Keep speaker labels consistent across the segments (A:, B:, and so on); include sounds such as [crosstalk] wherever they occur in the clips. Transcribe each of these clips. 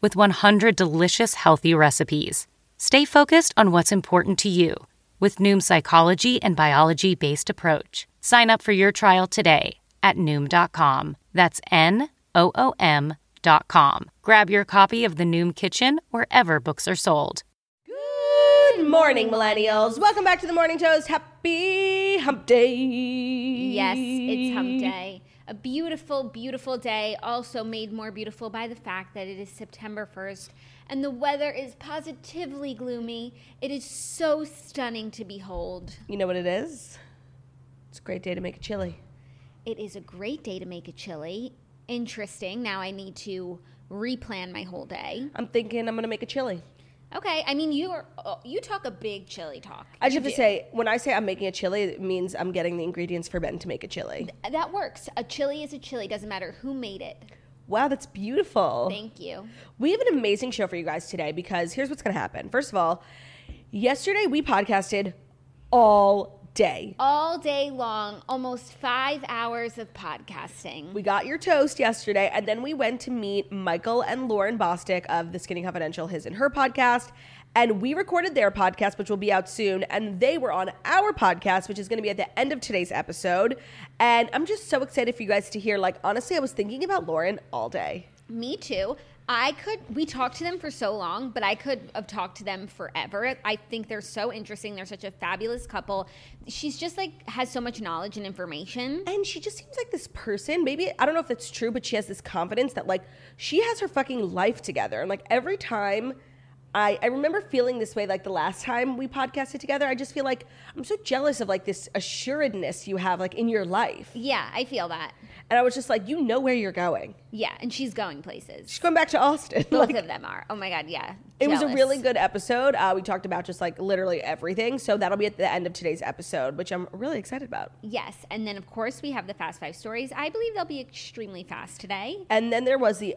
A: with 100 delicious healthy recipes. Stay focused on what's important to you with Noom's psychology and biology based approach. Sign up for your trial today at Noom.com. That's N O O M. Dot com. Grab your copy of The Noom Kitchen wherever books are sold.
B: Good morning, millennials. Welcome back to the Morning Toast. Happy Hump Day.
C: Yes, it's hump day. A beautiful, beautiful day, also made more beautiful by the fact that it is September 1st and the weather is positively gloomy. It is so stunning to behold.
B: You know what it is? It's a great day to make a chili.
C: It is a great day to make a chili. Interesting. Now I need to replan my whole day.
B: I'm thinking I'm gonna make a chili.
C: Okay, I mean you are oh, you talk a big chili talk.
B: I just have to
C: You do.
B: say, when I say I'm making a chili, it means I'm getting the ingredients for Ben to make a chili.
C: that works. A chili is a chili, doesn't matter who made it.
B: Wow, that's beautiful.
C: Thank you.
B: We have an amazing show for you guys today because here's what's going to happen. First of all, yesterday we podcasted all day.
C: All day long, almost 5 hours of podcasting.
B: We got your toast yesterday, and then we went to meet Michael and Lauren Bostick of the Skinny Confidential, his and her podcast. And we recorded their podcast, which will be out soon. And they were on our podcast, which is going to be at the end of today's episode. And I'm just so excited for you guys to hear. Like, honestly, I was thinking about Lauren all day.
C: Me too. I could, we talked to them for so long, but I could have talked to them forever. I think they're so interesting. They're such a fabulous couple. She's just like, has so much knowledge and information.
B: and she just seems like this person maybe i don't know if that's true but she has this confidence that like she has her fucking life together and like every time i i remember feeling this way like the last time we podcasted together i just feel like i'm so jealous of like this assuredness you have like in your life
C: Yeah, I feel that.
B: and i was just like you know where you're going
C: Yeah, and she's going places.
B: she's going back to austin
C: Both
B: like
C: of them are. Oh my God, yeah.
B: it was a
C: Jealous.
B: really good episode uh, we talked about just like literally everything so that'll be at the end of today's episode which i'm really excited about
C: Yes, and then of course we have the Fast Five stories. I believe they'll be extremely fast today.
B: and then there was the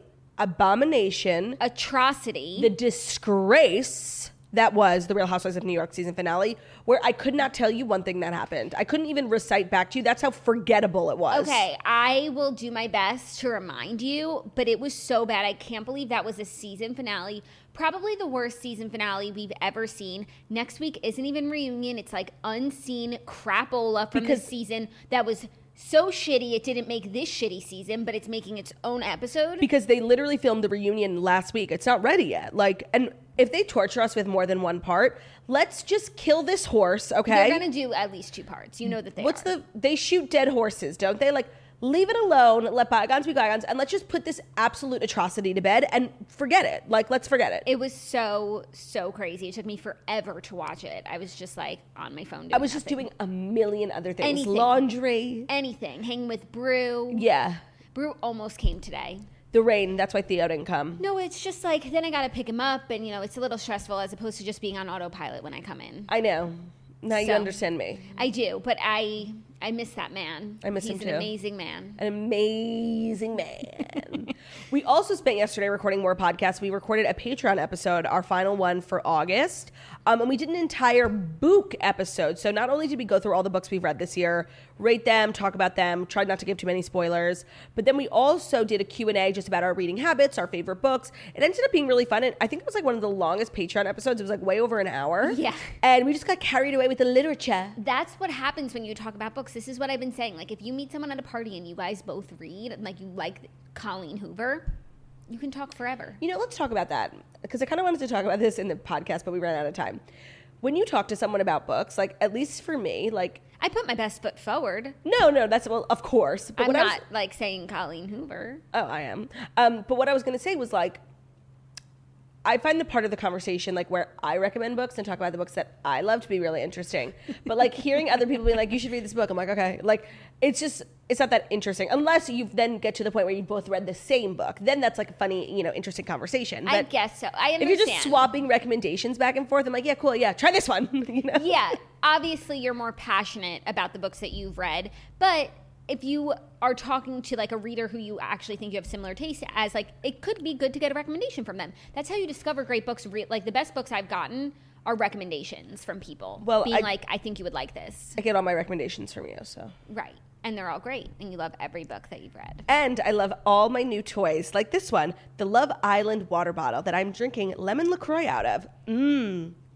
B: abomination
C: Atrocity.
B: the disgrace that was the Real Housewives of New York season finale, where I could not tell you one thing that happened. I couldn't even recite back to you. That's how forgettable it was.
C: Okay, I will do my best to remind you, but it was so bad. I can't believe that was a season finale. Probably the worst season finale we've ever seen. Next week isn't even reunion, it's like unseen crapola from the
B: Because-
C: season that was so shitty it didn't make this shitty season, but it's making its own episode.
B: Because they literally filmed the reunion last week. It's not ready yet. Like, and if they torture us with more than one part, let's just kill this horse, okay?
C: They're gonna do at least two parts. You know that they
B: What's
C: are.
B: the. They shoot dead horses, don't they? Like, leave it alone, let bygones be bygones, and let's just put this absolute atrocity to bed and forget it. Like, let's forget it.
C: It was so so crazy. It took me forever to watch it. I was just like on my phone. Doing
B: I was just doing a million other things
C: Anything.
B: laundry.
C: anything. Hanging with Brew.
B: Yeah.
C: Brew almost came today.
B: The rain. That's why Theo didn't come.
C: No, it's just like then I gotta pick him up, and you know it's a little stressful as opposed to just being on autopilot when I come in.
B: I know. Now you
C: So-
B: understand me.
C: I do, but I I miss that man.
B: I miss
C: He's
B: him
C: an
B: too.
C: amazing man.
B: An amazing man. [laughs] we also spent yesterday recording more podcasts. We recorded a Patreon episode, our final one for August. Um, and we did an entire book episode. So not only did we go through all the books we've read this year, rate them, talk about them, tried not to give too many spoilers, but then we also did a Q&A just about our reading habits, our favorite books. It ended up being really fun. And I think it was like one of the longest Patreon episodes. It was like way over an hour.
C: Yeah.
B: And we just got carried away with the literature.
C: That's what happens when you talk about books. This is what I've been saying. Like if you meet someone at a party and you guys both read, and like you like Colleen Hoover, You can talk forever.
B: You know, let's talk about that because I kind of wanted to talk about this in the podcast, but we ran out of time. When you talk to someone about books, like at least for me, like
C: I put my best foot forward.
B: no, no, that's well, of course. But
C: I'm
B: when I was-
C: not like saying Colleen Hoover.
B: Oh, I am. Um, but what I was going to say was like, I find the part of the conversation like where I recommend books and talk about the books that I love to be really interesting. But like hearing other people be like, "You should read this book," I'm like, okay, like it's just it's not that interesting unless you then get to the point where you both read the same book. Then that's like a funny, you know, interesting conversation.
C: I
B: But
C: guess so. I
B: If
C: understand.
B: you're just swapping recommendations back and forth, I'm like, yeah, cool, yeah, try this one. [laughs] you know?
C: yeah, obviously you're more passionate about the books that you've read, but if you are talking to like a reader who you actually think you have similar tastes as, like it could be good to get a recommendation from them. That's how you discover great books. Re- like the best books I've gotten are recommendations from people.
B: Well,
C: being
B: I-
C: like, I think you would like this,
B: I get all my recommendations from you, so.
C: right? And they're all great, and you love every book that you've read.
B: And I love all my new toys, like this one, the Love Island water bottle that I'm drinking lemon LaCroix out of.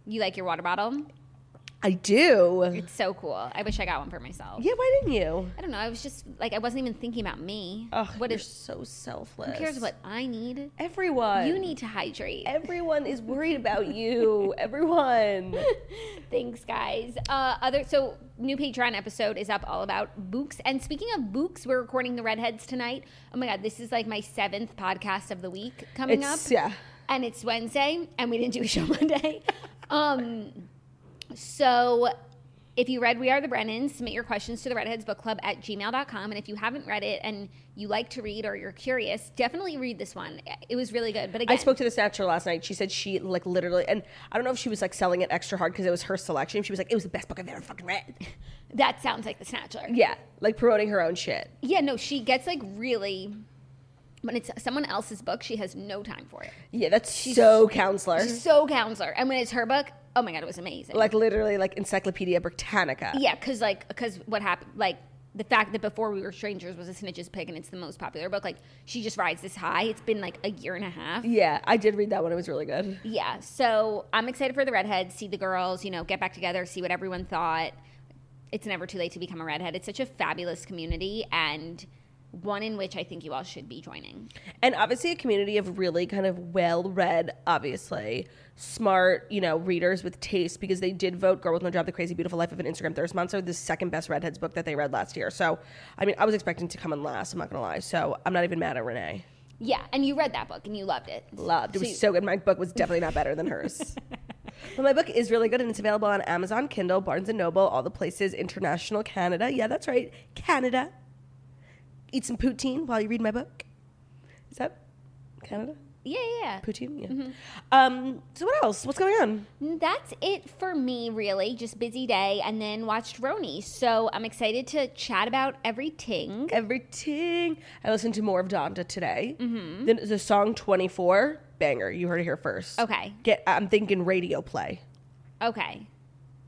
C: You like your water bottle?
B: I do.
C: It's so cool. I wish I got one for myself.
B: Yeah, why didn't you?
C: I don't know. I was just like, I wasn't even thinking about me.
B: Oh,
C: what
B: you're
C: is?
B: so selfless.
C: Who cares what I need?
B: everyone?
C: You need to hydrate.
B: Everyone is worried about you. [laughs] Everyone.
C: Thanks, guys. Uh, other so new Patreon episode is up all about books. And speaking of books, we're recording the redheads tonight. Oh my god, this is like my seventh podcast of the week coming
B: It's
C: up,
B: yeah.
C: and it's Wednesday, and we didn't do a show [laughs] Monday. um, so. If you read We Are the Brennans, submit your questions to the Redheads Book Club at gmail.com. And if you haven't read it and you like to read or you're curious, definitely read this one. It was really good. But
B: I
C: again,
B: spoke to the snatcher last night. She said she like literally, and I don't know if she was like selling it extra hard because it was her selection. She was like, "It was the best book I've ever fucking read."
C: that sounds like the Snatcher.
B: Yeah, like promoting her own shit.
C: Yeah, no, she gets like really when it's someone else's book, she has no time for it.
B: Yeah, that's so counselor.
C: She's so counselor. And when it's her book, oh my god, it was amazing.
B: like literally, like Encyclopedia Britannica.
C: yeah, cuz like cuz what happened like the fact that before we were strangers was a snitch's pig and it's the most popular book like she just rides this high. It's been like a year and a half.
B: Yeah, I did read that one. It was really good.
C: Yeah, so I'm excited for the redheads, see the girls, you know, get back together, see what everyone thought. It's never too late to become a redhead. It's such a fabulous community and one in which I think you all should be joining.
B: And obviously, a community of really kind of well read, obviously, smart, you know, readers with taste because they did vote Girl with No Job, The Crazy Beautiful Life of an Instagram Thirst Monster, the second best Redheads book that they read last year. So, I mean, I was expecting to come in last, I'm not going to lie. So, I'm not even mad at Renee.
C: Yeah, and you read that book and you loved it.
B: Loved. It
C: So-
B: was so good. My book was definitely not better than hers. but my book is really good and it's available on Amazon, Kindle, Barnes and Noble, all the places, international Canada. Yeah, that's right. Canada. Eat some poutine while you read my book. Is that Canada?
C: Yeah, yeah.
B: Poutine, yeah. Um, so what else? What's going on?
C: yeah. That's it for me, really. Just busy day, and then watched Roni. So I'm excited to chat about everything.
B: Everything. I listened to more of Donda today. Mm-hmm. The, the song 24, banger. You heard it here first.
C: Okay.
B: Get. I'm thinking radio play.
C: Okay,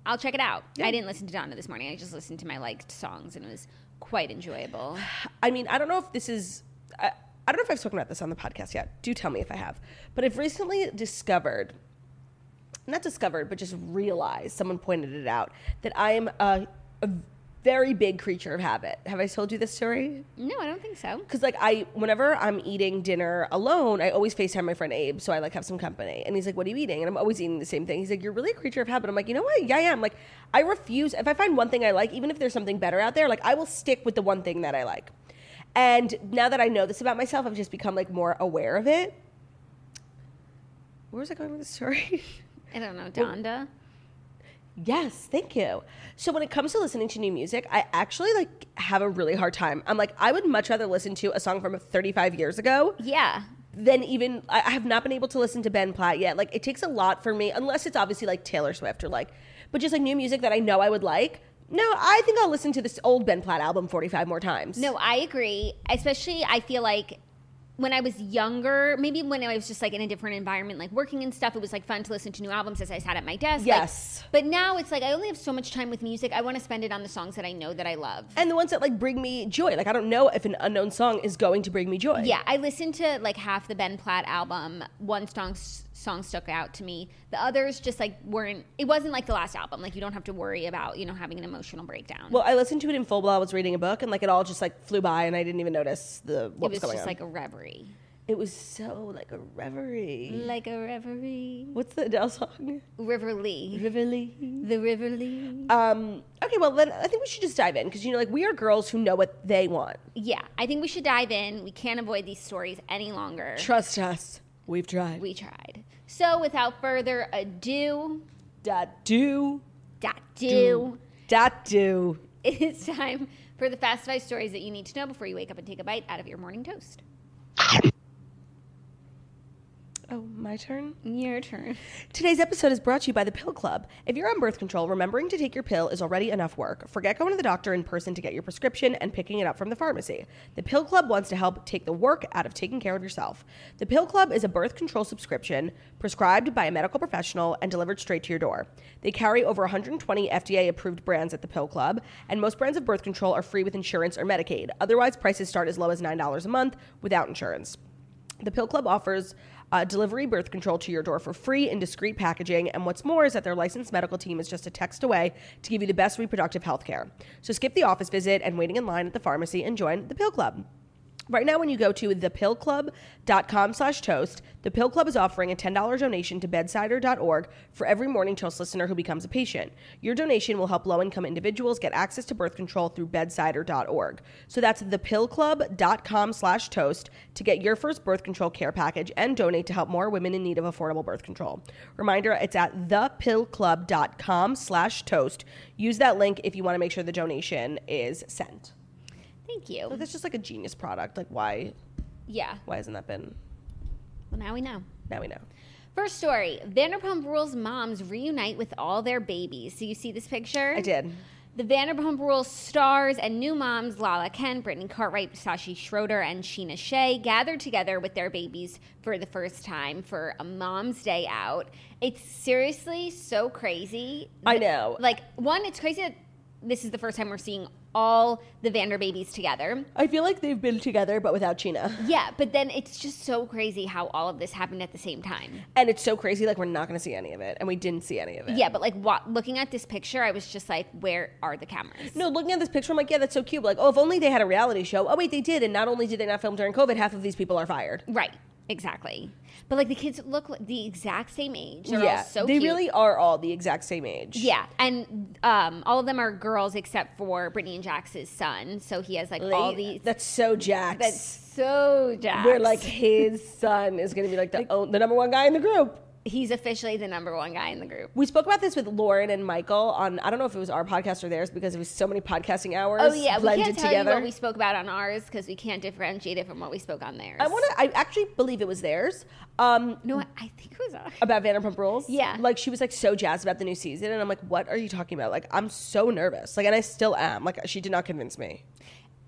C: I'll check it out. I didn't listen to Donna this morning. I just listened to my liked songs, and it was quite enjoyable. [sighs]
B: I mean, I don't know if this is. I, I don't know if I've spoken about this on the podcast yet. Do tell me if I have. But I've recently discovered, not discovered, but just realized, someone pointed it out, that I am a, a very big creature of habit. Have I told you this story?
C: No, I don't think so.
B: because like I, whenever I'm eating dinner alone, I always Facetime my friend Abe, so I like have some company. And he's like, "What are you eating?" And I'm always eating the same thing. He's like, "You're really a creature of habit." I'm like, "You know what? Yeah, I am." Like, I refuse if I find one thing I like, even if there's something better out there. Like, I will stick with the one thing that I like. And now that I know this about myself, I've just become like more aware of it. Where was I going with this [laughs] story?
C: I don't know, Donda.
B: Yes, thank you. So when it comes to listening to new music, I actually like have a really hard time. I'm like, I would much rather listen to a song from 35 years ago
C: Yeah,
B: than even I I have not been able to listen to Ben Platt yet. Like it takes a lot for me, unless it's obviously like Taylor Swift or like, but just like new music that I know I would like. No, I think I'll listen to this old Ben Platt album 45 more times.
C: No, I agree. Especially, I feel like when I was younger, maybe when I was just like in a different environment, like working and stuff, it was like fun to listen to new albums as I sat at my desk. like-
B: Yes.
C: but now it's like I only have so much time with music. I want to spend it on the songs that I know that I love.
B: And the ones that like bring me joy. Like I don't know if an unknown song is going to bring me joy.
C: Yeah, I listened to like half the Ben Platt album. One song song stuck out to me. The others just like weren't. It wasn't like the last album. Like you don't have to worry about you know having an emotional breakdown.
B: Well, I listened to it in full while I was reading a book, and like it all just like flew by, and I didn't even notice the what was,
C: it was
B: going
C: just
B: on.
C: like a reverie.
B: It was so like a reverie.
C: Like a reverie.
B: What's the Adele song?
C: River Lee.
B: Reverie.
C: The River Lee.
B: Um, okay, well then I think we should just dive in because you know, like we are girls who know what they want.
C: Yeah, I think we should dive in. We can't avoid these stories any longer.
B: Trust us. We've tried.
C: We tried. So without further ado,
B: Dot do.
C: dot do,
B: Dot do.
C: it is time for the fast five stories that you need to know before you wake up and take a bite out of your morning toast.
B: Oh, my turn.
C: Your turn.
B: Today's episode is brought to you by the Pill Club. If you're on birth control, remembering to take your pill is already enough work. Forget going to the doctor in person to get your prescription and picking it up from the pharmacy. The Pill Club wants to help take the work out of taking care of yourself. The Pill Club is a birth control subscription prescribed by a medical professional and delivered straight to your door. They carry over 120 FDA approved brands at the Pill Club, and most brands of birth control are free with insurance or Medicaid. Otherwise, prices start as low as $9 a month without insurance. The Pill Club offers uh, delivery birth control to your door for free in discreet packaging. And what's more is that their licensed medical team is just a text away to give you the best reproductive health care. So skip the office visit and waiting in line at the pharmacy and join the Pill Club. Right now, when you go to thepillclub.com slash toast, the Pill Club is offering a $10 donation to bedsider.org for every morning toast listener who becomes a patient. Your donation will help low income individuals get access to birth control through bedsider.org. So that's thepillclub.com slash toast to get your first birth control care package and donate to help more women in need of affordable birth control. Reminder, it's at thepillclub.com slash toast. Use that link if you want to make sure the donation is sent.
C: Thank you.
B: But that's just like a genius product. Like, why
C: Yeah.
B: why hasn't that been?
C: Well, now we know.
B: Now we know.
C: First story Vanderpump Rules moms reunite with all their babies. So you see this picture?
B: I did.
C: The Vanderpump Rules stars and new moms Lala Ken, Brittany Cartwright, Sashi Schroeder, and Sheena Shea gathered together with their babies for the first time for a mom's day out. It's seriously so crazy.
B: I know.
C: Like, one, it's crazy that this is the first time we're seeing all the Vander babies together.
B: I feel like they've been together, but without Gina.
C: Yeah, but then it's just so crazy how all of this happened at the same time.
B: And it's so crazy. Like, we're not going to see any of it, and we didn't see any of it.
C: Yeah, but like wa- looking at this picture, I was just like, where are the cameras?
B: No, looking at this picture, I'm like, yeah, that's so cute. But like, oh, if only they had a reality show. Oh, wait, they did. And not only did they not film during COVID, half of these people are fired.
C: Right, exactly. But like the kids look like the exact same age. They're
B: yeah,
C: all so
B: they
C: cute.
B: really are all the exact same age.
C: Yeah, and um, all of them are girls except for Brittany and Jax's son. So he has like
B: Like,
C: all these.
B: That's so Jax.
C: That's so Jax.
B: Where like his son is going to be like the oh, the number one guy in the group.
C: he's officially the number one guy in the group.
B: We spoke about this with Lauren and Michael on I don't know if it was our podcast or theirs because it was so many podcasting hours.
C: Oh yeah, we
B: blended
C: can't tell
B: together.
C: you what we spoke about on ours because we can't differentiate it from what we spoke on theirs.
B: I want to. I actually believe it was theirs. Um,
C: No, I, I think it was ours.
B: about Vanderpump Rules.
C: Yeah.
B: like she was like so jazzed about the new season, and I'm like, what are you talking about? Like I'm so nervous. Like, and I still am. Like she did not convince me.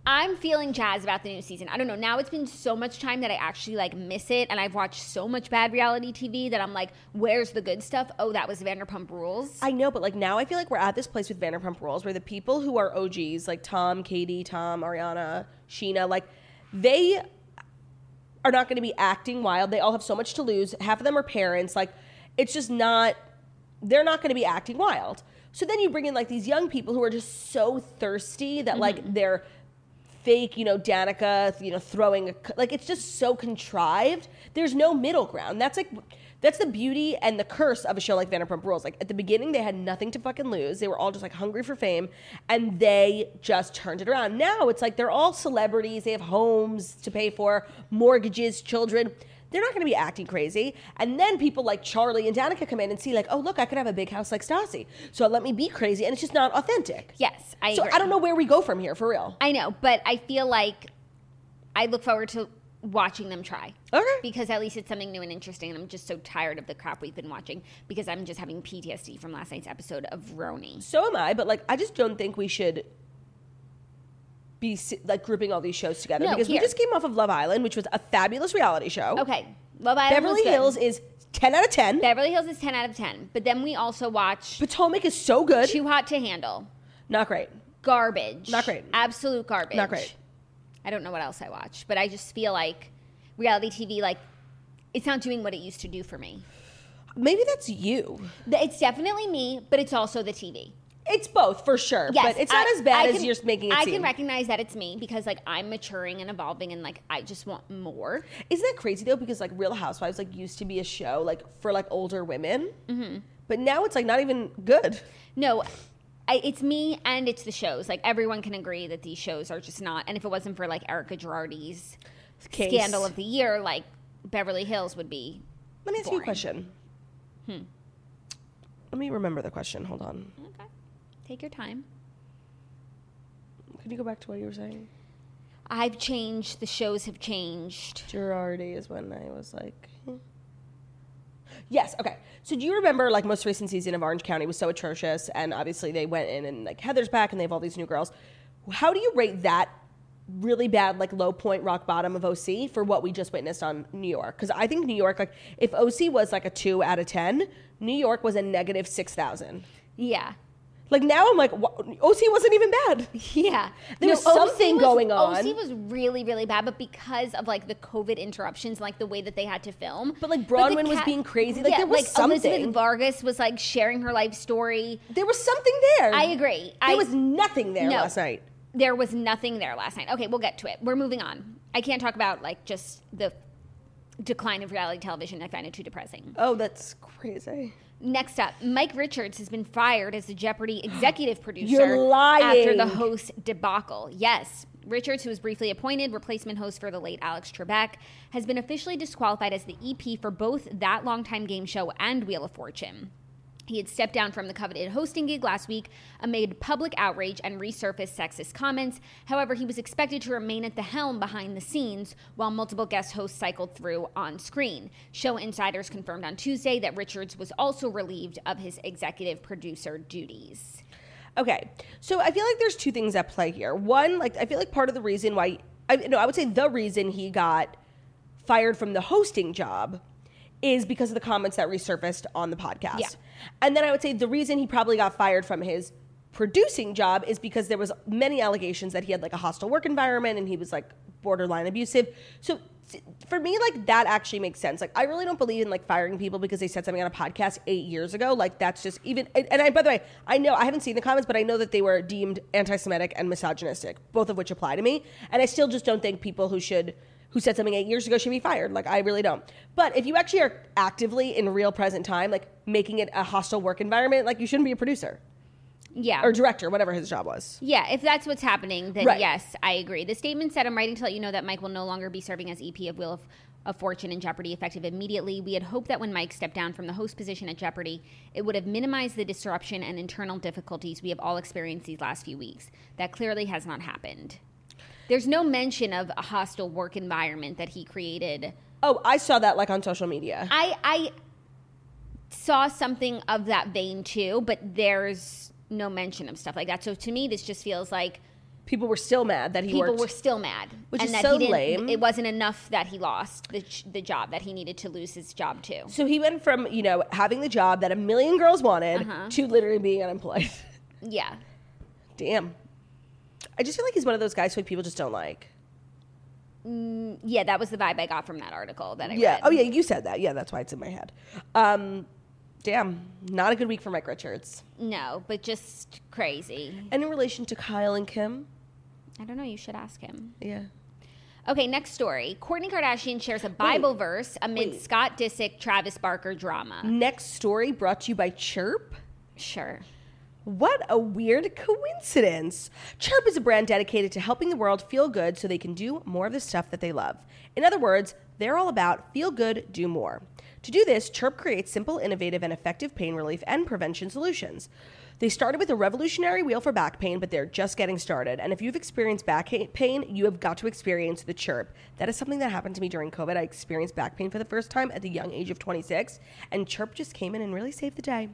C: I'm feeling jazzed about the new season. I don't know. Now it's been so much time that I actually like miss it, and I've watched so much bad reality TV that I'm like, where's the good stuff? Oh, that was Vanderpump Rules.
B: I know, but like now I feel like we're at this place with Vanderpump Rules where the people who are OGs, like Tom, Katie, Tom, Ariana, Sheena, like they are not going to be acting wild. They all have so much to lose. Half of them are parents. Like it's just not, they're not going to be acting wild. So then you bring in like these young people who are just so thirsty that like they're fake, you know, Danica, you know, throwing a, c- like it's just so contrived. There's no middle ground. That's like that's the beauty and the curse of a show like Vanderpump Rules. Like at the beginning, they had nothing to fucking lose. They were all just like hungry for fame, and they just turned it around. Now it's like they're all celebrities. They have homes to pay for, mortgages, children. They're not going to be acting crazy. And then people like Charlie and Danica come in and see like, oh look, I could have a big house like Stassi. So let me be crazy, and it's just not authentic.
C: yes, I.
B: so
C: agree.
B: I don't know where we go from here for real.
C: I know, but I feel like I look forward to watching them try.
B: Okay.
C: Because at least it's something new and interesting. And I'm just so tired of the crap we've been watching because I'm just having PTSD from last night's episode of Roni.
B: So am I, but like I just don't think we should be si- like grouping all these shows together
C: No,
B: because
C: here.
B: we just came off of Love Island, which was a fabulous reality show.
C: Okay, Love Island. was
B: Beverly
C: good.
B: Hills is ten out of ten.
C: Beverly Hills is 10 out of 10. But then we also watched
B: Potomac is so good.
C: Too Hot to Handle.
B: Not great.
C: Garbage.
B: Not great.
C: Absolute garbage.
B: Not great.
C: I don't know what else I watched, but I just feel like reality TV, like, it's not doing what it used to do for me.
B: Maybe that's you.
C: Th- It's definitely me, but it's also the TV.
B: It's both for sure,
C: Yes,
B: but it's not
C: I-
B: as bad
C: I
B: as
C: can-
B: you're making it
C: I
B: seem.
C: can recognize that it's me because like I'm maturing and evolving, and like I just want more.
B: Isn't that crazy though? Because like Real Housewives like used to be a show like for like older women,
C: Mm-hmm.
B: but now it's like not even good.
C: No, I, it's me and it's the shows. Like everyone can agree that these shows are just not. And if it wasn't for like Erica Girardi's
B: Case.
C: scandal of the year, like Beverly Hills would be.
B: Let me ask you a
C: boring.
B: question. Let me remember the question. Hold on.
C: Okay, take your time.
B: Can you go back to what you were saying?
C: I've changed. The shows have changed.
B: Girardi is when I was like. hmm. Yes. Okay. So do you remember like most recent season of Orange County was so atrocious, and obviously they went in and like Heather's back, and they have all these new girls. How do you rate that really bad like low point, rock bottom of OC for what we just witnessed on New York? Because I think New York, like if OC was like a two out of ten, New York was a negative six thousand.
C: Yeah,
B: Like now I'm like wha- OC wasn't even bad.
C: [laughs] yeah.
B: There was
C: OC
B: something
C: was-
B: going on.
C: OC was really, really bad, but because of like the COVID interruptions, like the way that they had to film.
B: But, like,
C: the
B: Bronwyn was being crazy. Like, there was something.
C: Elizabeth Vargas was like sharing her life story.
B: There was something there.
C: I agree.
B: There
C: I-
B: was nothing there
C: No.
B: last night.
C: there was nothing there last night. Okay, we'll get to it. We're moving on. I can't talk about like just the decline of reality television. I find it too depressing.
B: Oh, that's crazy.
C: Next up, Mike Richards has been fired as the Jeopardy
B: [gasps]
C: executive producer
B: You're lying.
C: after the host debacle. Yes. Richards, who was briefly appointed replacement host for the late Alex Trebek, has been officially disqualified as the EP for both that longtime game show and Wheel of Fortune. He had stepped down from the coveted hosting gig last week amid public outrage and resurfaced sexist comments. However, he was expected to remain at the helm behind the scenes while multiple guest hosts cycled through on screen. Show insiders confirmed on Tuesday that Richards was also relieved of his executive producer duties.
B: Okay, so I feel like there's two things at play here. One, like I feel like part of the reason why, I, no, I would say the reason he got fired from the hosting job is because of the comments that resurfaced on the podcast.
C: Yeah.
B: And then I would say the reason he probably got fired from his producing job is because there was many allegations that he had like a hostile work environment and he was like borderline abusive. So s- for me like that actually makes sense. Like I really don't believe in like firing people because they said something on a podcast 8 years ago. Like that's just even and and I by the way, I know I haven't seen the comments but I know that they were deemed anti-semitic and misogynistic, both of which apply to me, and I still just don't think people who should who said something eight years ago should be fired. Like, I really don't. But if you actually are actively in real present time, like making it a hostile work environment, like you shouldn't be a producer
C: Yeah.
B: or director, whatever his job was.
C: Yeah, if that's what's happening, then
B: Right.
C: yes, I agree. The statement said, I'm writing to let you know that Mike will no longer be serving as EP of Wheel of, of Fortune and Jeopardy effective immediately. We had hoped that when Mike stepped down from the host position at Jeopardy, it would have minimized the disruption and internal difficulties we have all experienced these last few weeks. That clearly has not happened. There's no mention of a hostile work environment that he created.
B: Oh, I saw that like on social media.
C: I, I saw something of that vein too, but there's no mention of stuff like that. So to me, this just feels like
B: People were still mad that he
C: people
B: worked.
C: were still mad,
B: Which is
C: that
B: so
C: he didn't,
B: lame.
C: It wasn't enough that he lost the ch- the job that he needed to lose his job to.
B: so he went from, you know, having the job that a million girls wanted
C: Uh-huh.
B: to literally being unemployed. [laughs]
C: Yeah,
B: Damn. I just feel like he's one of those guys who people just don't like.
C: yeah, that was the vibe I got from that article that I
B: Yeah.
C: read.
B: Oh, yeah, you said that. Yeah, that's why it's in my head. Um, damn. Not a good week for Mike Richards.
C: No, but just crazy.
B: And in relation to Kyle and Kim,
C: I don't know. You should ask him.
B: yeah.
C: Okay, next story. Courtney Kardashian shares a Bible verse amid
B: wait.
C: Scott Disick Travis Barker drama.
B: Next story brought to you by Chirp.
C: Sure.
B: What a weird coincidence. Chirp is a brand dedicated to helping the world feel good so they can do more of the stuff that they love. In other words, they're all about feel good, do more. To do this, Chirp creates simple, innovative, and effective pain relief and prevention solutions. They started with a revolutionary wheel for back pain, but they're just getting started. And if you've experienced back ha- pain, you have got to experience the chirp. That is something that happened to me during COVID. I experienced back pain for the first time at the young age of 26, and chirp just came in and really saved the day.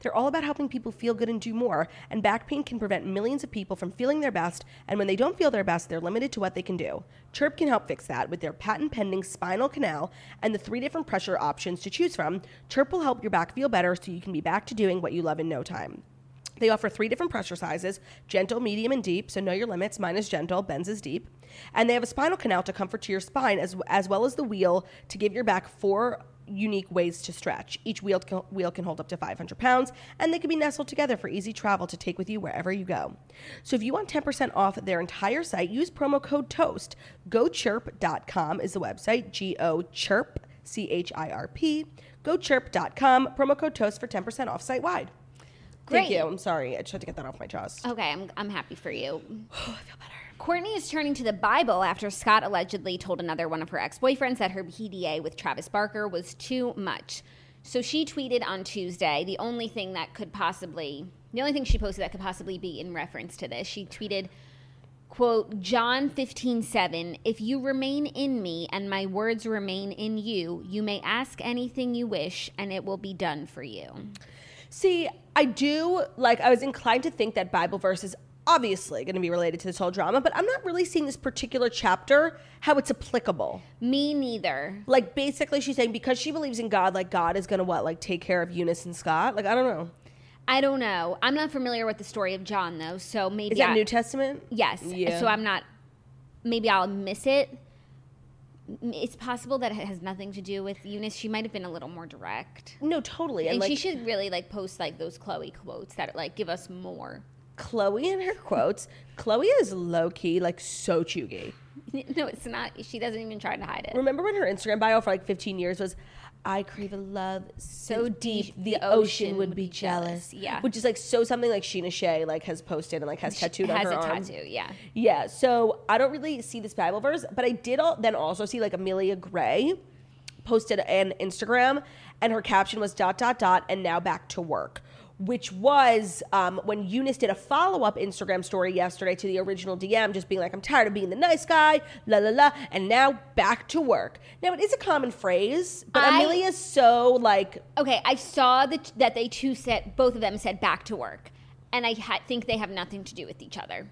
B: They're all about helping people feel good and do more, and back pain can prevent millions of people from feeling their best, and when they don't feel their best, they're limited to what they can do. Chirp can help fix that with their patent pending spinal canal and the three different pressure options to choose from. Chirp will help your back feel better so you can be back to doing what you love in no time. They offer three different pressure sizes gentle, medium, and deep. So know your limits. Mine is gentle, Ben's is deep. And they have a spinal canal to comfort to your spine as, as well as the wheel to give your back four unique ways to stretch. Each wheel can, wheel can hold up to 500 pounds, and they can be nestled together for easy travel to take with you wherever you go. So if you want 10% off their entire site, use promo code TOAST. GoChirp.com is the website, G O Chirp, C H I R P. GoChirp.com, promo code TOAST for 10% off site wide. Thank
C: Great.
B: you. I'm sorry. I just had to get that off my chest.
C: Okay, I'm, I'm happy for [sighs] you. Oh, I feel better. Courtney is turning to the Bible after Scott allegedly told another one of her ex boyfriends that her PDA with Travis Barker was too much. So she tweeted on Tuesday the only thing that could possibly, the only thing she posted that could possibly be in reference to this. She tweeted, quote john 15 7 if you remain in me and my words remain in you you may ask anything you wish and it will be done for you
B: See, I do like I was inclined to think that Bible verse is obviously going to be related to this whole drama, but I'm not really seeing this particular chapter how it's applicable.
C: me neither
B: Like basically she's saying because she believes in God, like God is going to what? Like take care of Eunice and Scott? Like I don't know.
C: I don't know. I'm not familiar with the story of John though, so maybe
B: Is that
C: I-
B: New Testament?
C: Yes.
B: Yeah.
C: So I'm not. Maybe I'll miss it. M- It's possible that it has nothing to do with Eunice. She might have been a little more direct,
B: No, totally. And,
C: and
B: like
C: she should really like post like those Chloe quotes that like give us more. [laughs]
B: Chloe and her quotes. Chloe is low key like so chuggy.
C: No, it's not. She doesn't even try to hide it.
B: Remember when her Instagram bio for like 15 years was I crave a love so deep the ocean would be jealous.
C: Yeah.
B: Which is like so something like Sheena Shea like has posted and like has tattooed
C: has
B: on her
C: a
B: arm.
C: tattoo. Yeah.
B: Yeah, so I don't really see this Bible verse, but I did all, then also see like Amelia Gray posted an Instagram, and her caption was dot dot dot, and now back to work, which was um, when Eunice did a follow up Instagram story yesterday to the original DM, just being like, "I'm tired of being the nice guy, la la la," and now back to work. Now it is a common phrase, but
C: I-
B: Amelia's so like
C: Okay, I saw that that they two said both of them said back to work, and I ha- think they have nothing to do with each other.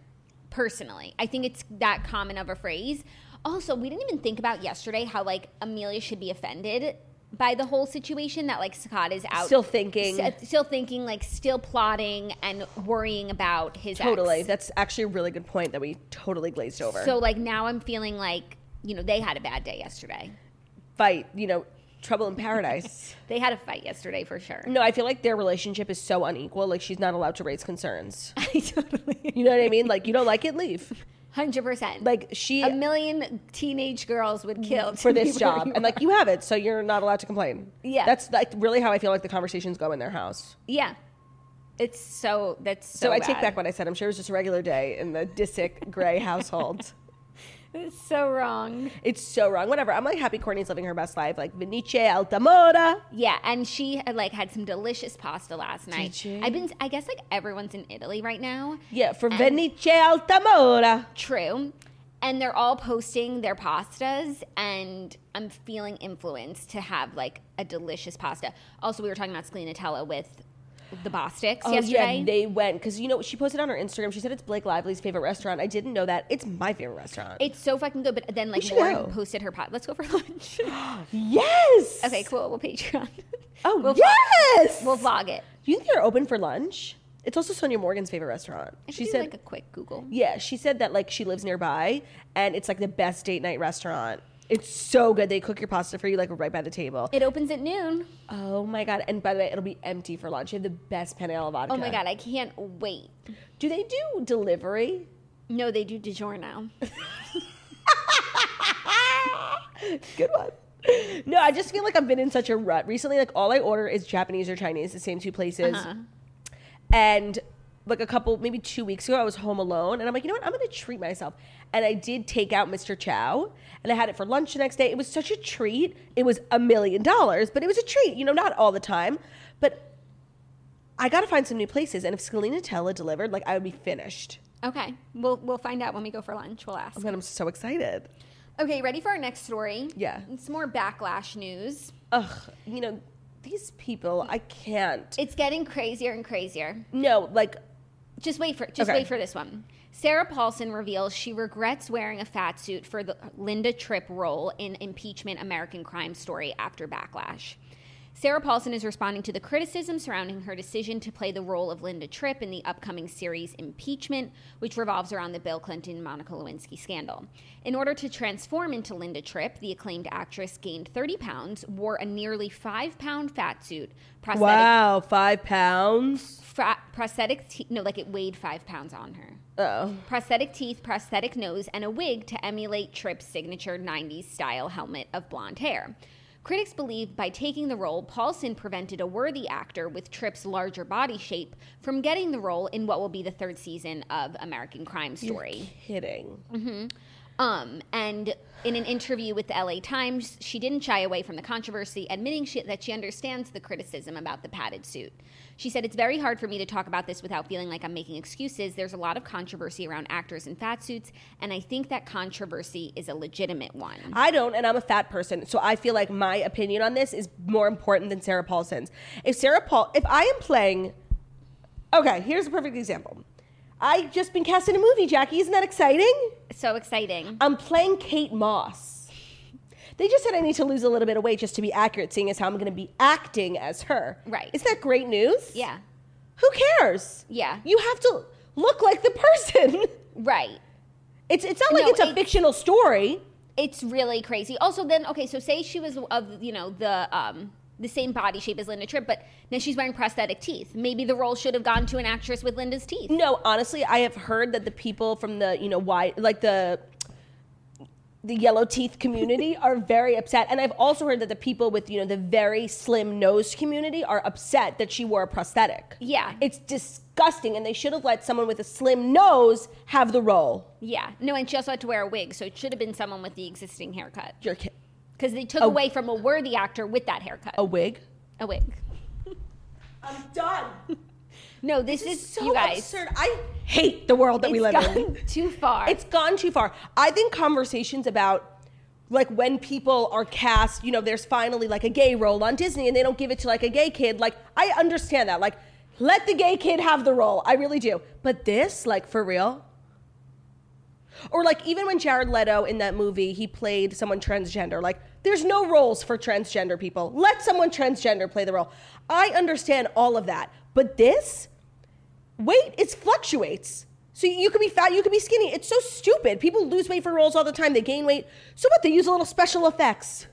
C: Personally, I think it's that common of a phrase. Also, we didn't even think about yesterday how like Amelia should be offended by the whole situation that like Scott is out
B: still thinking.
C: s- still thinking like still plotting and worrying about his ex.
B: Totally, that's actually a really good point that we totally glazed over.
C: So like now I'm feeling like you know they had a bad day yesterday.
B: fight, you know, trouble in paradise.
C: They had a fight yesterday for sure.
B: No, I feel like their relationship is so unequal. Like she's not allowed to raise concerns.
C: [laughs] I totally
B: You know what I mean? Like you don't like it, leave.
C: hundred percent
B: Like she
C: a million teenage girls would kill
B: for this job, and like you have it, so you're not allowed to complain.
C: Yeah.
B: that's like really how I feel like the conversations go in their house.
C: yeah, it's so that's so.
B: So, I take
C: bad.
B: back what I said. I'm sure it was just a regular day in the Disick Gray [laughs] household.
C: It's so wrong.
B: It's so wrong. Whatever. I'm like happy Courtney's living her best life. Like Venice Altamora.
C: Yeah, and she had, like had some delicious pasta last night.
B: she?
C: I've been, I guess, like everyone's in Italy right now.
B: Yeah, for Venice Altamora.
C: True, and they're all posting their pastas, and I'm feeling influenced to have like a delicious pasta. Also, we were talking about Scalinatella with the Bostics yesterday.
B: Oh, yeah, they went because you know she posted on her Instagram. She said it's Blake Lively's favorite restaurant. I didn't know that. It's my favorite restaurant.
C: it's so fucking good, but then like
B: should
C: Lauren
B: go.
C: posted her pot. Let's go for [laughs] lunch.
B: Yes.
C: Okay, cool. We'll Patreon.
B: Oh
C: [laughs] we'll
B: yes.
C: Vlog, we'll vlog it.
B: Do you think they're open for lunch? It's also Sonia Morgan's favorite restaurant.
C: I
B: She
C: should do,
B: said,
C: like a quick Google.
B: "Yeah, she said that like she lives nearby, and it's like the best date night restaurant. It's so good. They cook your pasta for you like right by the table.
C: It opens at noon.
B: oh my god! And by the way, it'll be empty for lunch. They have the best penne alla vodka.
C: Oh my god, I can't wait.
B: Do they do delivery?
C: No, they
B: [laughs]
C: do DiGiorno.
B: Good one. [laughs] No, I just feel like I've been in such a rut recently. Like all I order is Japanese or Chinese, the same two places.
C: Uh-huh.
B: And like a couple, maybe two weeks ago, I was home alone, and I'm like, you know what? I'm gonna treat myself. And I did take out Mr. Chow, and I had it for lunch the next day. It was such a treat. It was a million dollars, but it was a treat. You know, not all the time, but I gotta find some new places. And if Scalina Tella delivered, like I would be finished.
C: Okay, we'll we'll find out when we go for lunch. We'll ask.
B: Oh my god, I'm so excited.
C: Okay, ready for our next story?
B: Yeah.
C: It's more backlash news.
B: Ugh, you know, these people, I can't.
C: It's getting crazier and crazier.
B: No, like
C: Just wait for just
B: Okay.
C: wait for this one. Sarah Paulson reveals she regrets wearing a fat suit for the Linda Tripp role in impeachment American crime story after backlash. Sarah Paulson is responding to the criticism surrounding her decision to play the role of Linda Tripp in the upcoming series Impeachment, which revolves around the Bill Clinton Monica Lewinsky scandal. In order to transform into Linda Tripp, the acclaimed actress gained 30 pounds, wore a nearly five pound fat suit, prosthetic,
B: Wow, five pounds.
C: fra- prosthetic te- no, like it weighed five pounds on her.
B: Oh,
C: prosthetic teeth, prosthetic nose, and a wig to emulate Tripp's signature 90s style helmet of blonde hair. Critics believe by taking the role, Paulson prevented a worthy actor with Tripp's larger body shape from getting the role in what will be the third season of American Crime Story.
B: kidding.
C: Um, and in an interview with the LA Times, she didn't shy away from the controversy, admitting she, that she understands the criticism about the padded suit. She said, It's very hard for me to talk about this without feeling like I'm making excuses. There's a lot of controversy around actors in fat suits, and I think that controversy is a legitimate one.
B: I don't, and I'm a fat person, so I feel like my opinion on this is more important than Sarah Paulson's. If Sarah Paul, if I am playing, okay, here's a perfect example. I just been cast in a movie, Jackie. Isn't that exciting?
C: So exciting.
B: I'm playing Kate Moss. They just said I need to lose a little bit of weight just to be accurate, seeing as how I'm going to be acting as her.
C: Right.
B: Is that great news?
C: Yeah.
B: Who cares?
C: Yeah.
B: You have to look like the person. [laughs]
C: Right.
B: It's it's not like
C: No,
B: it's a
C: it-
B: fictional story.
C: It's really crazy. Also, then okay, so say she was of you know the um the same body shape as Linda Tripp, but now she's wearing prosthetic teeth. Maybe the role should have gone to an actress with Linda's teeth.
B: No, honestly, I have heard that the people from the you know why like the the yellow teeth [laughs] community are very upset, and I've also heard that the people with you know the very slim nose community are upset that she wore a prosthetic.
C: Yeah.
B: it's disgusting, and they should have let someone with a slim nose have the role.
C: Yeah, no, and she also had to wear a wig, so it should have been someone with the existing haircut
B: You're ki-
C: because they
B: Oh.
C: took away from a worthy actor with that haircut.
B: a wig.
C: A wig.
B: I'm [laughs] done.
C: No, this,
B: This
C: is
B: is so
C: you guys.
B: absurd. I hate the world that we
C: It's
B: live in.
C: gone [laughs] too far.
B: It's gone too far. I think conversations about like when people are cast, you know, there's finally like a gay role on Disney and they don't give it to like a gay kid. Like I understand that. Like let the gay kid have the role. I really do. But this, like for real? Or like even when Jared Leto in that movie, he played someone transgender. Like there's no roles for transgender people. Let someone transgender play the role. I understand all of that. But this weight it fluctuates. So you could be fat, you could be skinny. It's so stupid. People lose weight for roles all the time. They gain weight. So what? They use a little special effects.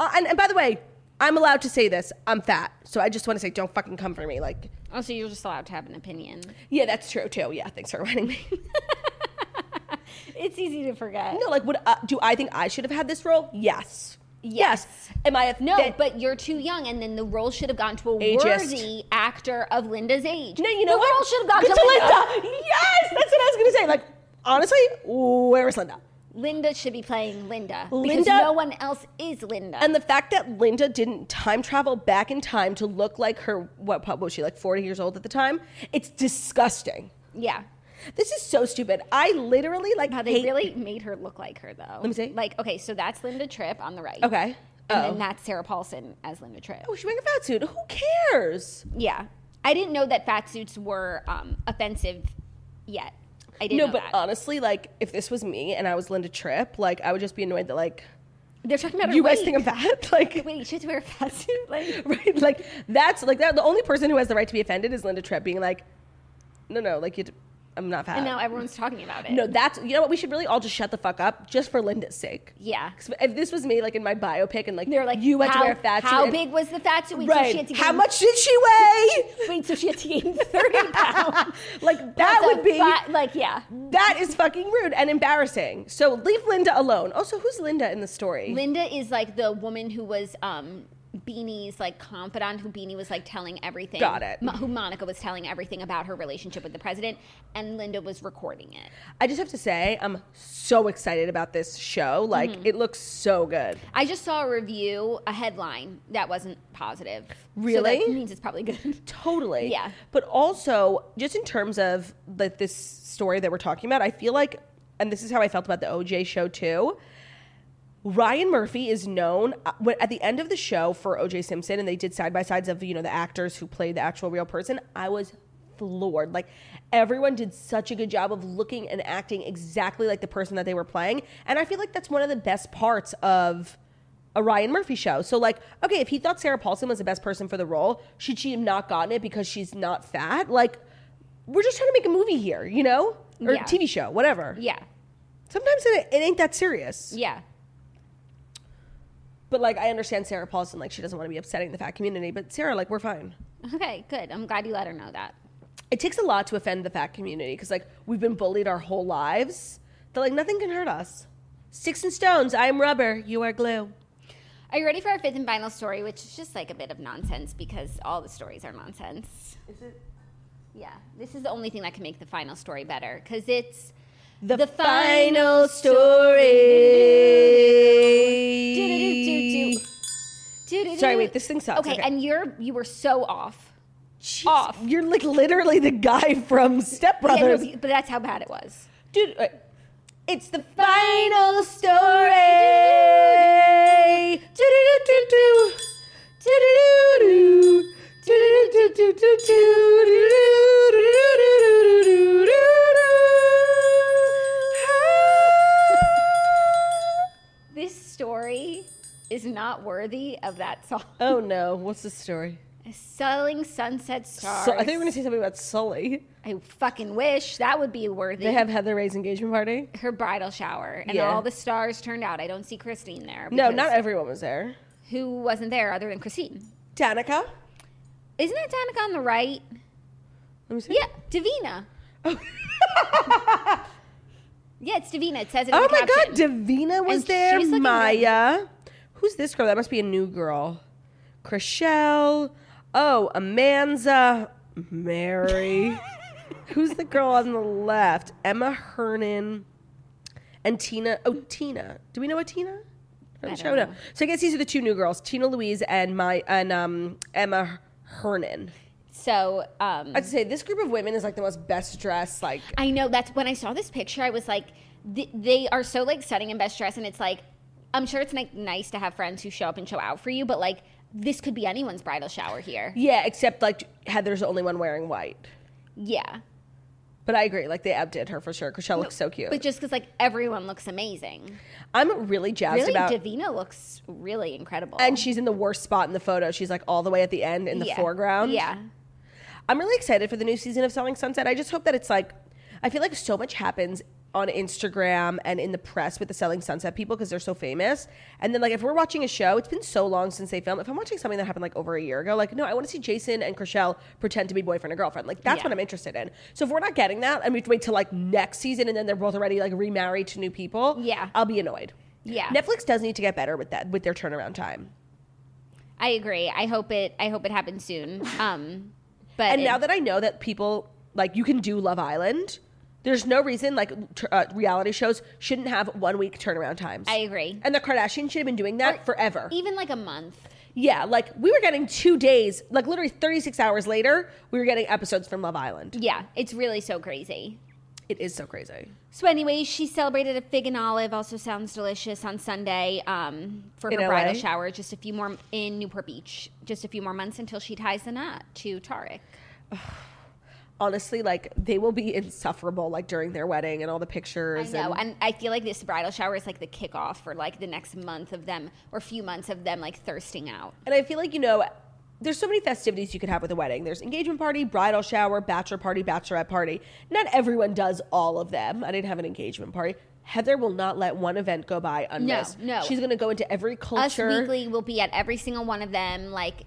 B: Uh, and, and by the way, I'm allowed to say this. I'm fat, so I just want to say, don't fucking come for me. Like,
C: also, you're just allowed to have an opinion.
B: yeah, that's true too. Yeah, thanks for reminding me. [laughs]
C: It's easy to forget.
B: no, like, would uh, do I think I should have had this role? Yes. Yes. Am I a
C: No,
B: that-
C: but you're too young, and then the role should have gone to a
B: Ageist.
C: worthy actor of Linda's age.
B: No, you know
C: the
B: what?
C: role should have gone
B: Good
C: to, Linda.
B: Yes, that's what I was gonna say. Like, honestly, where is Linda?
C: Linda should be playing Linda, because
B: Linda-
C: no one else is Linda.
B: And the fact that Linda didn't time travel back in time to look like her, what what was she, like 40 years old at the time? It's disgusting.
C: yeah,
B: This is so stupid. I literally, like,
C: Wow, they
B: hate-
C: really made her look like her, though. Let
B: me see.
C: Like, okay, so that's Linda Tripp on the right.
B: Okay.
C: And
B: Oh.
C: then that's Sarah Paulson as Linda Tripp.
B: Oh, she's wearing a fat suit. Who cares?
C: Yeah. I didn't know that fat suits were um, offensive yet. I didn't
B: no,
C: know
B: but uh,
C: that.
B: honestly, like, if this was me and I was Linda Tripp, like, I would just be annoyed that, like,
C: They're talking about her
B: you guys
C: weight.
B: think I'm fat? [laughs] Like,
C: Wait, she has to wear a fat suit? Like,
B: right? Like, that's, like, that, the only person who has the right to be offended is Linda Tripp being like, no, no, like, you, d- I'm not fat.
C: and now everyone's talking about it.
B: no, that's, you know what? We should really all just shut the fuck up just for Linda's sake.
C: Yeah.
B: 'Cause If this was me, like in my biopic, and like
C: They're like,
B: you had
C: how,
B: to wear a fat suit.
C: How
B: and-
C: big was the fat suit? Wait, so she
B: Right.
C: had to
B: how
C: gain-
B: much did she weigh?
C: Wait, so she had
B: [laughs]
C: to gain 30 [laughs] pounds.
B: like that
C: That's a
B: would be
C: fat- like, yeah.
B: that is fucking rude and embarrassing. So leave Linda alone. Also, who's Linda in the story?
C: Linda is like the woman who was um, Beanie's like confidant, who Beanie was like telling everything.
B: Got it.
C: Mo- who Monica was telling everything about her relationship with the president, and Linda was recording it.
B: I just have to say, I'm so excited about this show. Like,
C: Mm-hmm.
B: it looks so good.
C: I just saw a review, a headline that wasn't positive. So
B: Really?
C: that means it's probably good. [laughs]
B: Totally.
C: Yeah.
B: But also, just in terms of like this story that we're talking about, I feel like, and this is how I felt about the OJ show too. Ryan Murphy is known uh, when- at the end of the show for OJ Simpson, and they did side by sides of you know the actors who played the actual real person. I was floored. Like everyone did such a good job of looking and acting exactly like the person that they were playing, and I feel like that's one of the best parts of a Ryan Murphy show. So like, okay, if he thought Sarah Paulson was the best person for the role, should she have not gotten it because she's not fat? Like, we're just trying to make a movie here, you know, or
C: Yeah.
B: TV show, whatever.
C: Yeah.
B: Sometimes it, it ain't that serious.
C: Yeah.
B: But like, I understand Sarah Paulson. Like, she doesn't want to be upsetting the fat community. But Sarah, like, we're fine.
C: Okay, good. I'm glad you let her know that.
B: It takes a lot to offend the fat community because like we've been bullied our whole lives. They're like nothing can hurt us. Sticks and stones. I am rubber. You are glue.
C: Are you ready for our fifth and final story, which is just like a bit of nonsense because all the stories are nonsense? Is it? Yeah. This is the only thing that can make the final story better because it's.
B: The,
C: The
B: final
C: final
B: story.
C: Doo-doo-doo.
B: Sorry, wait, this thing sucks.
C: Okay,
B: Okay.
C: and you're you were so off.
B: Jeez,
C: Off.
B: You're like literally the guy from Step
C: Yeah, no,
B: Brothers.
C: but that's how bad it was.
B: Dude, uh, it's the final story. Do-do-do-do-do. Do-do-do-do. Do-do-do-do-do-do.
C: This story is not worthy of that song. [laughs]
B: Oh no, what's the story?
C: Selling sunset stars.
B: So, I think we're gonna say something about Sully.
C: I fucking wish that would be worthy.
B: They have Heather Ray's engagement party.
C: her bridal shower, and
B: Yeah.
C: all the stars turned out. I don't see Christine there.
B: No,
C: because
B: not everyone was there.
C: who wasn't there other than Christine.
B: Danica.
C: Isn't that Danica on the right?
B: Let me see.
C: Yeah, Davina.
B: Oh.
C: [laughs] yeah, it's Davina. It says it. in
B: Oh
C: the
B: my God,
C: caption.
B: Davina was
C: And
B: there.
C: she's looking
B: Maya. Who's this girl? That must be a new girl. Chriselle. Oh, Amanza.
C: [laughs]
B: Mary. Who's the girl on the left? Emma Hernan. And Tina. Oh, Tina. Do we know a Tina? I
C: don't
B: don't know.
C: know.
B: So I guess these are the two new girls, Tina Louise and my and um, Emma Hernan.
C: So um,
B: I'd say this group of women is like the most best dressed. Like
C: I know that's when I saw this picture, I was like, th- they are so like stunning and best dressed, and it's like, I'm sure it's like nice to have friends who show up and show out for you, but like this could be anyone's bridal shower here.
B: yeah, except like Heather's the only one wearing white.
C: Yeah,
B: But I agree, like they outdid her for sure. Chriselle looks so cute.
C: but just because like everyone looks amazing,
B: I'm really jazzed
C: really,
B: about,
C: Davina looks really incredible.
B: and she's in the worst spot in the photo. She's like all the way at the end in the
C: Yeah.
B: foreground.
C: Yeah,
B: I'm really excited for the new season of Selling Sunset. I just hope that it's like, I feel like so much happens on Instagram and in the press with the Selling Sunset people because they're so famous. And then like if we're watching a show, it's been so long since they filmed. If I'm watching something that happened like over a year ago, like no, I want to see Jason and Chriselle pretend to be boyfriend and girlfriend. Like that's
C: Yeah.
B: what I'm interested in. So if we're not getting that, and we have to wait till like next season, and then they're both already like remarried to new people.
C: Yeah.
B: I'll be annoyed.
C: yeah.
B: Netflix does need to get better with that with their turnaround time.
C: I agree. I hope it. I hope it happens soon. Um, but
B: and now
C: it-
B: that I know that people like you can do Love Island, there's no reason like t- uh, reality shows shouldn't have one week turnaround times.
C: I agree. e-
B: And the Kardashians should have been doing that forever.
C: even like a month.
B: yeah, like we were getting two days, like literally 36 hours later, we were getting episodes from Love Island.
C: Yeah, it's really so crazy.
B: It is so crazy.
C: So, anyways, she celebrated a fig and olive. Also, sounds delicious on Sunday um, for her
B: In LA?
C: bridal shower. Just a few more in Newport Beach. Just a few more months until she ties the knot to Tarek.
B: Honestly, like they will be insufferable like during their wedding and all the
C: I
B: pictures.
C: know,
B: and-
C: and I feel like this bridal shower is like the kickoff for like the next month of them or few months of them like thirsting out.
B: And I feel like, you know, there's so many festivities you could have with a wedding. There's engagement party, bridal shower, bachelor party, bachelorette party. Not everyone does all of them. I didn't have an engagement party. Heather will not let one event go by unless
C: no.
B: she's going to go into every
C: Us
B: culture.
C: Weekly will be at every single one of them. Like,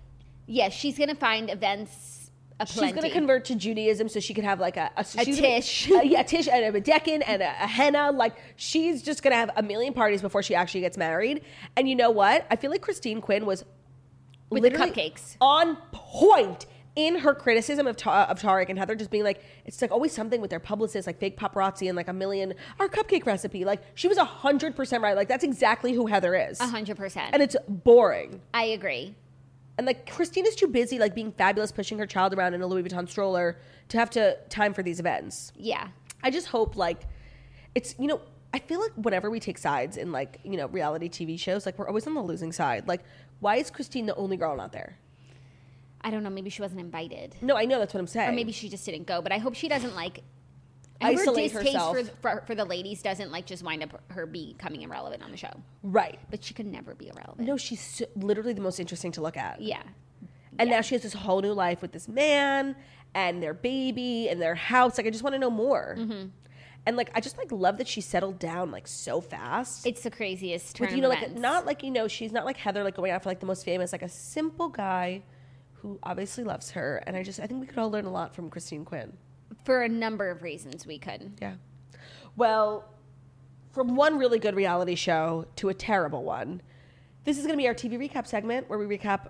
C: yeah, she's gonna find events.
B: She's going to convert to Judaism so she could have like a, a,
C: A
B: she's gonna- [laughs]
C: tish.
B: a- yeah, a tish and a Deccan and a, a henna. Like she's just going to have a million parties before she actually gets married. And you know what? I feel like Christine Quinn was
C: With the
B: literally
C: cupcakes.
B: on point in her criticism of, Ta- of Tarek and Heather just being like it's like always something with their publicists like fake paparazzi and like a million our cupcake recipe like she was 100% right like that's exactly who Heather is
C: hundred percent.
B: and it's boring
C: I agree.
B: and like Christine is too busy like being fabulous pushing her child around in a Louis Vuitton stroller to have to time for these events
C: Yeah.
B: I just hope like it's you know I feel like whenever we take sides in like you know reality TV shows like we're always on the losing side like why is Christine the only girl not there
C: I don't know. Maybe she wasn't invited.
B: no, I know that's what I'm saying.
C: Or maybe she just didn't go, but I hope she doesn't like. And
B: Isolate
C: her distaste
B: herself.
C: for, for, for the ladies doesn't like just wind up her becoming irrelevant on the show.
B: Right.
C: But she could never be irrelevant.
B: No, she's so, literally the most interesting to look at.
C: Yeah.
B: And now she has this whole new life with this man and their baby and their house. Like, I just want to know more.
C: Mm-hmm.
B: And like, I just like love that she settled down like so fast.
C: It's the craziest turn
B: with you know,
C: of
B: like
C: events.
B: not like you know, she's not like Heather, like going after like the most famous, like a simple guy who obviously loves her. And I just, I think we could all learn a lot from Christine Quinn.
C: for a number of reasons we could.
B: Yeah. Well, from one really good reality show to a terrible one, this is going to be our TV recap segment where we recap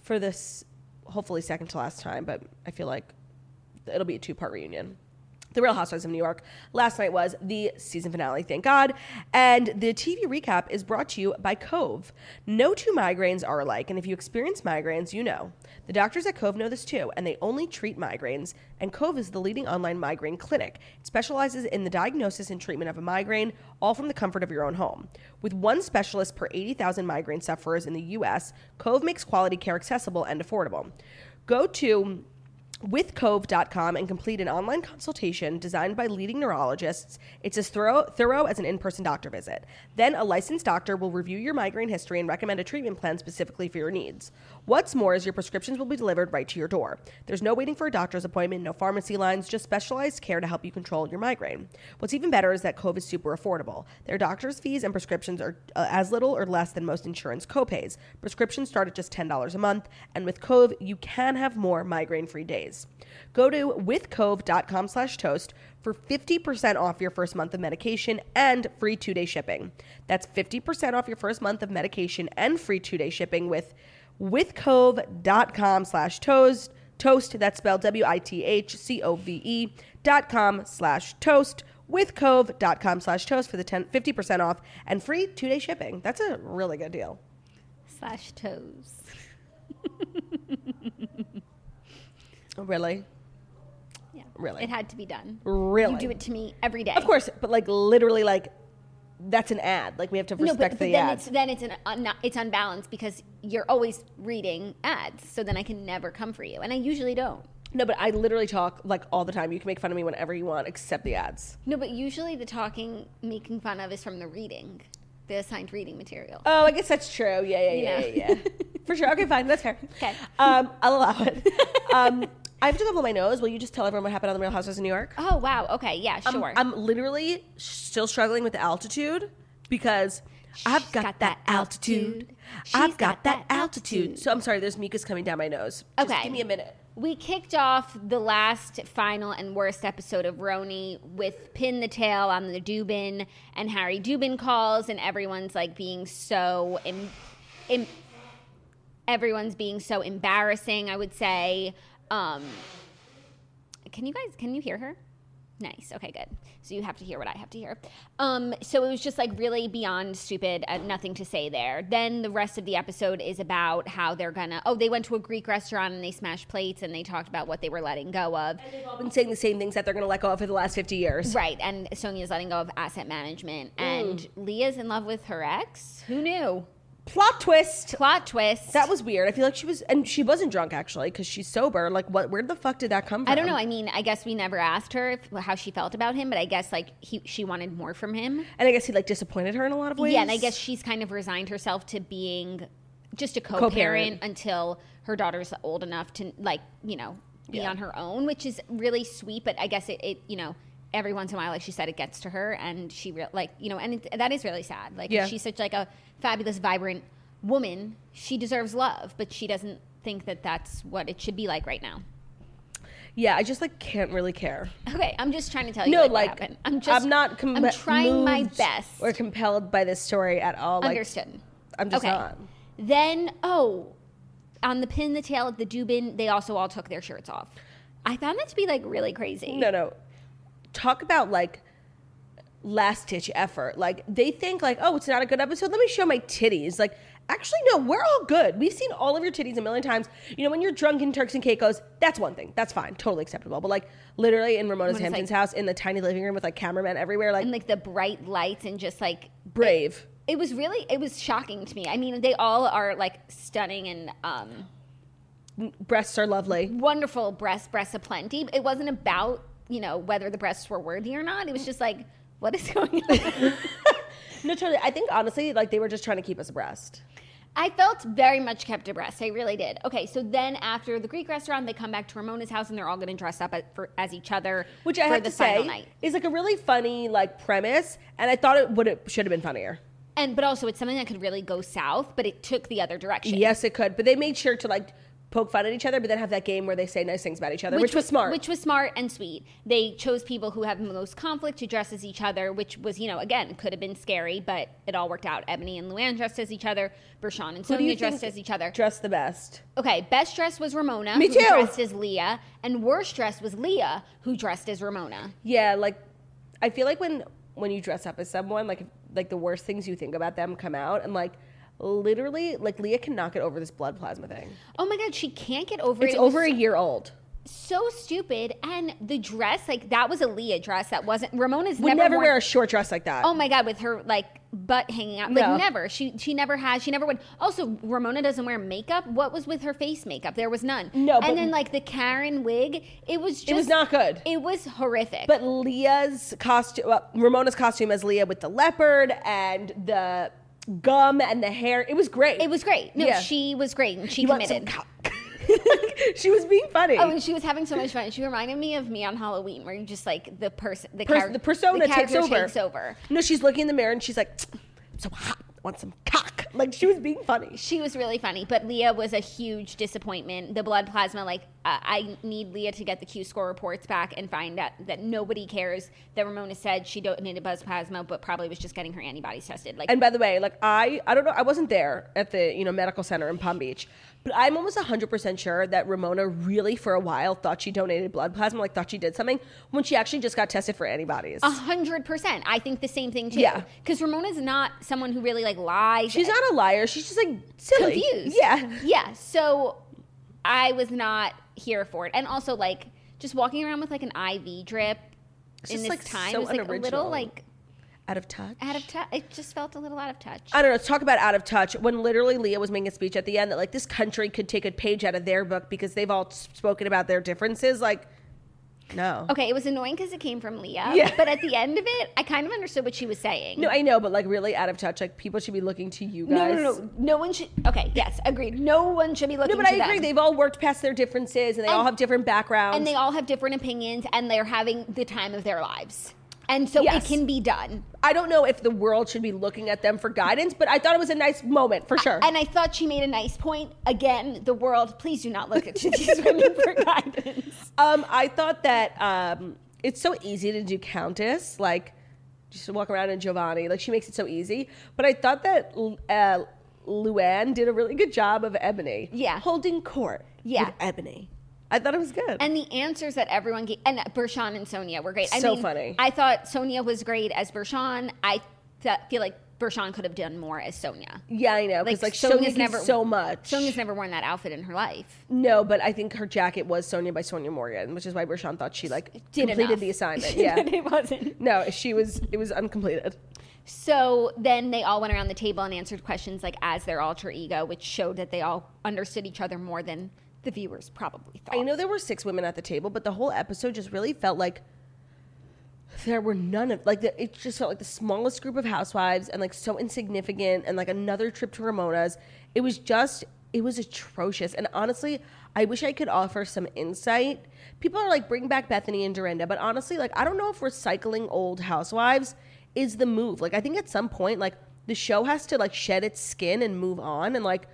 B: for this, hopefully, second to last time, but I feel like it'll be a two part reunion. The Real Housewives of New York. Last night was the season finale, thank God. And the TV recap is brought to you by Cove. No two migraines are alike, and if you experience migraines, you know. The doctors at Cove know this too, and they only treat migraines. And Cove is the leading online migraine clinic. It specializes in the diagnosis and treatment of a migraine, all from the comfort of your own home. With one specialist per 80,000 migraine sufferers in the U.S., Cove makes quality care accessible and affordable. Go to withcove.com and complete an online consultation designed by leading neurologists. It's as thorough, thorough as an in person doctor visit. Then, a licensed doctor will review your migraine history and recommend a treatment plan specifically for your needs. What's more is your prescriptions will be delivered right to your door. There's no waiting for a doctor's appointment, no pharmacy lines, just specialized care to help you control your migraine. What's even better is that Cove is super affordable. Their doctor's fees and prescriptions are uh, as little or less than most insurance copays. Prescriptions start at just $10 a month, and with Cove, you can have more migraine-free days. Go to withcove.com slash toast for 50% off your first month of medication and free two-day shipping. That's 50% off your first month of medication and free two-day shipping with withcove.com slash toast. Toast, that's spelled W-I-T-H-C-O-V-E E, dot com slash toast. Withcove.com slash toast for the 10, 50% off and free two-day shipping. That's a really good deal.
C: Slash toes.
B: Really?
C: Yeah.
B: Really?
C: It had to be done.
B: Really?
C: You do it to me every day.
B: Of course, but like literally, like that's an ad. Like we have to
C: No,
B: respect
C: but, but
B: the
C: then
B: ad.
C: it's then it's an un, it's unbalanced because you're always reading ads, so then I can never come for you, and I usually don't.
B: No, but I literally talk like all the time. You can make fun of me whenever you want, except the ads.
C: No, but usually the talking, making fun of is from the reading, the assigned reading material.
B: Oh, I guess that's true. Yeah, yeah, yeah,
C: know.
B: yeah, yeah.
C: [laughs]
B: For sure. Okay, fine. That's fair.
C: Okay.
B: Um, I'll allow
C: [laughs]
B: it. Um, I have to go blow my nose. Will you just tell everyone what happened on the Real Housewives of New York?
C: Oh wow. Okay. Yeah.
B: I'm-
C: Sure.
B: I'm, literally still struggling with the altitude because I've
C: She's
B: got,
C: got
B: that
C: that
B: altitude.
C: altitude.
B: I've
C: She's
B: got,
C: got
B: that
C: that
B: altitude.
C: altitude.
B: So I'm sorry. There's mucus coming down my nose. Just
C: Okay.
B: Give me a minute.
C: we kicked off the last, final, and worst episode of Roni with pin the tail on the Dubin, and Harry Dubin calls, and everyone's like being so em- em- everyone's being so embarrassing. I would say. Um, can you guys? Can you hear her? Nice. Okay, good. So you have to hear what I have to hear. Um, so it was just like really beyond stupid. Uh, nothing to say there. Then the rest of the episode is about how they're gonna. Oh, they went to a Greek restaurant and they smashed plates and they talked about what they were letting go of.
B: I've been saying the same things that they're going to let go of for the last 50 years.
C: Right. And Sonia's letting go of asset management.
B: Mm.
C: And Leah's in love with her ex. Who knew?
B: Plot twist.
C: Plot twist.
B: That was weird. I feel like she was, and she wasn't drunk actually because she's sober. Like, what? Where the fuck did that come from?
C: I don't know. I mean, I guess we never asked her if, how she felt about him, but I guess like he, she wanted more from him.
B: And I guess he like disappointed her in a lot of ways.
C: Yeah, and I guess she's kind of resigned herself to being just a co-parent,
B: Co-parent.
C: until her daughter's old enough to like, you know, be
B: Yeah.
C: on her own, which is really sweet. But I guess it, it, you know, every once in a while, like she said, it gets to her, and she re- like, you know, and it, that is really sad. Like
B: Yeah.
C: she's such like a fabulous, vibrant woman. She deserves love, but she doesn't think that that's what it should be like right now.
B: Yeah, I just like can't really care.
C: Okay, I'm just trying to tell you.
B: no,
C: like, what
B: like
C: happened. I'm just
B: I'm not. Com-
C: I'm trying my
B: moved
C: best.
B: Or compelled by this story at all. Like,
C: Understood.
B: I'm just not.
C: Then, oh, on the pin, the tail, at the Dubin, they also all took their shirts off. I found that to be like really crazy.
B: No, no. Talk about like last ditch effort. Like they think like, oh, it's not a good episode. Let me show my titties. Like, actually, no, we're all good. We've seen all of your titties a million times. You know, when you're drunk in Turks and Caicos, that's one thing. That's fine, totally acceptable. But like, literally in Ramona's
C: Ramona's,
B: Hampton's
C: like-
B: house in the tiny living room with like cameramen everywhere, like,
C: And like the bright lights and just like
B: brave.
C: it was really it was shocking to me. I mean, they all are like stunning and um
B: Breasts are lovely.
C: Mm-hmm. wonderful breasts, breasts aplenty. It wasn't about you know, whether the breasts were worthy or not. It was just like, what is [laughs] going
B: [laughs]
C: on?
B: No, totally. I think honestly, like they were just trying to keep us abreast.
C: I felt very much kept abreast. I really did. Okay, so then after the Greek restaurant, they come back to Ramona's house and they're all going to dress up as, for, as each other
B: Which I
C: for
B: have
C: the
B: to
C: final
B: say
C: night.
B: is like a really funny like premise, and I thought it would it should have been funnier.
C: And but also it's something that could really go south, but it took the other direction.
B: Yes, it could, but they made sure to like poke fun at each other, but then have that game where they say nice things about each other, which, was smart.
C: Which was smart and sweet. They chose people who have the most conflict to dress as each other, which was, you know, again, could have been scary, but it all worked out. Ebony and Luann dressed as each other. Bershon and
B: do you
C: Sonia dressed
B: think
C: as each other.
B: dress the best.
C: okay, best dressed was Ramona,
B: Me
C: who
B: too.
C: dressed as Leah, and worst dressed was Leah, who dressed as Ramona.
B: Yeah, like I feel like when when you dress up as someone, like like the worst things you think about them come out, and like literally, like Leah cannot get over this blood plasma thing.
C: Oh my god, she can't get over
B: It's
C: it. It was
B: over e- a year old.
C: so stupid. And the dress, like that was a Leah dress. That wasn't Ramona's
B: Would
C: never,
B: never
C: worn-
B: wear a short dress like that.
C: Oh my god, with her like butt hanging out. Like
B: No.
C: never. She she never has. She never would. Also, Ramona doesn't wear makeup. What was with her face makeup? There was none.
B: No, but-
C: And then like the Karen wig, it was just
B: it was not good.
C: It was horrific.
B: But Leah's costume, well, Ramona's costume as Leah with the leopard and the gum and the hair, it was great.
C: it was great. No,
B: Yeah.
C: she was great and she
B: You want some
C: committed. [laughs]
B: cock? she was being funny.
C: Oh, and she was having so much fun. She reminded me of me on Halloween, where you just like the person, the,
B: Pers-
C: char-
B: the persona
C: the
B: takes
C: character
B: over.
C: takes over.
B: no, she's looking in the mirror and she's like, "I'm so hot, I want some cock. Like she was being funny.
C: she was really funny, but Leah was a huge disappointment. The blood plasma, like, uh, I need Leah to get the Q score reports back and find out that nobody cares that Ramona said she donated blood plasma, but probably was just getting her antibodies tested. Like,
B: And by the way, like I, I don't know, I wasn't there at the you know medical center in Palm Beach, but I'm almost 100 percent sure that Ramona really for a while thought she donated blood plasma, like thought she did something when she actually just got tested for antibodies.
C: a hundred percent, I think the same thing too.
B: Yeah.
C: because Ramona's not someone who really like lies.
B: She's not a liar. She's just like silly.
C: confused.
B: Yeah.
C: yeah. So I was not here for it, and also like just walking around with like an IV drip in
B: just,
C: this
B: like,
C: time
B: so
C: was like a
B: unoriginal.
C: little like
B: Out of touch.
C: out of touch. It just felt a little out of touch.
B: I don't know. Let's talk about out of touch. When literally Leah was making a speech at the end that like this country could take a page out of their book because they've all s- spoken about their differences. Like, no.
C: Okay, it was annoying because it came from Leah.
B: Yeah.
C: But at the end of it, I kind of understood what she was saying.
B: No, I know, but like really out of touch. Like people should be looking to you
C: no,
B: guys.
C: no, no. No one should. Okay, yes, agreed. No one should be looking.
B: No, but
C: to
B: I
C: them.
B: agree. They've all worked past their differences and they all
C: And-
B: have different backgrounds.
C: and they all have different opinions, and they're having the time of their lives. And so
B: Yes.
C: it can be done.
B: I don't know if the world should be looking at them for guidance, but I thought it was a nice moment for sure.
C: And I thought she made a nice point. Again, the world, please do not
B: [laughs]
C: look at these women for guidance.
B: Um, I thought that um, it's so easy to do Countess, like just walk around in Giovanni, like she makes it so easy. But I thought that uh, Luann did a really good job of Ebony,
C: Yeah.
B: holding court,
C: Yeah.
B: with Ebony. I thought it was good.
C: And the answers that everyone gave, and Bershon and Sonia were great. I
B: So
C: mean,
B: funny.
C: I thought Sonia was great as Bershon. I th- feel like Bershon could have done more as Sonia.
B: yeah, I know because like, Sonia did so much.
C: Sonia's never worn that outfit in her life.
B: no, but I think her jacket was Sonia by Sonia Morgan, which is why Bershon thought she like
C: Did
B: completed
C: enough.
B: the
C: [laughs]
B: assignment. Yeah,
C: it wasn't.
B: no, she was it was uncompleted.
C: So then they all went around the table and answered questions like as their alter ego, which showed that they all understood each other more than the viewers probably thought.
B: I know there were six women at the table, but the whole episode just really felt like there were none of like the, it just felt like the smallest group of housewives and like so insignificant and like another trip to Ramona's. It was just it was atrocious. And honestly, I wish I could offer some insight. People are like bring back Bethany and Dorinda, but honestly, like I don't know if recycling old housewives is the move. Like I think at some point like the show has to like shed its skin and move on and like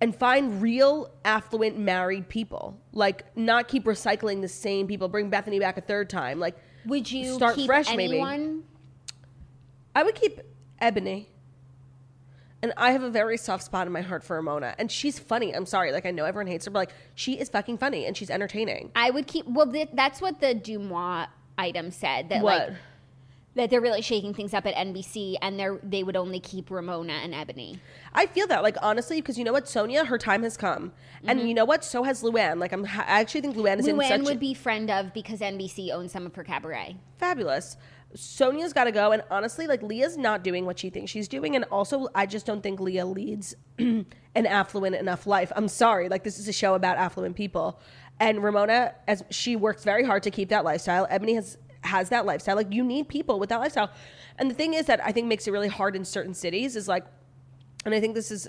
B: and find real affluent married people. Like not keep recycling the same people. Bring Bethany back a third time. Like
C: Would you
B: Start
C: keep
B: fresh, maybe.
C: anyone?
B: I would keep Ebony. And I have a very soft spot in my heart for Ramona. And she's funny. I'm sorry. Like I know everyone hates her, but like she is fucking funny and she's entertaining.
C: I would keep. Well, th- that's what the Dumois item said. That
B: What?
C: like that they're really shaking things up at NBC, and they are they would only keep Ramona and Ebony.
B: I feel that, like honestly, because you know what, Sonia, her time has come, and you know what, so has Luann. Like I'm, I actually think Mm-hmm. Luann is in such
C: Luann would be friend of because NBC owns some of her cabaret.
B: fabulous. Sonia's got to go, and honestly, like Leah's not doing what she thinks she's doing, and also I just don't think [clears throat] Leah leads an affluent enough life. I'm sorry, like this is a show about affluent people, And Ramona, as she works very hard to keep that lifestyle, Ebony has has that lifestyle. Like you need people with that lifestyle. And the thing is that I think makes it really hard in certain cities is like, and I think this is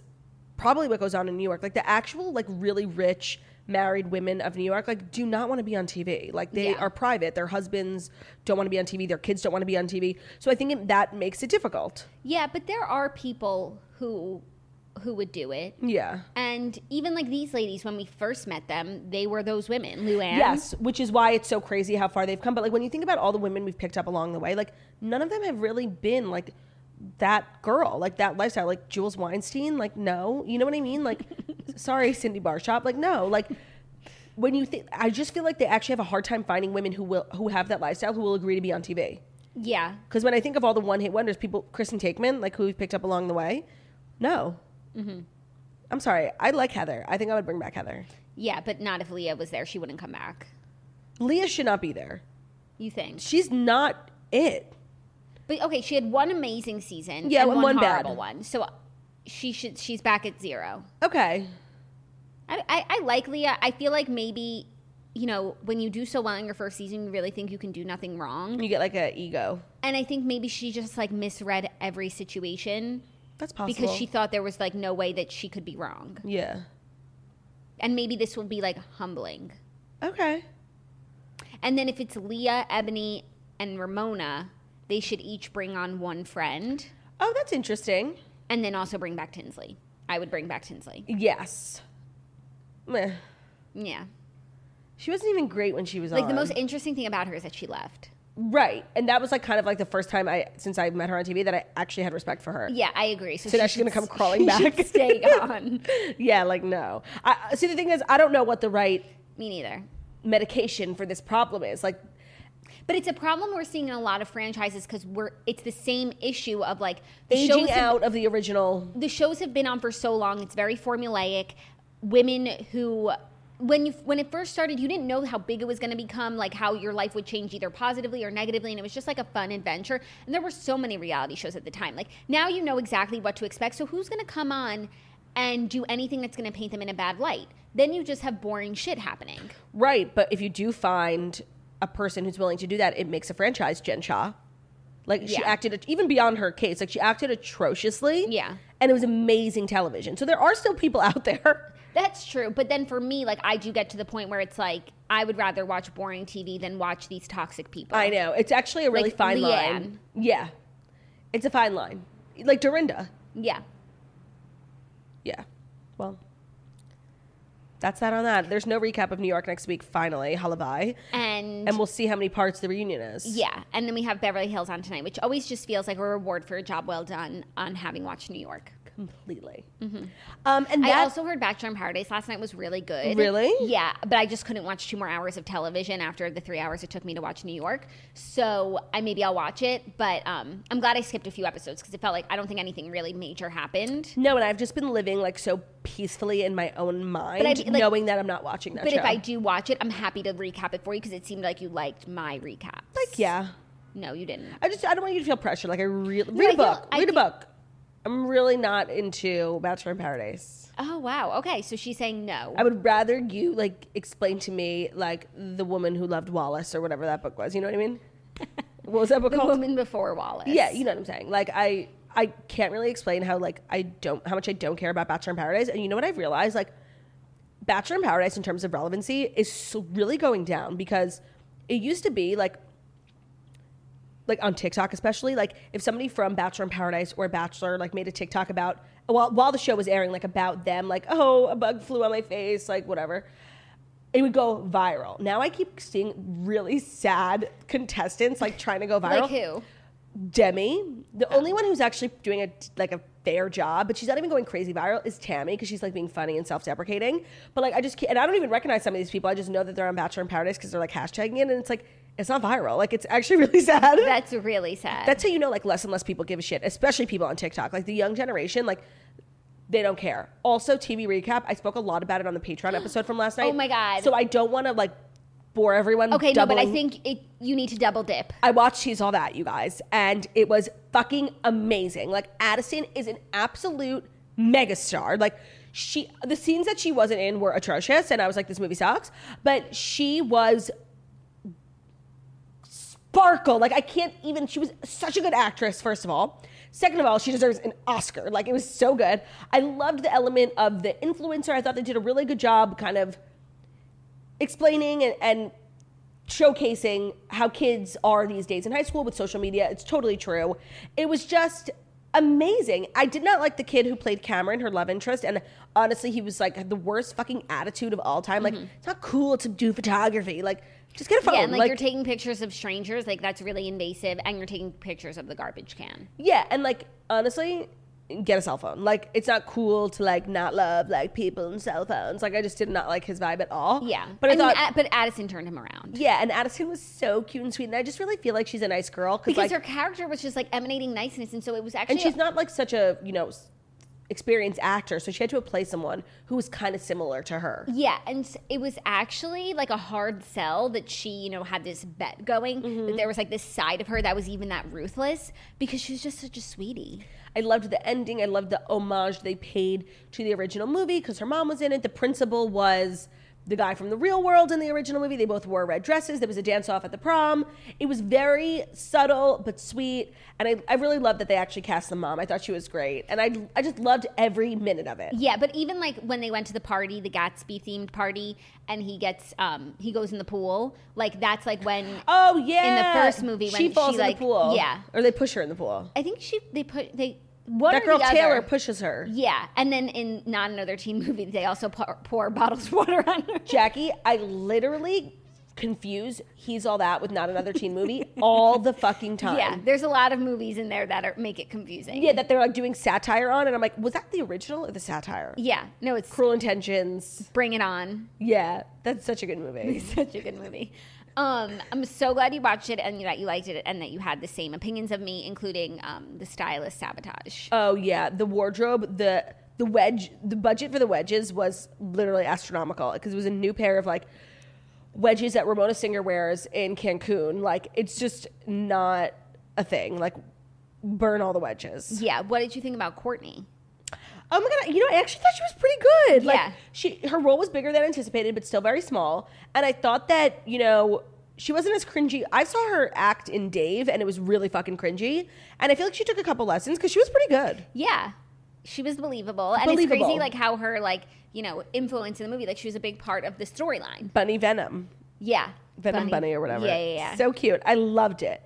B: probably what goes on in New York. Like the actual like really rich married women of New York like do not want to be on TV. Like they
C: Yeah.
B: are private. Their husbands don't want to be on TV. Their kids don't want to be on TV. So I think it, that makes it difficult.
C: Yeah, but there are people who who would do it.
B: Yeah.
C: And even like these ladies, when we first met them, they were those women, Luann.
B: Yes, which is why it's so crazy how far they've come. But like when you think about all the women we've picked up along the way, like none of them have really been like that girl, like that lifestyle, like Jules Weinstein, like no, you know what I mean? Like, sorry, Cindy Barshop, like no, like when you think, I just feel like they actually have a hard time finding women who will who have that lifestyle who will agree to be on TV.
C: Yeah.
B: Because when I think of all the one hit wonders, people, Kristen Takeman, like who we've picked up along the way, no. I'm sorry, I like Heather. I think I would bring back Heather.
C: Yeah, but not if Leah was there, she wouldn't come back.
B: Leah should not be there.
C: You think?
B: She's not it.
C: But okay, she had one amazing season.
B: Yeah,
C: and
B: and
C: one,
B: one bad.
C: horrible one. So uh, she should. She's back at zero.
B: Okay.
C: I, I, I like Leah. I feel like maybe, you know, when you do so well in your first season, you really think you can do nothing wrong.
B: You get like a ego.
C: And I think maybe she just like misread every situation
B: That's possible.
C: because she thought there was like no way that she could be wrong.
B: Yeah.
C: And maybe this will be like humbling.
B: Okay.
C: And then if it's Leah, Ebony, and Ramona, they should each bring on one friend
B: Oh, that's interesting.
C: and then also bring back Tinsley. I would bring back Tinsley.
B: Yes. Meh.
C: Yeah.
B: She wasn't even great when she was
C: Like
B: on.
C: the most interesting thing about her is that she left.
B: right, and that was like kind of like the first time I since I met her on TV that I actually had respect for her.
C: Yeah, I agree.
B: So now
C: she
B: she's gonna
C: should-
B: come crawling
C: she should
B: back. [laughs]
C: Stay on.
B: Yeah, like no. I see. The thing is, I don't know what the right
C: Me neither.
B: medication for this problem is. Like,
C: But it's a problem we're seeing in a lot of franchises because we're it's the same issue of like the
B: aging
C: shows have-
B: out of the original.
C: the shows have been on for so long it's very formulaic women who when you when it first started you didn't know how big it was going to become like how your life would change either positively or negatively and it was just like a fun adventure and there were so many reality shows at the time like now you know exactly what to expect so who's going to come on and do anything that's going to paint them in a bad light then you just have boring shit happening
B: Right, but if you do find a person who's willing to do that, it makes a franchise. Jen Shaw, like she
C: Yeah.
B: acted even beyond her case, like she acted atrociously.
C: Yeah.
B: and it was amazing television. So there are still people [laughs] out there.
C: That's true. But then for me, like, I do get to the point where it's like, I would rather watch boring TV than watch these toxic people.
B: I know it's actually a really
C: Like
B: fine
C: Leanne.
B: line. Yeah, it's a fine line, like Dorinda.
C: Yeah.
B: Yeah, well. That's that on that. There's no recap of New York next week, finally. Hullaby.
C: And,
B: And we'll see how many parts the reunion is.
C: yeah. And then we have Beverly Hills on tonight, which always just feels like a reward for a job well done on having watched New York.
B: Completely. Um, and that,
C: Mm-hmm. I also heard Bachelor in Paradise last night was really good.
B: Really?
C: Yeah, but I just couldn't watch two more hours of television after the three hours it took me to watch New York. So I maybe I'll watch it, but um, I'm glad I skipped a few episodes because it felt like I don't think anything really major happened.
B: No, and I've just been living like so peacefully in my own mind,
C: I'd be, like-
B: knowing that I'm not watching that
C: But
B: show.
C: if I do watch it, I'm happy to recap it for you because it seemed like you liked my recap.
B: like, yeah,
C: no, you didn't.
B: I just I don't want you to feel pressure. Like I really
C: I
B: read a
C: feel-
B: book,
C: I
B: read a
C: feel-
B: book. I'm really not into Bachelor in Paradise.
C: Oh wow. Okay, so she's saying no.
B: I would rather you like explain to me like the woman who loved Wallace or whatever that book was. You know what I
C: [laughs]
B: mean? what was that book
C: the
B: called?
C: woman before Wallace.
B: Yeah, you know what I'm saying. Like I I can't really explain how like I don't how much I don't care about Bachelor in Paradise. And you know what I've realized like Bachelor in Paradise in terms of relevancy is s- really going down because it used to be like like on TikTok especially like if somebody from Bachelor in Paradise or Bachelor like made a TikTok about while while the show was airing like about them like oh a bug flew on my face like whatever it would go viral. Now I keep seeing really sad contestants like trying to go viral.
C: Like who?
B: Demi, the only one who's actually doing a like a fair job, but she's not even going crazy viral, is Tammy because she's like being funny and self-deprecating. But like I just can't, and I don't even recognize some of these people. I just know that they're on Bachelor in Paradise because they're like hashtagging it, and it's like it's not viral. Like it's actually [laughs] really sad.
C: That's really sad.
B: That's how you know like less and less people give a shit, especially people on TikTok. Like the young generation, like they don't care. Also, TV recap. I spoke a lot about it on the
C: [gasps]
B: Patreon episode from last night.
C: Oh my God.
B: So I don't want to like bore everyone.
C: okay. No, but I
B: doubling-
C: think it. You need to double dip.
B: I watched She's All That, you guys, and it was fucking amazing. Like, Addison is an absolute megastar. Like, she the scenes that she wasn't in were atrocious, and I was like, this movie sucks. But she was sparkle. Like I can't even. She was such a good actress. First of all, second of all, she deserves an Oscar. Like it was so good. I loved the element of the influencer. I thought they did a really good job, kind of explaining and, and showcasing how kids are these days in high school with social media. It's totally true. It was just amazing. I did not like the kid who played Cameron, her love interest, and honestly, he was like had the worst fucking attitude of all time. Like it's not cool to do photography. Like just get a phone.
C: Mm-hmm. Yeah, and like, you're taking pictures of strangers, like that's really invasive, and you're taking pictures of the garbage can.
B: Yeah, and like honestly, get a cell phone. Like it's not cool to like not love like people and cell phones. Like I just did not like his vibe at all.
C: Yeah,
B: but I,
C: mean,
B: thought
C: A- but Addison turned him around
B: yeah, and Addison was so cute and sweet, and I just really feel like she's a nice girl
C: because
B: like,
C: her character was just like emanating niceness, and so it was actually
B: and she's not like such a you know s- experienced actor, so she had to play someone who was kind of similar to her.
C: Yeah, and s- it was actually like a hard sell that she, you know, had this bet going
B: Mm-hmm.
C: that there was like this side of her that was even that ruthless because she was just such a sweetie.
B: I loved the ending. I loved the homage they paid to the original movie because her mom was in it. The principal was the guy from the real world in the original movie. They both wore red dresses. There was a dance off at the prom. It was very subtle but sweet. And I, I really loved that they actually cast the mom. I thought she was great. And I, I just loved every minute of it.
C: Yeah, but even like when they went to the party, the Gatsby themed party, and he gets um he goes in the pool, like that's like when
B: Oh, yeah.
C: first movie when
B: she falls
C: she,
B: in
C: like-
B: the pool.
C: yeah.
B: Or they push her in the pool.
C: I think she they put they one
B: That
C: or
B: girl
C: the
B: Taylor
C: other.
B: pushes her.
C: Yeah, and then in not another teen movie, they also pour, pour [laughs] bottles of water on her.
B: Jackie, I literally confuse He's All That with Not Another Teen Movie all the fucking time.
C: [laughs] Yeah, there's a lot of movies in there that are, make it confusing.
B: Yeah, that they're like doing satire on, and I'm like, was that the original or the satire?
C: yeah, no, it's
B: Cruel Intentions.
C: Bring It On.
B: Yeah, that's such a good
C: [laughs]
B: movie.
C: such a good movie. Um, I'm so glad you watched it and that you liked it and that you had the same opinions of me, including um, the stylist sabotage.
B: Oh yeah, the wardrobe, the the wedge, the budget for the wedges was literally astronomical because it was a new pair of like wedges that Ramona Singer wears in Cancun. Like it's just not a thing. Like burn all the wedges.
C: Yeah, what did you think about Courtney?
B: Oh my god, you know, I actually thought she was pretty good. Like
C: Yeah.
B: she her role was bigger than anticipated, but still very small. And I thought that, you know, she wasn't as cringy. I saw her act in Dave and it was really fucking cringy. And I feel like she took a couple lessons because she was pretty good.
C: Yeah, she was believable, and it's
B: Believable.
C: crazy like how her like you know influence in the movie, like she was a big part of the storyline.
B: Bunny Venom.
C: Yeah,
B: Venom Bunny, or whatever.
C: Yeah, yeah, yeah.
B: So cute. I loved it.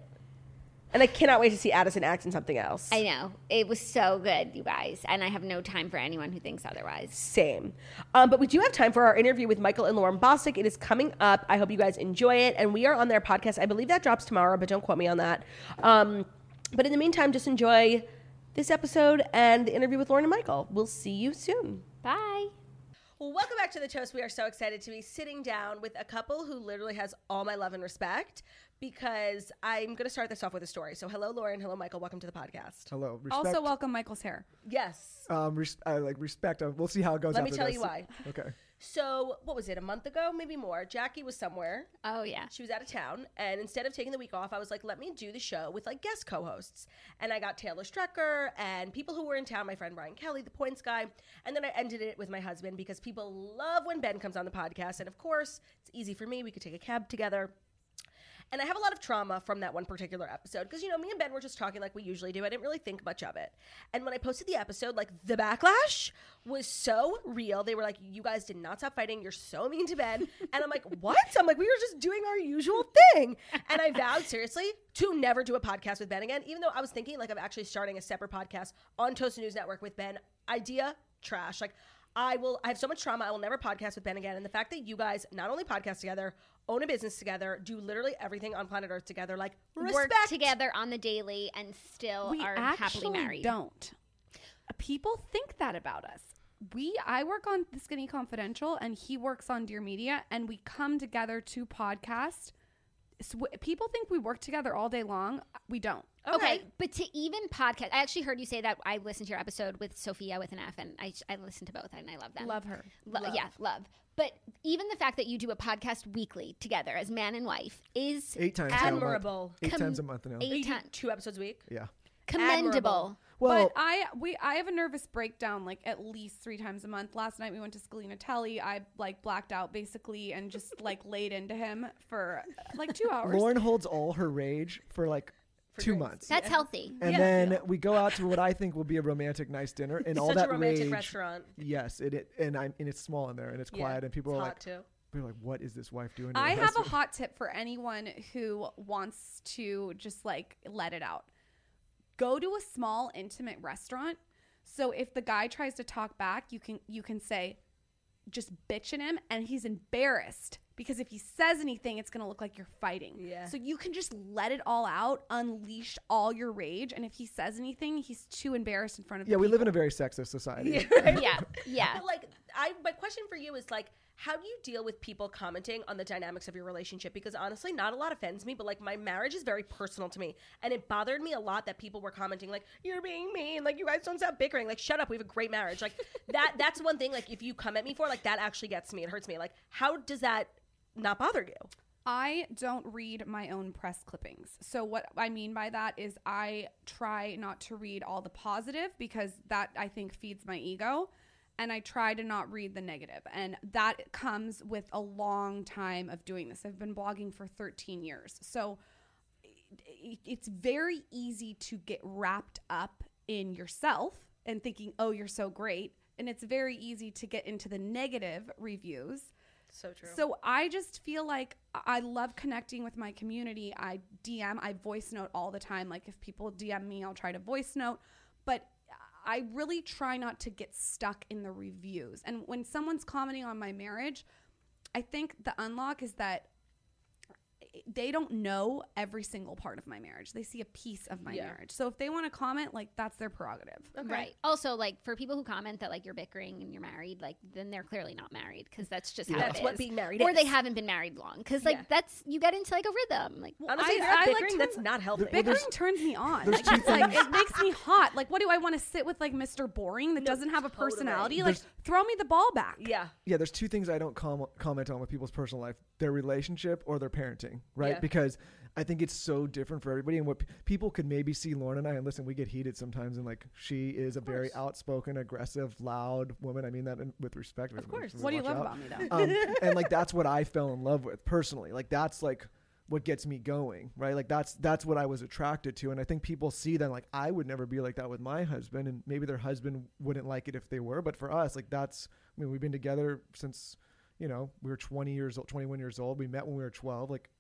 B: And I cannot wait to see Addison act in something else.
C: I know it was so good, you guys, and I have no time for anyone who thinks otherwise.
B: Same. Um, but we do have time for our interview with Michael and Lauren Bostic. It is coming up. I hope you guys enjoy it. And we are on their podcast. I believe that drops tomorrow, but don't quote me on that. Um, but in the meantime, just enjoy this episode and the interview with Lauren and Michael. We'll see you soon.
C: Bye.
B: Well, welcome back to the toast. We are so excited to be sitting down with a couple who literally has all my love and respect because I'm going to start this off with a story. So, hello, Lauren. Hello, Michael. Welcome to the podcast.
D: Hello. Respect.
E: Also, welcome Michael's hair.
B: Yes.
D: Um, res- I like respect. Uh, we'll see how it goes.
B: Let me
D: after
B: tell
D: this.
B: you why.
D: Okay.
B: So, what was it? A month ago, maybe more. Jackie was somewhere.
C: Oh yeah.
B: She was out of town, and instead of taking the week off, I was like, let me do the show with like guest co-hosts. And I got Taylor Strecker and people who were in town, my friend Brian Kelly, the points guy, and then I ended it with my husband because people love when Ben comes on the podcast. And of course, it's easy for me. We could take a cab together. And I have a lot of trauma from that one particular episode because, you know, me and Ben were just talking like we usually do. I didn't really think much of it. And when I posted the episode, like the backlash was so real. They were like, you guys did not stop fighting. You're so mean to Ben. And I'm like, [laughs] what? I'm like, we were just doing our usual thing. And I vowed seriously to never do a podcast with Ben again, even though I was thinking like of actually starting a separate podcast on Toast News Network with Ben. Idea trash. Like, I will. I have so much trauma. I will never podcast with Ben again. And the fact that you guys not only podcast together, own a business together, do literally everything on planet Earth together, like respect.
C: Work together on the daily and still
E: We
C: are happily
E: actually
C: married.
E: don't. People think that about us. We, I work on The Skinny Confidential, and he works on Dear Media, and we come together to podcast. So w- people think we work together all day long. We don't.
C: Okay. but to even podcast, I actually heard you say that. I listened to your episode with Sophia with an F, and I I listened to both, and I love them.
E: Love her.
C: Lo- Yeah, love. But even the fact that you do a podcast weekly together as man and wife is
D: Eight times. now a month.
B: Admirable.
D: Eight times a month now.
C: eight
B: You do
C: times.
B: two episodes a week.
D: Yeah.
C: Commendable.
D: Well,
E: but I we I have a nervous breakdown like at least three times a month. Last night we went to Scalina Telly. I like blacked out basically and just like laid into him for like two [laughs] hours.
D: Lauren holds all her rage for like two months.
C: That's
D: [laughs]
C: healthy.
D: and
E: Yeah.
D: then we go out to what I think will be a romantic, nice dinner, and all
B: Such
D: that
B: a romantic
D: rage.
B: restaurant.
D: Yes, it, it and I'm and it's small in there, and it's
B: Yeah,
D: quiet, and people
B: it's
D: are
B: hot
D: like,
B: too.
D: people are like, what is this wife doing? to
E: I
D: her
E: have a
D: husband?"
E: hot tip for anyone who wants to just like let it out. Go to a small intimate restaurant. So if the guy tries to talk back, you can you can say just bitching him and he's embarrassed because if he says anything it's going to look like you're fighting.
B: Yeah.
E: So you can just let it all out, unleash all your rage and if he says anything, he's too embarrassed in front of
D: Yeah,
E: the
D: we live in
E: people.
D: a very sexist society.
C: yeah,
B: [laughs]
C: yeah.
B: But like, I my question for you is like, how do you deal with people commenting on the dynamics of your relationship? Because honestly, not a lot offends me, but like, my marriage is very personal to me, and it bothered me a lot that people were commenting like, "You're being mean," like, "You guys don't stop bickering," like, "Shut up, we have a great marriage." Like that. That's one thing. Like, if you come at me for like that, actually gets me. It hurts me. Like, how does that not bother you?
E: I don't read my own press clippings. So what I mean by that is I try not to read all the positive because that I think feeds my ego and I try to not read the negative. And that comes with a long time of doing this. I've been blogging for 13 years. So it- it's very easy to get wrapped up in yourself and thinking, "Oh, you're so great." And it's very easy to get into the negative reviews.
B: So true.
E: So I just feel like I love connecting with my community. I DM, I voice note all the time. Like if people DM me, I'll try to voice note. But I really try not to get stuck in the reviews. And when someone's commenting on my marriage, I think the unlock is that they don't know every single part of my marriage. They see a piece of my marriage. So if they want to comment, like that's their prerogative.
C: Right. Also, like for people who comment that like you're bickering and you're married, like then they're clearly not married because that's just how
B: That's
C: it
B: what
C: is.
B: being married
C: or they
B: is.
C: haven't been married long because like that's you get into like a rhythm. Like
B: honestly,
E: I-
B: if you're
E: I like
B: bickering.
E: to-
B: that's not healthy.
E: Bickering turns me on.
D: there's
E: Like,
D: two
E: it's like
D: things-
E: it makes me hot. Like, what do I want to sit with like Mr. Boring that doesn't have a
B: totally.
E: personality? Like, throw me the ball back.
B: yeah.
D: yeah, there's two things I don't com- comment on with people's personal life: their relationship or their parenting, right?
B: Yeah.
D: Because I think it's so different for everybody, and what p- people could maybe see Lauren and I, and listen, we get heated sometimes, and like she is a very outspoken, aggressive, loud woman. I mean that in, with respect. Of
B: course.
E: What do you love about me
B: [laughs]
E: though?
D: um, and like that's what I fell in love with personally. Like that's like what gets me going, right? Like that's that's what I was attracted to, and I think people see that like I would never be like that with my husband, and maybe their husband wouldn't like it if they were, but for us, like that's I mean we've been together since you know we were 20 years old, 21 years old. We met when we were 12. Like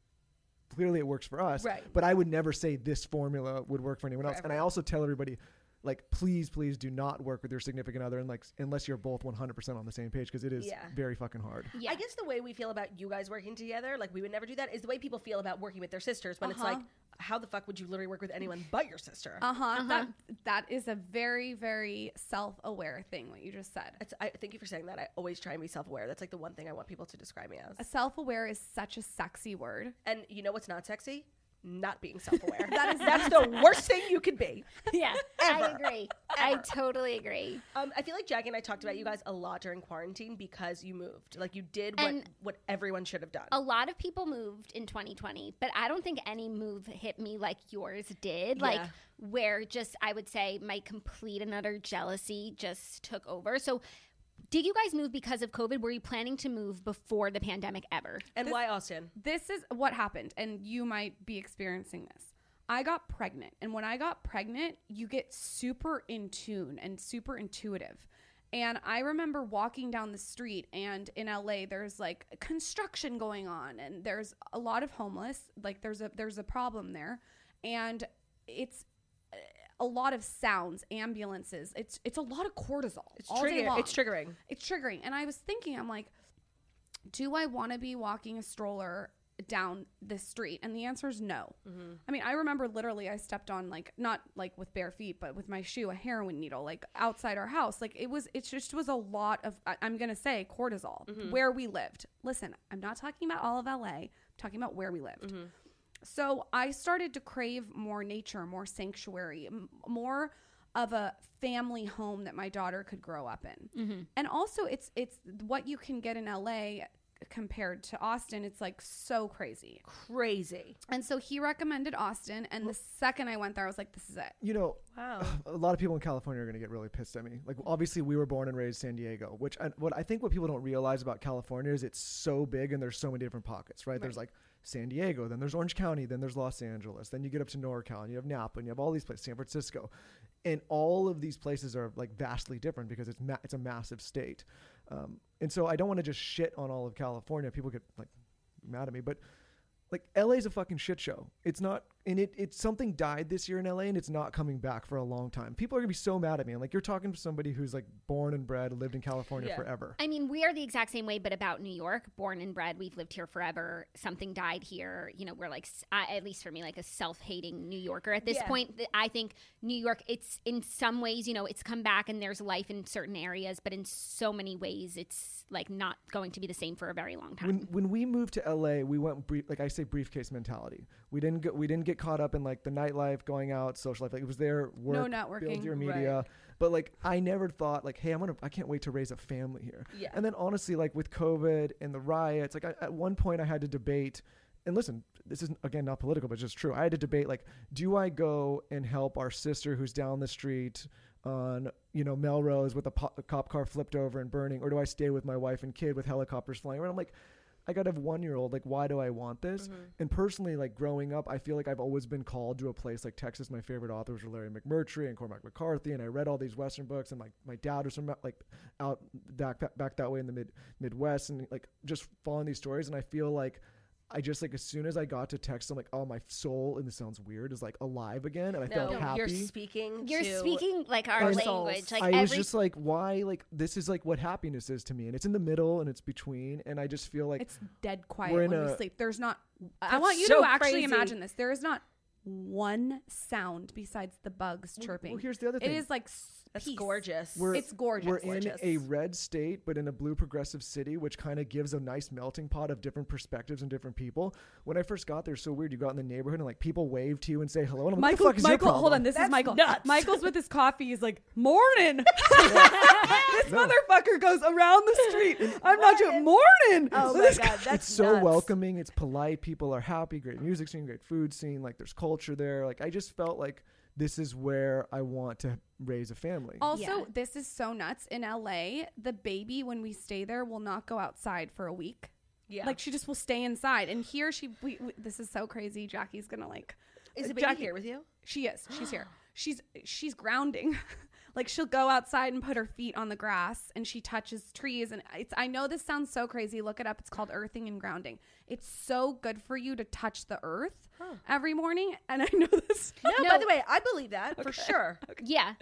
D: clearly it works for us.
B: Right.
D: But I would never say this formula would work for anyone else. And I also tell everybody, like, please, please do not work with your significant other and like unless you're both 100% on the same page because it is
B: Yeah.
D: very fucking hard.
C: yeah,
B: I guess the way we feel about you guys working together, like we would never do that, is the way people feel about working with their sisters. When it's like, how the fuck would you literally work with anyone but your sister?
E: Uh huh. That that is a very very self aware thing. What you just said.
B: It's, I thank you for saying that. I always try and be self-aware. That's like the one thing I want people to describe me
E: A
B: as.
E: self aware is such a sexy word.
B: And you know what's not sexy? Not being self-aware.
E: That is
B: That's the worst thing you could be.
C: [laughs] yeah. I agree. I totally agree.
B: Um, I feel like Jackie and I talked about you guys a lot during quarantine because you moved. Like you did what,
C: And-
B: what everyone should have done.
C: A lot of people moved in 2020, but I don't think any move hit me like yours did. Like
B: Yeah.
C: where just I would say my complete and utter jealousy just took over. So. Did you guys move because of COVID? Were you planning to move before the pandemic ever?
B: and why Austin?
E: This is what happened, and you might be experiencing this. I got pregnant, and when I got pregnant, you get super in tune and super intuitive. And I remember walking down the street, and in LA, there's like construction going on, and there's a lot of homeless. Like there's a there's a problem there, and it's uh, a lot of sounds, ambulances. It's it's a lot of cortisol. It's all day
B: trigger-
E: long.
B: it's triggering.
E: It's triggering. And I was thinking, I'm like, do I want to be walking a stroller down the street? And the answer is no. I mean, I remember literally I stepped on like not like with bare feet, but with my shoe a heroin needle like outside our house. Like it was it just was a lot of I- I'm going to say cortisol where we lived. Listen, I'm not talking about all of LA. I'm talking about where we lived. So I started to crave more nature, more sanctuary, m- more of a family
D: Mm-hmm.
E: home that my daughter could grow up in. And also it's it's what you can get in LA compared to Austin, it's like so crazy.
B: Crazy.
E: And so he recommended Austin. And the second I went there, I was like, this is it.
D: You know,
B: Wow.
D: [sighs] a lot of people in California are going to get really pissed at me. Like, obviously, we were born and raised San Diego, which I, what I think what people don't realize about California is it's so big and there's so many different pockets, right? There's like San Diego, then there's Orange County, then there's Los Angeles, then you get up to NorCal, and you have Napa, and you have all these places, San Francisco, and all of these places are like vastly different because it's ma- it's a massive state, um, and so I don't want to just shit on all of California. People get like mad at me, but like LA's a fucking shit show. It's not and it it's something died this year in LA and it's not coming back for a long time. People are gonna be so mad at me. I'm like, you're talking to somebody who's like born and bred, lived in California
B: Yeah.
D: forever.
C: I mean, we are the exact same way, but about New York, born and bred, we've lived here forever. Something died here. You know, we're like, s- I- at least for me, like a self hating New Yorker. At this
B: Yeah.
C: point, th- I think New York, it's in some ways, you know, it's come back and there's life in certain areas, but in so many ways, it's like not going to be the same for a very long time.
D: When when we moved to LA, we went brief, like I say briefcase mentality. We didn't go, we didn't get caught up in like the nightlife, going out, social life. Like it was there, work,
E: networking,
D: build your media. But like I never thought like, hey, I'm gonna I can't wait to raise a family here.
B: Yeah.
D: And then honestly, like with COVID and the riots, like I, at one point I had to debate. And listen, this is again not political, but it's just true. I had to debate like, do I go and help our sister who's down the street on you know Melrose with a, po- a cop car flipped over and burning, or do I stay with my wife and kid with helicopters flying around? I'm like. I got to have one year old. Like, why do I want this? And personally, like growing up, I feel like I've always been called to a place like Texas. My favorite authors were Larry McMurtry and Cormac McCarthy, and I read all these Western books. And like my dad was from like out back back that way in the mid Midwest, and like just following these stories. And I feel like I just like as soon as I got to Texas, I'm like, oh, my soul, and this sounds weird, is like alive again, and I felt
B: No,
D: happy.
B: you're speaking.
C: You're
B: to-
C: speaking like our
D: And
C: language. Like
D: I was
C: every
D: just like, why? Like this is like what happiness is to me, and it's in the middle, and it's between, and I just feel like
E: It's dead quiet
D: We're in
E: when we
D: a-
E: sleep. There's not. I want you
B: so
E: to actually
B: crazy.
E: imagine this. There is not one sound besides the bugs chirping.
D: well, here's the other thing.
E: It is like s-
B: That's
E: peace.
B: gorgeous.
D: We're- [laughs]
E: it's gorgeous.
D: We're
B: Gorgeous.
D: in a red state, but in a blue progressive city, which kind of gives a nice melting pot of different perspectives and different people. When I first got there, it's so weird. You go out in the neighborhood and like people wave to you and say hello. And I'm like,
E: Michael,
D: what the fuck is your
E: Michael, hold
D: problem?"
E: on. This
B: That's
E: is Michael.
B: nuts.
E: Michael's with his coffee. He's like,
D: [laughs]
E: morning. this
D: No.
E: motherfucker goes around the street. I'm not doing morning.
B: Oh my
E: This-
B: god, that's
D: it's so
B: nuts.
D: welcoming. It's polite. People are happy. Great music scene. Great food scene. Like there's culture there. Like I just felt like this is where I want to raise a family.
E: Also,
C: Yeah.
E: this is so nuts. In LA, the baby, when we stay there, will not go outside for a week.
B: Yeah.
E: Like she just will stay inside. And here she, we, we, this is so crazy. Jackie's gonna like.
B: Is the baby
E: Jackie-
B: here with you?
E: She is. She's [gasps] here. She's she's grounding. [laughs] like she'll go outside and put her feet on the grass and she touches trees and it's I know this sounds so crazy. Look it up. It's called earthing and grounding. It's so good for you to touch the earth every morning and I know [laughs] this.
B: No, by the way, I believe that for sure.
D: [gasps]
C: yeah.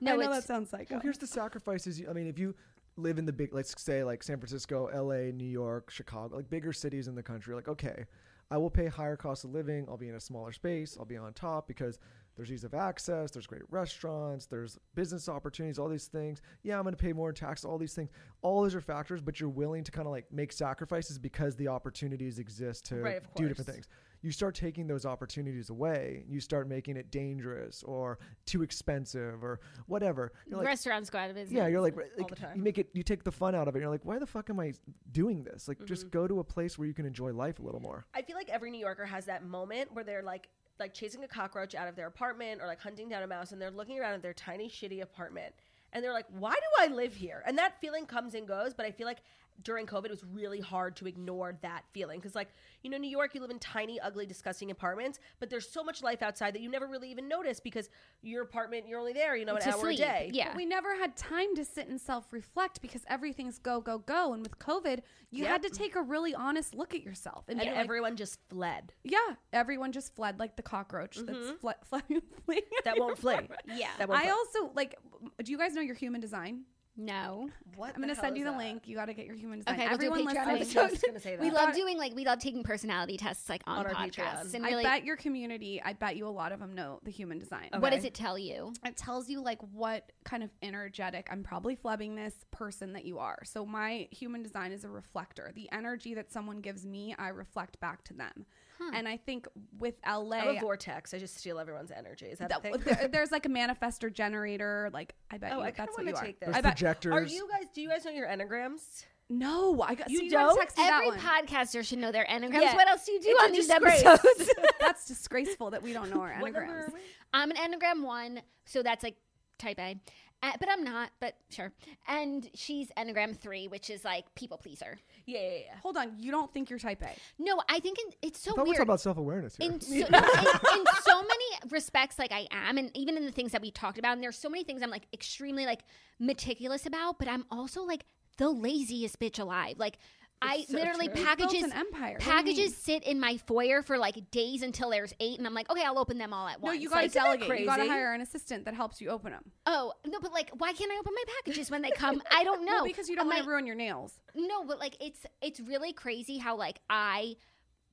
C: No,
E: I know
C: it's
E: that sounds psycho.
D: Well,
B: uh,
E: [laughs]
D: here's the sacrifices. you- I mean, if you live in the big, let's say like San Francisco, LA, New York, Chicago, like bigger cities in the country, like, okay, I will pay higher cost of living. I'll be in a smaller space. I'll be on top because there's ease of access. There's great restaurants. There's business opportunities, all these things. Yeah, I'm going to pay more in tax, all these things. All those are factors, but you're willing to kind of like make sacrifices because the opportunities exist to
B: Right, of
D: do different
B: course.
D: things you start taking those opportunities away. You start making it dangerous or too expensive or whatever. You're like,
C: restaurants go out of business.
D: yeah, you're like, like,
B: the time.
D: you make it, you take the fun out of it. You're like, why the fuck am I doing this? Like,
B: Mm-hmm.
D: just go to a place where you can enjoy life a little more.
B: I feel like every New Yorker has that moment where they're like like chasing a cockroach out of their apartment or like hunting down a mouse and they're looking around at their tiny shitty apartment and they're like, "Why do I live here?" And that feeling comes and goes, but I feel like during COVID it was really hard to ignore that feeling cuz like, you know, New York you live in tiny, ugly, disgusting apartments, but there's so much life outside that you never really even notice because your apartment you're only there, you know, an
C: To
B: hour
C: sleep.
B: a day.
C: Yeah.
E: We never had time to sit and self reflect because everything's go, go, go. And with COVID, you had to take a really honest look at yourself.
B: And
E: be like,
B: everyone just fled.
E: yeah, everyone just fled like the cockroach that's fle- fle- [laughs] fleeing.
B: That won't [laughs] flee.
C: Yeah.
B: That won't
E: I
B: flee.
E: also like, do you guys know your human design?
C: no.
B: What
E: I'm going
B: the
E: to
B: hell
E: send
B: is
E: you the
B: that?
E: link. You got to get your human design.
C: Okay, we'll do a
E: everyone
C: Patreon
B: I
E: listening.
B: was just going to say that.
C: We love doing like we love taking personality tests like on,
B: On our
C: podcasts
B: Patreon.
C: and
E: I
C: really
E: bet your community, I bet you a lot of them know the human design.
C: what does it tell you?
E: it tells you like what kind of energetic i'm probably flubbing this person that you are so my human design is a reflector the energy that someone gives me i reflect back to them and i think with la
B: I'm a vortex. I just steal everyone's energy. Is that, a [laughs]
E: that-
B: thing?
E: there- there's like a manifestor generator like i bet
B: Oh,
E: you
B: I kind
E: that's
B: of
E: what
B: want
E: you
B: to
E: are
B: take
D: There's
B: this.
E: I bet-
D: projectors.
B: Are you guys? Do you guys know your enneagrams?
E: No, I got
B: You
E: see, gotta
B: don't?
E: text me that
C: Every
E: one.
C: podcaster should know their enneagrams.
B: Yeah.
C: What else do you do
B: It's a
C: on these
B: disgrace.
C: episodes?
B: [laughs]
E: That's disgraceful that we don't know our
B: What number
E: anagrams.
B: are we?
C: [laughs] I'm an Enneagram one, so that's like type A, uh, but I'm not. But sure. And she's Enneagram three, which is like people pleaser.
B: Yeah, yeah, yeah.
E: Hold on, you don't think you're type A.
C: No, I think in, it's so
D: I thought we
C: weird.
D: talked about self awareness here.
C: in
D: [laughs]
E: [laughs]
C: so, no, in, in so many respects, like I am, and even in the things that we talked about, and there's so many things I'm like extremely like meticulous about, but I'm also like the laziest bitch alive. Like I literally
B: true.
E: You've built
C: packages
E: an empire. What do you
C: packages sit in my foyer for like days until there's eight, and I'm like, okay, I'll open them all at
E: No,
C: once.
E: you
C: Like,
E: gotta
B: isn't that
E: delegate. You gotta
B: crazy?
E: hire an assistant that helps you open them.
C: oh no, but like, why can't I open my packages when they come? I don't know
E: [laughs] well, because you don't
C: My-
E: want to ruin your nails.
C: No, but like it's it's really crazy how like I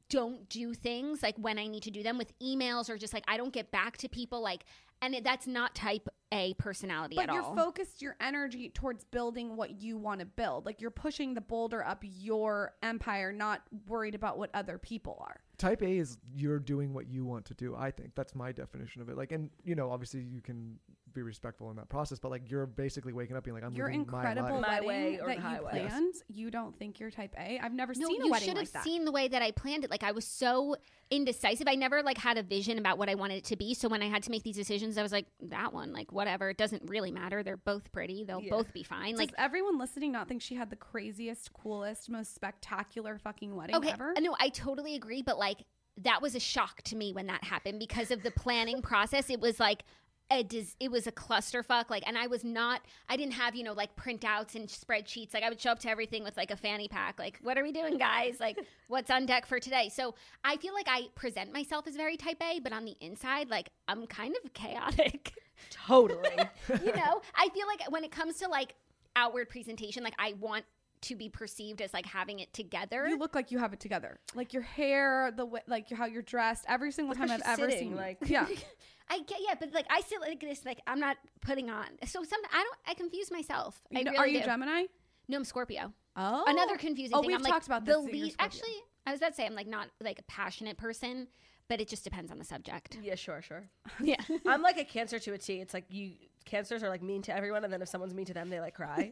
C: don't do things like when I need to do them with emails or just like I don't get back to people like and it, that's not type A personality
E: But
C: at
E: you're
C: all.
E: focused your energy towards building what you want to build. Like you're pushing the boulder up your empire, not worried about what other people are.
D: Type A is you're doing what you want to do. I think that's my definition of it. Like, and you know, obviously you can be respectful in that process, but like you're basically waking up being like, I'm
E: your
D: living my
E: incredible
D: life.
B: My
E: wedding
B: way or
E: that
B: the
E: you
B: highway. Yes.
E: planned, you don't think you're type A. I've never
C: no,
E: seen a
C: you
E: wedding
C: should
E: like
C: have
E: that.
C: seen the way that I planned it. Like I was so indecisive. I never like had a vision about what I wanted it to be. So when I had to make these decisions, I was like, that one, like whatever. It doesn't really matter. They're both pretty. They'll both be fine. Like
E: Does everyone listening not think she had the craziest, coolest, most spectacular fucking wedding
C: okay,
E: ever?
C: no, I totally agree. But like that was a shock to me when that happened because of the planning process. It was like a dis- it was a clusterfuck. Like, and I was not. I didn't have you know like printouts and spreadsheets. Like, I would show up to everything with like a fanny pack. Like, what are we doing, guys? Like, what's on deck for today? So I feel like I present myself as very type A, but on the inside, like I'm kind of chaotic.
B: Totally.
C: [laughs] you know i feel like when it comes to like outward presentation like i want to be perceived as like having it together
E: You look like you have it together. Like your hair, the way, like how you're dressed. Every single
B: how
E: time I've
B: she's
E: ever
B: sitting,
E: seen,
B: like-
E: like yeah,
C: i get yeah but like i sit like this like i'm not putting on so some i don't i confuse myself I
E: You know-
C: really
E: are you
C: do.
E: Gemini?
C: no i'm scorpio
E: Oh,
C: another confusing
E: Oh,
C: thing
E: we've
C: i'm
E: talked
C: like
E: about
C: the
E: this. that you're
C: lead
E: Scorpio.
C: actually i was about to say i'm like not like a passionate person but it just depends on the subject
E: Mm.
B: yeah, sure, [laughs] sure.
C: yeah
B: I'm like a cancer to a T. It's like you cancers are like mean to everyone, and then if someone's mean to them, they like [laughs] cry.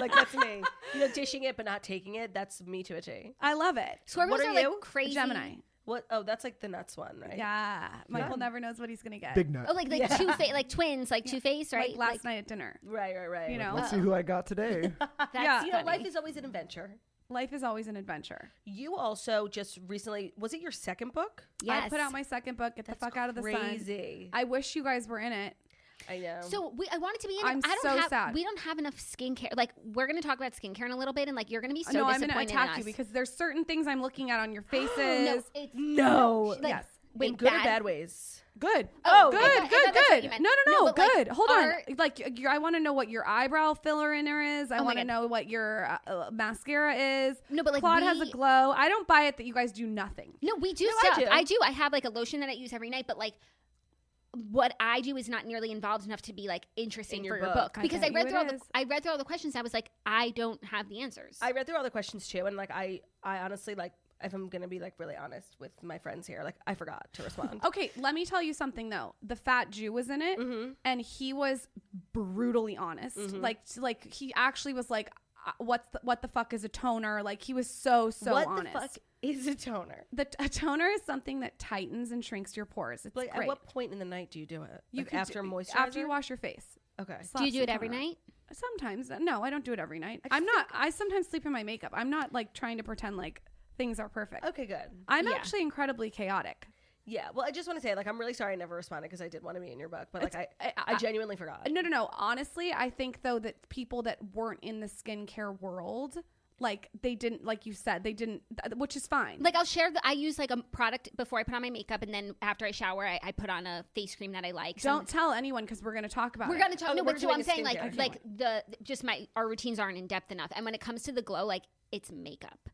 B: like that's me. You know, dishing it but not taking it. That's me to a T.
E: I love it.
C: scorpios
B: What are
C: are, like
B: you?
C: crazy
E: Gemini.
B: What? Oh, that's like the nuts one, right?
E: Yeah, Michael never knows what he's gonna get.
D: Big nut.
C: oh like like two face like twins like two face right
E: like last night at dinner.
B: Right, right, right.
E: You know,
D: Let's see who I got
C: [laughs]
D: today.
C: that's
E: Yeah.
B: You know,
C: funny.
B: life is always an adventure.
E: life is always an adventure.
B: You also just recently was it your second book?
C: yes.
E: I put out my second book, Get the Fuck Out of the Sun.
B: Crazy.
E: I wish you guys were in it.
B: I know.
C: So we, I wanted to be in. it.
E: I'm
C: I don't
E: so
C: have,
E: sad.
C: We don't have enough skincare. Like we're gonna talk about skincare in a little bit, and like you're gonna be so
E: no, I'm
C: disappointed
E: gonna
C: in
E: attack
C: us.
E: you because there's certain things I'm looking at on your
C: [gasps]
E: faces.
C: no, it's
B: no.
C: like,
E: Yes.
C: wait,
B: in good
C: bad.
B: or bad ways.
E: Good.
C: Oh,
E: good,
C: I thought- I thought
E: good,
C: that's what
E: good.
C: you meant.
E: No, no,
C: No,
E: no.
C: but, like,
E: good. Hold
C: our-
E: on. Like, your, I want to know what your eyebrow filler inner is. I
C: Oh my
E: want to
C: God.
E: know what your uh, uh, mascara is.
C: No, but, like,
E: Claude has
C: we-
E: a glow. I don't buy it that you guys do nothing.
C: No, we do
B: No, I
C: stuff.
B: do.
C: I do. I have like a lotion that I use every night, but like what I do is not nearly involved enough to be like interesting
B: In your
C: for your
B: book.
C: book because
E: bet
C: I read
E: you
C: through all
E: it
C: the
E: is.
C: I read through all the questions. I was like, I don't have the answers.
B: I read through all the questions too, and like I, I honestly like if I'm gonna be like really honest with my friends here, like I forgot to respond.
E: [laughs] Okay, let me tell you something though. The fat Jew was in it,
C: Mm-hmm.
E: and he was brutally honest. Like, t- like he actually was like, uh, "What's the, what the fuck is a toner?" Like he was so so
B: what
E: honest.
B: the fuck is a toner?
E: The t- a toner is something that tightens and shrinks your pores. It's
B: Like
E: great.
B: at what point in the night do you do it?
E: you
B: like
E: could
B: after
E: do-
B: moisturizer.
E: after you wash your face.
B: Okay.
C: do you
E: slap
C: do
E: some
C: it every
E: toner on.
C: night?
E: Sometimes. No, I don't do it every night. I'm not. I sometimes sleep in my makeup. I'm not like trying to pretend like things are perfect.
B: Okay. Good.
E: I'm
C: Yeah.
E: actually incredibly chaotic.
B: Yeah. Well, I just want to say like I'm really sorry I never responded because I did want to be in your book, but like I, I,
E: I-
B: genuinely forgot.
E: Uh, No, no, no. Honestly, I think though that people that weren't in the skincare world, like they didn't, like you said, they didn't, th- which is fine.
C: Like I'll share the I use like a product before I put on my makeup, and then after I shower, I, I put on a face cream that I like. Some-
E: don't tell anyone because we're gonna talk about.
C: We're
E: it.
C: gonna talk.
B: Oh,
C: no,
B: we're
C: but so
B: doing
C: I'm
B: a
C: saying
B: skincare.
C: like like the just my our routines aren't in depth enough. And when it comes to the glow, like it's makeup.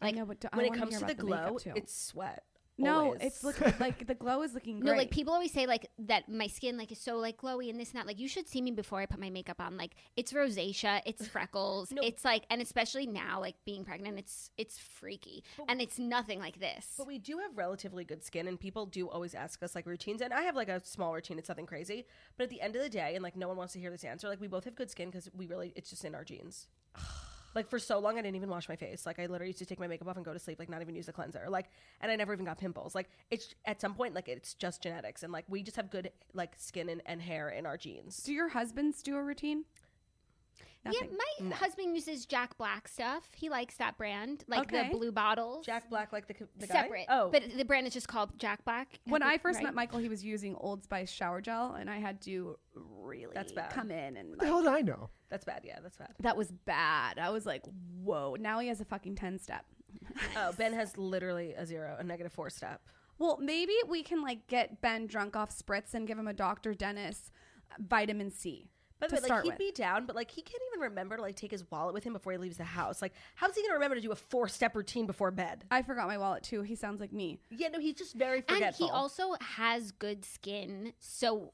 C: Like
E: I know, but d- I
B: when it
E: wanna
B: comes
E: hear
B: to the
E: about makeup,
B: glow,
E: too.
B: it's sweat.
E: no,
B: Always.
C: [laughs]
E: it's looking like the glow is looking great.
C: no, like people always say like that my skin like is so like glowy and this and that. Like you should see me before I put my makeup on. Like it's rosacea, it's freckles, it's like and especially now like being pregnant, it's it's freaky and it's nothing like this.
B: [laughs] But we do have relatively good skin, and people do always ask us like routines. And I have like a small routine; it's nothing crazy.
E: [sighs]
B: But at the end of the day, and like no one wants to hear this answer, like we both have good skin because we really it's just in our genes. Like for so long, I didn't even wash my face. Like I literally used to take my makeup off and go to sleep. Like not even use a cleanser. Like and I never even got pimples. Like it's at some point like it's just genetics and like we just have good like skin and, and hair in our genes.
E: Do your husbands do a routine?
C: Yeah, my husband uses Jack Black stuff. He likes that brand, like
E: Okay.
C: the blue bottles.
B: Jack Black like the, the guy?
C: separate.
B: Oh,
C: but the brand is just called Jack Black.
E: When I first
C: Right?
E: met Michael, he was using Old Spice shower gel, and I had to really
B: That's bad.
E: come in and
D: the
E: like-
D: hell did I know?
B: that's bad. Yeah, that's bad.
E: that was bad. I was like, whoa. Now he has a fucking ten step.
B: [laughs] Oh, Ben has literally a zero, a negative four step.
E: [laughs] Well, maybe we can like get Ben drunk off spritz and give him a Dr. Dennis vitamin C
B: By the
E: to
B: way, like
E: start
B: he'd
E: with.
B: be down, but like he can't even remember to like take his wallet with him before he leaves the house. Like, how's he gonna remember to do a four step routine before bed?
E: I forgot my wallet too. He sounds like me.
B: Yeah, no, he's just very
C: and
B: forgetful.
C: he also has good skin, so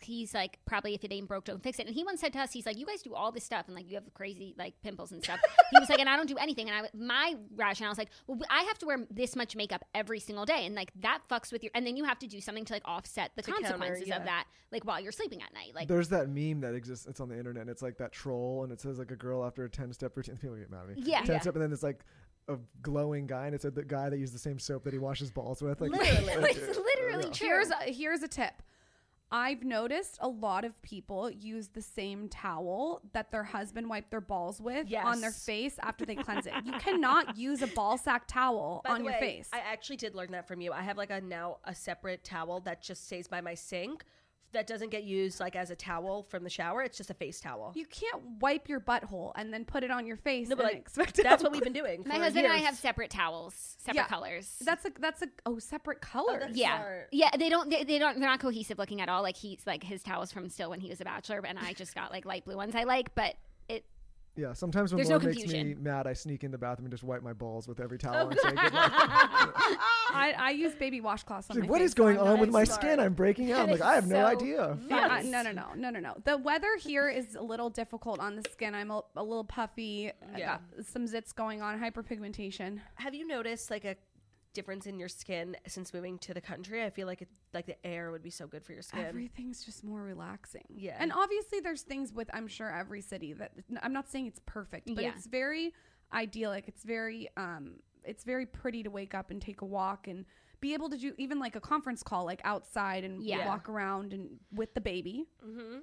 C: he's like probably if it ain't broke, don't fix it. And he once said to us, he's like, "You guys do all this stuff, and like you have crazy like pimples and stuff." he was like, "And I don't do anything." And I, w- my rationale was like, "Well, I have to wear this much makeup every single day, and like that fucks with your, and then you have to do something to like offset the
B: To counter,
C: consequences
B: yeah.
C: of that, like while you're sleeping at night, like."
D: There's that meme that exists. It's on the internet. It's like that troll, and it says like a girl after a ten step routine. People get mad at me.
C: Yeah.
D: ten
C: Yeah.
D: step, and then it's like a glowing guy, and it's a, the guy that used the same soap that he washes balls with. Like [laughs]
B: Literally.
D: like,
C: it's literally true.
E: Here's a, here's a tip. I've noticed a lot of people use the same towel that their husband wiped their balls with on their
B: Yes.
E: face after they cleanse it.
B: [laughs]
E: You cannot use a ball sack towel
B: By
E: on
B: the
E: your
B: way,
E: face.
B: I actually did learn that from you. I have like a now a separate towel that just stays by my sink that doesn't get used like as a towel from the shower. It's just a face towel.
E: you can't wipe your butthole and then put it on your face
B: no, but
E: and
B: like
E: expect it
B: that's
E: to
B: what we've been [laughs] doing.
C: my
B: for
C: husband and I
B: years.
C: have separate towels, separate
E: Yeah.
C: colors.
E: [laughs] That's a that's a oh separate colors.
B: that's-
C: Yeah,
B: Smart.
C: yeah. They don't. They, they don't. They're not cohesive looking at all. Like he's like his towels from still when he was a bachelor, and I just got like light blue ones I like. But it.
D: yeah. Sometimes when
C: There's no
D: Laura makes me
C: confusion. Oh,
D: mad, I sneak in the bathroom and just wipe my balls with every towel and
C: [laughs]
D: say good luck.
E: I, I use baby washcloths on
D: Like,
E: my
D: what
E: face,
D: is going
E: so I'm not
D: on with my
B: smart.
D: skin? I'm breaking out. I'm
C: That
D: like,
C: is
D: I have no
C: so
D: idea.
E: Yeah, I- no, no, no, no, no, no. The weather here is a little difficult on the skin. I'm a, a little puffy. I
B: Yeah.
E: got some zits going on, hyperpigmentation.
B: Have you noticed like a difference in your skin since moving to the country? I feel like it like the air would be so good for your skin.
E: Everything's just more relaxing.
B: Yeah.
E: And obviously, there's things with, I'm sure, every city that I'm not saying it's perfect, but
C: Yeah.
E: it's very idyllic. It's very, um, it's very pretty to wake up and take a walk and be able to do even like a conference call, like outside and
C: Yeah.
E: walk around and with the baby.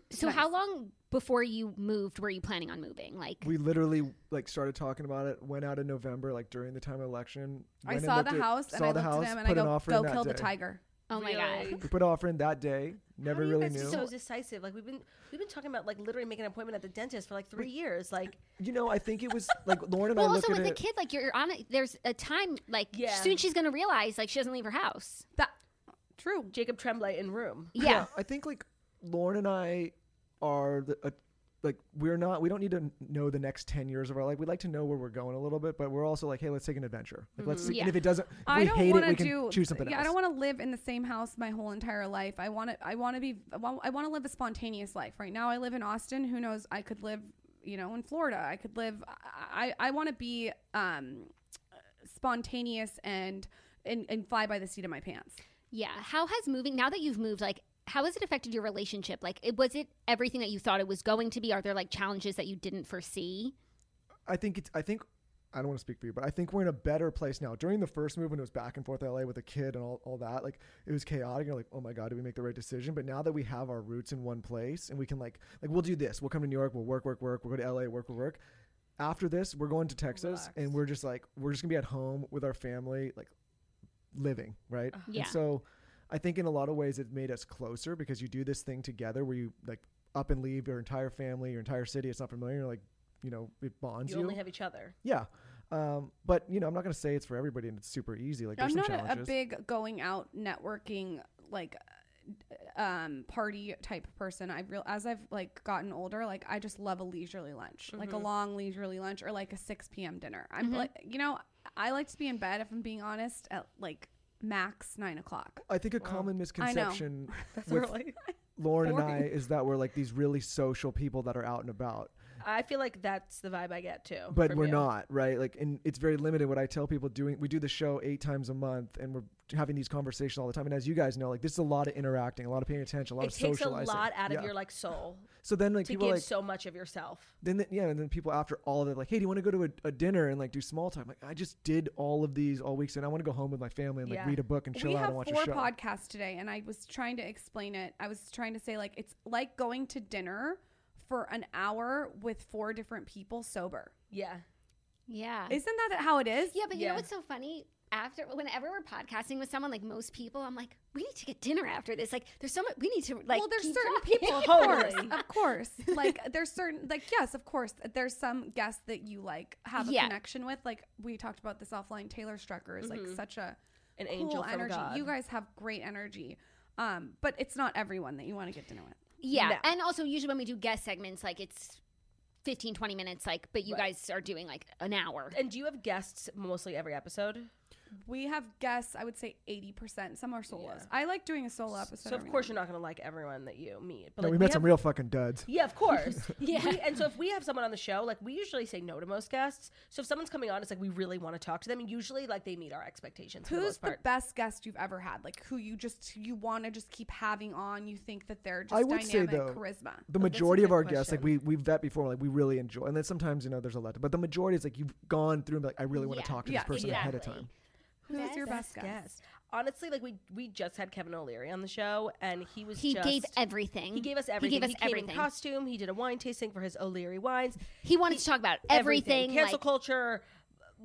C: So how long before you moved were you planning on moving? Like
D: We literally like started talking about it. Went out in November, like during the time of election.
E: I
D: went and
E: saw
D: looked
E: the
D: at-
E: house and I
D: saw the
E: looked
D: house,
E: at them and I
D: put an
E: go,
D: offer
E: go
D: in that
E: kill the
D: day.
E: tiger.
C: oh my
B: Really?
C: god.
D: We put an offer in that day. Never
B: How do
D: really
B: you guys
D: knew.
B: be So decisive. Like we've been we've been talking about like literally making an appointment at the dentist for like three years. Like
D: You know, I think it was like Lauren and
C: Well,
D: I look
C: also
D: at
C: with
D: it.
C: the kid, like you're, you're on. A, there's a time, like
B: Yeah.
C: soon she's gonna realize like she doesn't leave her house.
E: That true.
B: Jacob Tremblay in room.
C: Yeah,
D: I think like Lauren and I are the, uh, like we're not. We don't need to n- know the next ten years of our life. We like to know where we're going a little bit, but we're also like, hey, let's take an adventure. Like, let's see.
C: Yeah.
D: And if it doesn't, if
E: I
D: we
E: don't
D: hate it,
E: want
D: we
E: to
D: can
E: do.
D: choose something
E: yeah,
D: else.
E: I don't want to live in the same house my whole entire life. I want to. I want to be. I want, I want to live a spontaneous life. Right now, I live in Austin. Who knows? I could live, you know, in Florida. I could live. I I want to be um, spontaneous and, and and fly by the seat of my pants.
C: yeah. How has moving now that you've moved, like how has it affected your relationship? Like, it, was it everything that you thought it was going to be? Are there like challenges that you didn't foresee?
D: I think it's. I think I don't want to speak for you, but I think we're in a better place now. During the first move, when it was back and forth LA with a kid and all, all that, like it was chaotic. You're like, oh my god, did we make the right decision? But now that we have our roots in one place and we can like, like we'll do this. We'll come to New York. We'll work, work, work. We'll go to LA. Work, work, work. After this, we're going to Texas, and we're just like, we're just gonna be at home with our family, like living, right?
C: Yeah.
D: And so I think in a lot of ways it made us closer because you do this thing together where you like up and leave your entire family, your entire city. It's not familiar. You're like, you know, it bonds
B: You
D: you.
B: only have each other.
D: Yeah. Um, but you know, I'm not gonna say it's for everybody and it's super easy. Like there's some
E: I'm not a, a
D: challenges.
E: big going out networking like um party type person i real as i've like gotten older like i just love a leisurely lunch like a
D: Mm-hmm.
E: long leisurely lunch or like a 6 p.m dinner i'm like you know i like to be in bed if i'm being honest at like max
D: [laughs]
E: nine o'clock
D: I think a common misconception
E: [laughs]
D: [laughs] with Lauren and I is that we're like these really social people that are out and about.
B: I feel like that's the vibe I get too.
D: but
B: from
D: we're
B: you.
D: not right like and it's very limited what i tell people doing we do the show eight times a month and we're having these conversations all the time and as you guys know like this is a lot of interacting a lot of paying attention a lot
B: It
D: of
B: takes a
D: socializing
B: lot out of
D: Yeah.
B: your like soul
D: so then like
B: to
D: people
B: give
D: like
B: so much of yourself.
D: then the, yeah and then people after all of that like hey do you want to go to a, a dinner and like do small time like i just did all of these all week and i want to go home with my family and like
B: Yeah.
D: read a book and chill
E: we
D: out
E: have
D: and watch
E: four
D: a show
E: podcasts today, and I was trying to explain it. I was trying to say like it's like going to dinner for an hour with four different people sober.
B: Yeah.
C: Yeah.
E: Isn't that how it is?
C: yeah, but you
B: Yeah.
C: know what's so funny? After whenever we're podcasting with someone, like most people, I'm like, we need to get dinner after this. Like, there's so much we need to like.
E: well, there's
C: keep
E: certain
C: talking. [laughs]
E: people, of [laughs] course,
B: Totally.
E: of course. Like there's certain, like yes, of course. There's some guests that you like have a
C: Yeah.
E: connection with. Like we talked about this offline. Taylor Strucker is like such a
B: An
E: cool
B: angel from
E: energy.
B: God.
E: You guys have great energy, um, but it's not everyone that you want to get dinner with.
C: Yeah. And also, usually when we do guest segments, like it's 15, 20 minutes, like, but you guys are doing like an hour.
B: And do you have guests mostly every episode?
E: We have guests. I would say eighty percent. Some are solos. I like doing a solo episode.
B: So of
E: every
B: course
E: now
B: you're not gonna like everyone that you meet. But
D: no,
B: like,
D: we met
B: have-
D: some real fucking duds
B: Yeah, of course.
C: [laughs] Yeah.
B: We- and so if we have someone on the show, like we usually say no to most guests. So if someone's coming on, it's like we really want to talk to them. And usually, like they meet our expectations. for the
E: Who's
B: most
E: the
B: part.
E: best guest you've ever had? Like who you just you want to just keep having on? You think that they're just
D: I would say
E: dynamic
D: though,
E: charisma.
B: that's a
D: the majority of
B: good
D: our guests, like we
B: question.
D: we vet before, like we really enjoy, and then sometimes you know there's a lot, but the majority is like you've gone through and be like, I really want
C: Yeah.
D: to talk to
E: Yeah,
D: this person ahead of
C: exactly.
D: time.
E: Who's your best guest?
B: Honestly, like we we just had Kevin O'Leary on the show, and he was
C: He
B: just,
C: gave everything.
B: He gave us everything.
C: He gave us
B: came
C: everything.
B: in costume. He did a wine tasting for his O'Leary wines.
C: he wanted to talk about everything.
B: Cancel
C: like,
B: culture,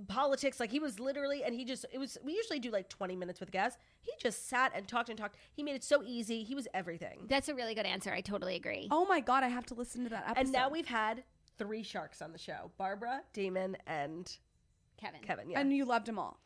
B: politics. Like he was literally, and he just it was. We usually do like twenty minutes with guests. He just sat and talked and talked. He made it so easy. He was everything.
C: that's a really good answer. I totally agree.
E: Oh my god, I have to listen to that episode.
B: And now we've had three sharks on the show: Barbara, Damon, and
C: Kevin.
B: Kevin. Yeah,
E: and you loved them all.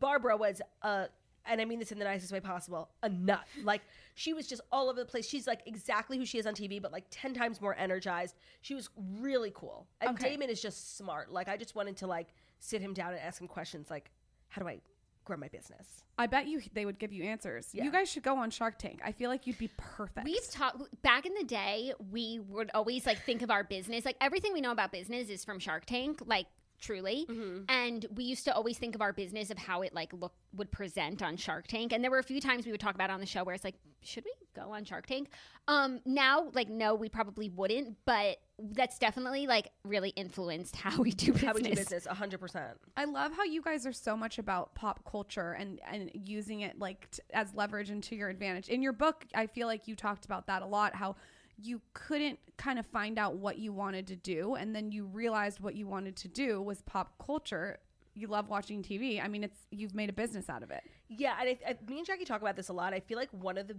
B: Barbara was uh and I mean this in the nicest way possible, a
E: [laughs]
B: nut. Like she was just all over the place. She's like exactly who she is on TV, but like ten times more energized. She was really cool. And
E: Okay.
B: Damon is just smart. Like I just wanted to like sit him down and ask him questions like, how do I grow my business?
E: I bet you they would give you answers.
B: Yeah.
E: You guys should go on Shark Tank. I feel like you'd be perfect.
C: We've talked back in the day, we would always like think of our business. Like, everything we know about business is from Shark Tank, like, truly.
B: Mm-hmm.
C: And we used to always think of our business of how it like look would present on Shark Tank. And there were a few times we would talk about it on the show where it's like, should we go on Shark Tank? Um, now, like, no, we probably wouldn't, but that's definitely like really influenced [laughs] how we do business.
B: How we do business, hundred percent.
E: I love how you guys are so much about pop culture and and using it like t- as leverage and to your advantage. In your book, I feel like you talked about that a lot how you couldn't kind of find out what you wanted to do and then you realized what you wanted to do was pop culture. You love watching TV. I mean, it's you've made a business out of it.
B: Yeah, and I, I, me and Jackie talk about this a lot. I feel like one of the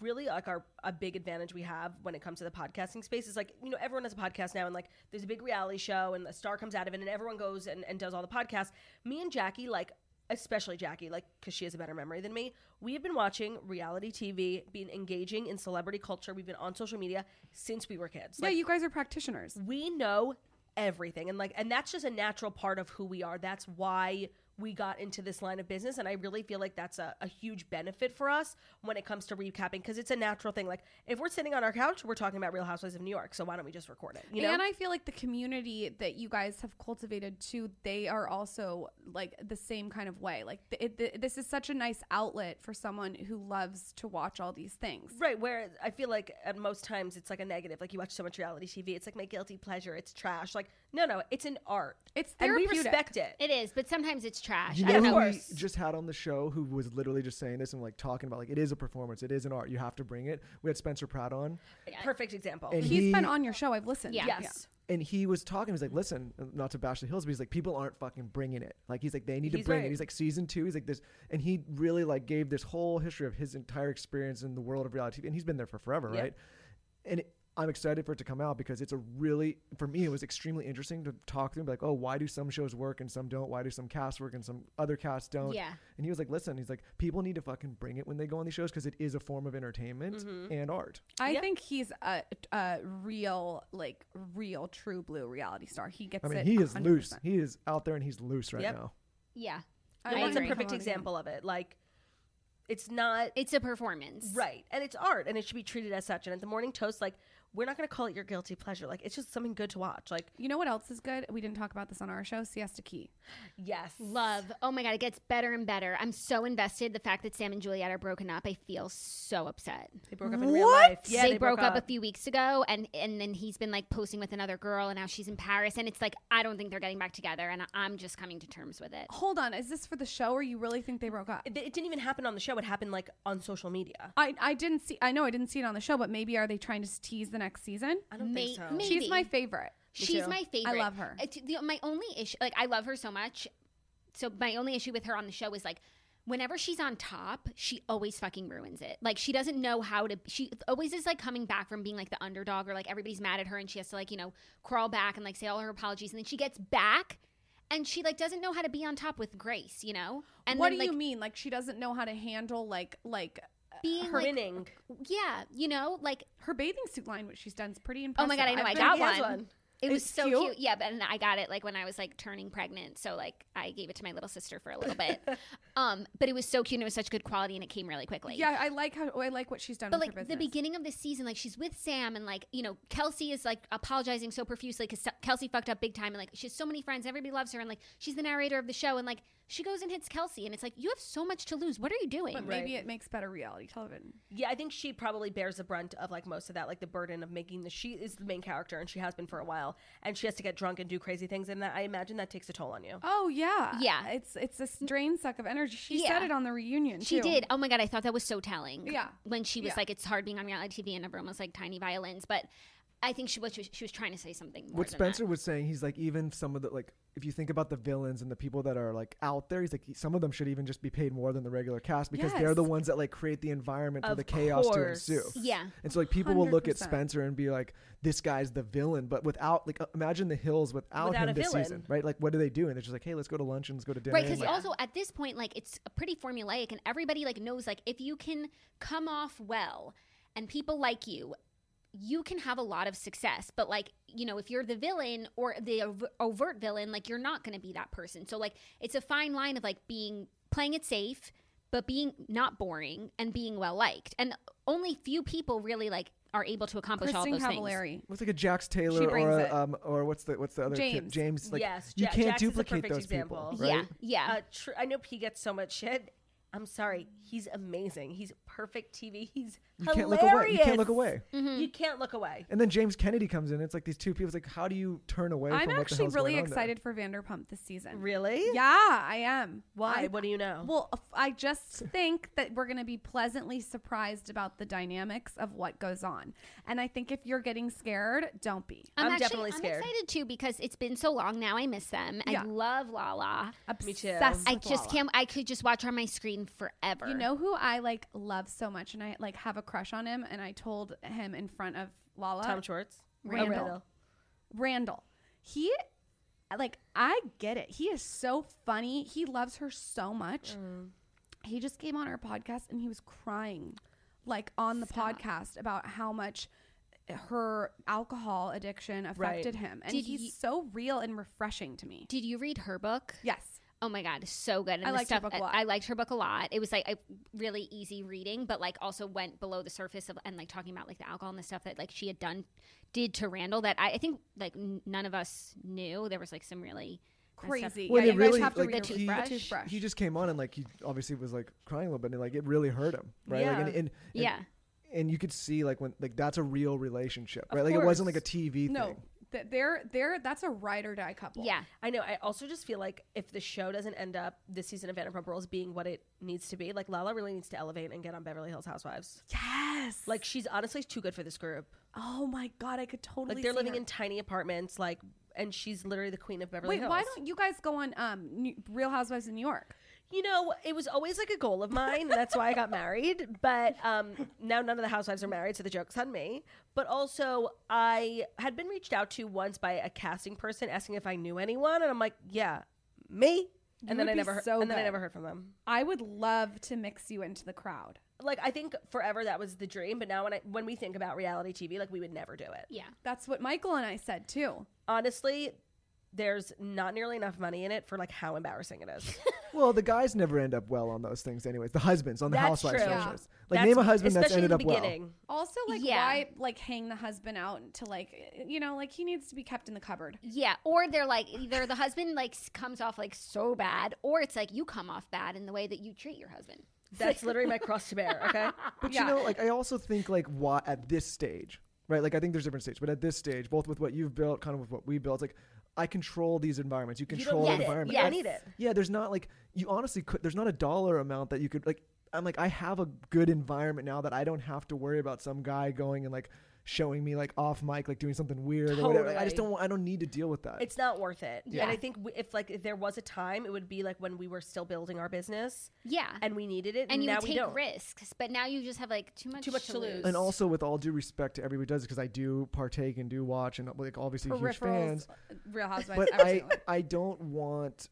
B: really like our a big advantage we have when it comes to the podcasting space is like you know everyone has a podcast now and like there's a big reality show and a star comes out of it and everyone goes and, and does all the podcasts me and jackie like especially jackie like because she has a better memory than me we have been watching reality tv been engaging in celebrity culture we've been on social media since we were kids
E: yeah, you guys are practitioners.
B: we know everything and like and that's just a natural part of who we are that's why we got into this line of business and i really feel like that's a, a huge benefit for us when it comes to recapping because it's a natural thing like if we're sitting on our couch we're talking about real housewives of new york so why don't we just record it you know
E: And I feel like the community that you guys have cultivated too, they are also like the same kind of way. Like th- it, th- this is such a nice outlet for someone who loves to watch all these things.
B: right where i feel like at most times it's like a negative like you watch so much reality tv it's like my guilty pleasure it's trash like no no it's an art
E: It's
B: and we
E: therapeutic.
B: respect it
C: It is, but sometimes it's trash.
D: You
C: I
D: know
B: of
C: don't
D: who
C: know.
D: we
B: course.
D: just had on the show who was literally just saying this and like talking about like it is a performance, it is an art, you have to bring it. We had Spencer Pratt on,
B: perfect example
D: and
E: He's
D: he
E: been on your show. I've listened.
C: Yeah.
B: yes
D: and he was talking. He's like, listen, not to bash the hills, but he's like, people aren't fucking bringing it. Like he's like, they need to
B: He's
D: bring
B: right.
D: it. He's like, season two. He's like this, and he really like gave this whole history of his entire experience in the world of reality, TV, and he's been there for forever, right? And it, I'm excited for it to come out because it's a really, for me, it was extremely interesting to talk to him. Like, oh, why do some shows work and some don't? Why do some casts work and some other casts don't?
C: Yeah.
D: And he was like, listen, he's like, people need to fucking bring it when they go on these shows because it is a form of entertainment
B: Mm-hmm.
D: and art.
E: I think he's a, a real, like real, true blue reality star. He gets.
D: I mean,
E: it
D: he is
E: 100%.
D: loose. He is out there and he's loose right
B: Yep.
D: now.
C: Yeah.
E: I
B: And
C: I
B: that's a
C: agree.
B: perfect example of it like it's not
C: It's a performance.
B: Right. And it's art and it should be treated as such. And at the morning toast, like we're not going to call it your guilty pleasure. Like it's just something good to watch. Like
E: You know what else is good? We didn't talk about this on our show. Siesta Key.
B: yes,
C: Love. Oh my God, it gets better and better. I'm so invested. The fact that Sam and Juliet are broken up, I feel so upset.
B: They broke up in real life. Yeah,
C: they, broke, up. a few weeks ago, and, and then he's been like posting with another girl, and now she's in Paris. And it's like, I don't think they're getting back together, and I- I'm just coming to terms with it.
E: Hold on. Is this for the show or you really think they broke up?
B: It, it didn't even happen on the show. It happened like on social media.
E: I, I didn't see. I know I didn't see it on the show, but maybe are they trying to tease the next season?
B: I don't think
C: May-
B: so.
C: may-
E: She's my
C: Maybe.
E: favorite.
C: She's my favorite.
E: love her.
C: It's the, my only issue, like, I love her so much. So, my only issue with her on the show is like, whenever she's on top, she always fucking ruins it. Like, she doesn't know how to, she always is like coming back from being like the underdog or like everybody's mad at her and she has to like, you know, crawl back and like say all her apologies. And then she gets back and she like doesn't know how to be on top with grace, you know? And
E: what
C: then,
E: do
C: like,
E: you mean? Like she doesn't know how to handle like like
C: Being
B: her
C: like,
B: winning.
C: yeah, you know, like,
E: her bathing suit line, which she's done is pretty
C: oh
E: impressive.
C: my God, I know, I
E: I've
C: got
E: been-
C: one.
B: has one.
C: It was
E: It's
C: so
E: cute.
C: cute. Yeah, but and I got it like when I was like turning pregnant. So like I gave it to my little sister for a little bit. um, but it was so cute and it was such good quality and it came really quickly.
E: Yeah, I like how oh, I like what she's done.
C: But
E: with
C: like
E: her
C: the
E: business.
C: beginning of the season, like she's with Sam and like, you know, Kelsey is like apologizing so profusely because Kelsey fucked up big time and like she has so many friends. Everybody loves her and like she's the narrator of the show and like she goes and hits Kelsey and it's like, you have so much to lose. What are you doing?
E: But maybe it makes better reality television.
B: Yeah, I think she probably bears the brunt of like most of that, like the burden of making the. She is the main character, and she has been for a while, and she has to get drunk and do crazy things, and that I imagine that takes a toll on you.
E: Oh yeah,
C: Yeah.
E: It's it's this drain suck of energy. She said
C: Yeah.
E: it on the reunion.
C: She
E: too.
C: did. Oh my god, I thought that was so telling.
E: Yeah.
C: When she was
E: Yeah.
C: like, "It's hard being on reality TV," and everyone was like, "Tiny violins," but I think she was she was trying to say something. More
D: what
C: than
D: Spencer
C: That.
D: was saying, he's like even some of the like if you think about the villains and the people that are like out there, he's like some of them should even just be paid more than the regular cast because they're the
E: Yes.
D: ones that like create the environment for
B: Of
D: the chaos to
B: course.
D: ensue.
C: Yeah.
D: And so like people will look at
E: 100%.
D: Spencer and be like, "This guy's the villain," but without like uh, imagine the Hills without,
B: Without a
D: him this
B: villain.
D: season, right? Like what do they do? And they're just like, "Hey, let's go to lunch and let's go to dinner."
C: Right,
D: and,
C: because
D: like,
C: also at this point, like it's pretty formulaic, and everybody like knows like if you can come off well, and people like you, you can have a lot of success. But like you know, if you're the villain or the ov- overt villain, like you're not going to be that person. So like it's a fine line of like being playing it safe, but being not boring and being well liked. And only few people really like are able to accomplish all
E: Kristen
C: those things.
E: Cavallari.
D: What's like a Jax Taylor
E: brings
D: or
E: it.
D: a, um or what's the what's the other kid
E: James.
D: James? Like
B: Yes,
D: you
B: Ja-
D: can't
B: Jax is a
D: duplicate
B: perfect
D: those
B: example.
D: people, right?
C: Yeah, yeah.
B: Uh, tr- I know P gets so much shit. I'm sorry. He's amazing. He's perfect TV. He's
D: You can't look away.
B: hilarious.
D: You can't look away.
E: Mm-hmm.
B: You can't look away.
D: And then James Kennedy comes in. It's like these two people. It's like, how do you turn away?
E: I'm
D: from what the
E: actually
D: hell's
E: really
D: going on there?
E: excited for Vanderpump this season.
B: Really?
E: Yeah, I am.
B: Why?
E: I-
B: what do you know?
E: Well, if- I just think that we're going to be pleasantly surprised about the dynamics of what goes on. And I think if you're getting scared, don't be.
B: I'm definitely scared.
C: I'm excited too because it's been so long now. I miss them.
E: Yeah.
C: I love Lala.
B: Me too.
E: Obsessed
C: I
E: with
C: just
E: Lala.
C: can't. I could just watch her on my screen forever.
E: You know who I like love so much and I like have a crush on him and I told him in front of Lala
B: Tom Schwartz.
E: Randall.
B: Oh, Randall.
E: Randall. He like I get it. He is so funny. He loves her so much.
C: Mm.
E: He just came on our podcast and he was crying like on the podcast about how much her alcohol addiction affected him. And
C: Did
E: he's
C: ye-
E: so real and refreshing to me.
C: Did you read her book?
E: yes.
C: Oh my god, so good. And
E: I
C: the
E: liked her
C: stuff-
E: book a lot.
C: I liked her book a lot. It was like a really easy reading, but like also went below the surface of and like talking about like the alcohol and the stuff that like she had done did to Randall that I, I think like n- none of us knew. There was like some really messed up-
E: Crazy.
D: Well,
E: yeah,
D: they
E: you
D: really
E: guys have to
D: like
E: read
D: he,
E: her book. The Toothbrush.
D: he just came on and like he obviously was like crying a little bit and like it really hurt him, right? Like
B: Yeah.
D: and, and, and-
C: Yeah.
D: And you could see like when like that's a real relationship, right? Like it wasn't like a
B: course.
D: TV
E: no.
D: thing.
E: Th- they're they're that's a ride or die couple.
C: Yeah.
B: I know. I also just feel like if the show doesn't end up this season of Vanderpump Rules being what it needs to be, like Lala really needs to elevate and get on Beverly Hills Housewives.
E: Yes.
B: Like she's honestly too good for this group.
E: oh my god, I could totally
B: Like they're
E: see
B: living
E: her.
B: in tiny apartments, like, and she's literally the queen of Beverly
E: Wait,
B: Hills.
E: why don't you guys go on um, New- Real Housewives of New York?
B: you know? It was always like a goal of mine. and that's why I got married. But um, now none of the housewives are married, so the joke's on me. But also, I had been reached out to once by a casting person asking if I knew anyone, and I'm like, yeah, me. And
E: would
B: then I
E: be
B: never, heard,
E: so
B: and then I
E: good.
B: never heard from them.
E: I would love to mix you into the crowd.
B: like I think forever that was the dream, but now when I when we think about reality TV, like we would never do it.
C: Yeah.
E: That's what Michael and I said too.
B: Honestly, there's not nearly enough money in it for like how embarrassing it is.
D: Well, the guys never end up well on those things, anyways. The husbands on the
B: That's
D: housewives
B: true.
D: show
B: Yeah.
D: shows. Like name a husband that's
B: especially
D: ended
B: in
D: up
B: the
D: well.
B: beginning.
E: Also, like
C: Yeah.
E: why like hang the husband out to like you know like he needs to be kept in the cupboard.
C: Yeah, or they're like either the husband like s- comes off like so bad, or it's like you come off bad in the way that you treat your husband.
B: That's literally my cross to bear. Okay,
D: [laughs] But you know, like I also think like why at this stage, right? Like I think there's different stages, but at this stage, both with what you've built, kind of with what we built, like I control these environments. You
B: you don't
D: control
B: need
D: the
B: it.
D: environment.
B: You don't
D: I-
B: need it.
D: Yeah, there's not like you honestly could. There's not a dollar amount that you could like. I'm like I have a good environment now that I don't have to worry about some guy going and like showing me like off mic like doing something weird or whatever. Like, I
B: Totally.
D: just don't. want- I don't need to deal with that.
B: It's not worth it.
C: Yeah.
B: And I think w- if like if there was a time, it would be like when we were still building our business
C: Yeah,
B: and we needed it, and,
C: Uh-huh. and you
B: now
C: would
B: we
C: take
B: don't.
C: risks, but now you just have like too much
B: Too much to lose.
D: and also with all due respect to everybody who does because I do partake and do watch and like obviously huge fans.
E: Peripherals, Real Housewives.
D: but I,
E: everything.
D: I don't want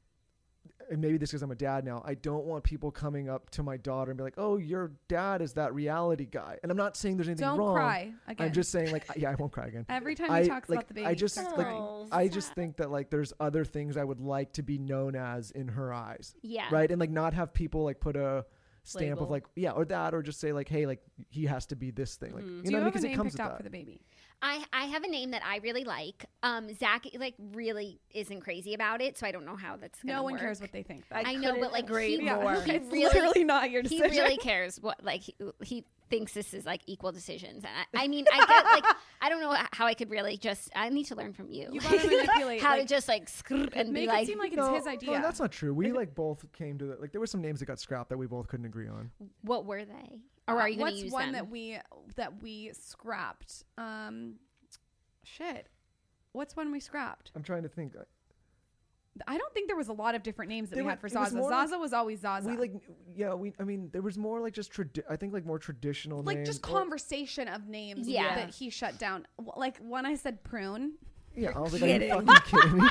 D: and maybe this because I'm a dad now. I don't want people coming up to my daughter and be like, "Oh, your dad is that reality guy." And I'm not saying there's anything
E: Don't
D: wrong.
E: cry again.
D: I'm just saying,
E: [laughs]
D: like, yeah, I won't cry again.
E: Every time
D: I
E: he talks
D: like,
E: about the baby,
D: I just
E: starts
D: like,
E: crying.
D: I just think that like there's other things I would like to be known as in her eyes,
C: yeah,
D: right? And like not have people like put a stamp
B: Label.
D: of like, yeah, or that, or just say like, hey, like he has to be this thing, like you
E: Mm-hmm. Do
D: know, what I mean?
E: you have a
D: because it
E: name
D: comes
E: picked
D: with
E: out
D: that.
E: for the baby?
C: I I have a name that I really like. Um, Zach like really isn't crazy about it, so I don't know how that's. Gonna
E: No one
C: work.
E: cares what they think.
C: I know,
B: couldn't
C: but, like,
B: agree
C: he-
B: more.
C: Yeah.
E: [laughs] it's
C: really-
E: literally not your
C: he
E: decision. [laughs]
C: really cares what like he, he thinks this is like equal decisions and I, I mean i get
E: [laughs]
C: like i don't know how i could really just i need to learn from you, [laughs]
E: You gotta manipulate,
C: how
E: like,
C: to just like screw and be
E: [laughs] Make
C: like
E: it seem like it's
D: No,
E: his
D: no,
E: idea.
D: that's not true. We like both came to the, like there were some names that got scrapped that we both couldn't agree on.
C: what were they or are you going
E: Uh, What's
C: to use
E: one
C: them
E: that we that we scrapped? Um, shit. What's one we scrapped?
D: I'm trying to think.
E: I don't think there was a lot of different names that
D: There
E: we
D: were-
E: had for
D: it was
E: Zaza.
D: more like-
E: Zaza was always Zaza.
D: We like, yeah, we. I mean, there was more like just tradi- I think like more traditional,
E: like
D: names
E: just
D: or-
E: conversation of names
C: Yeah.
E: that he shut down. W- Like when I said prune.
D: Yeah, I was like, are you fucking kidding me?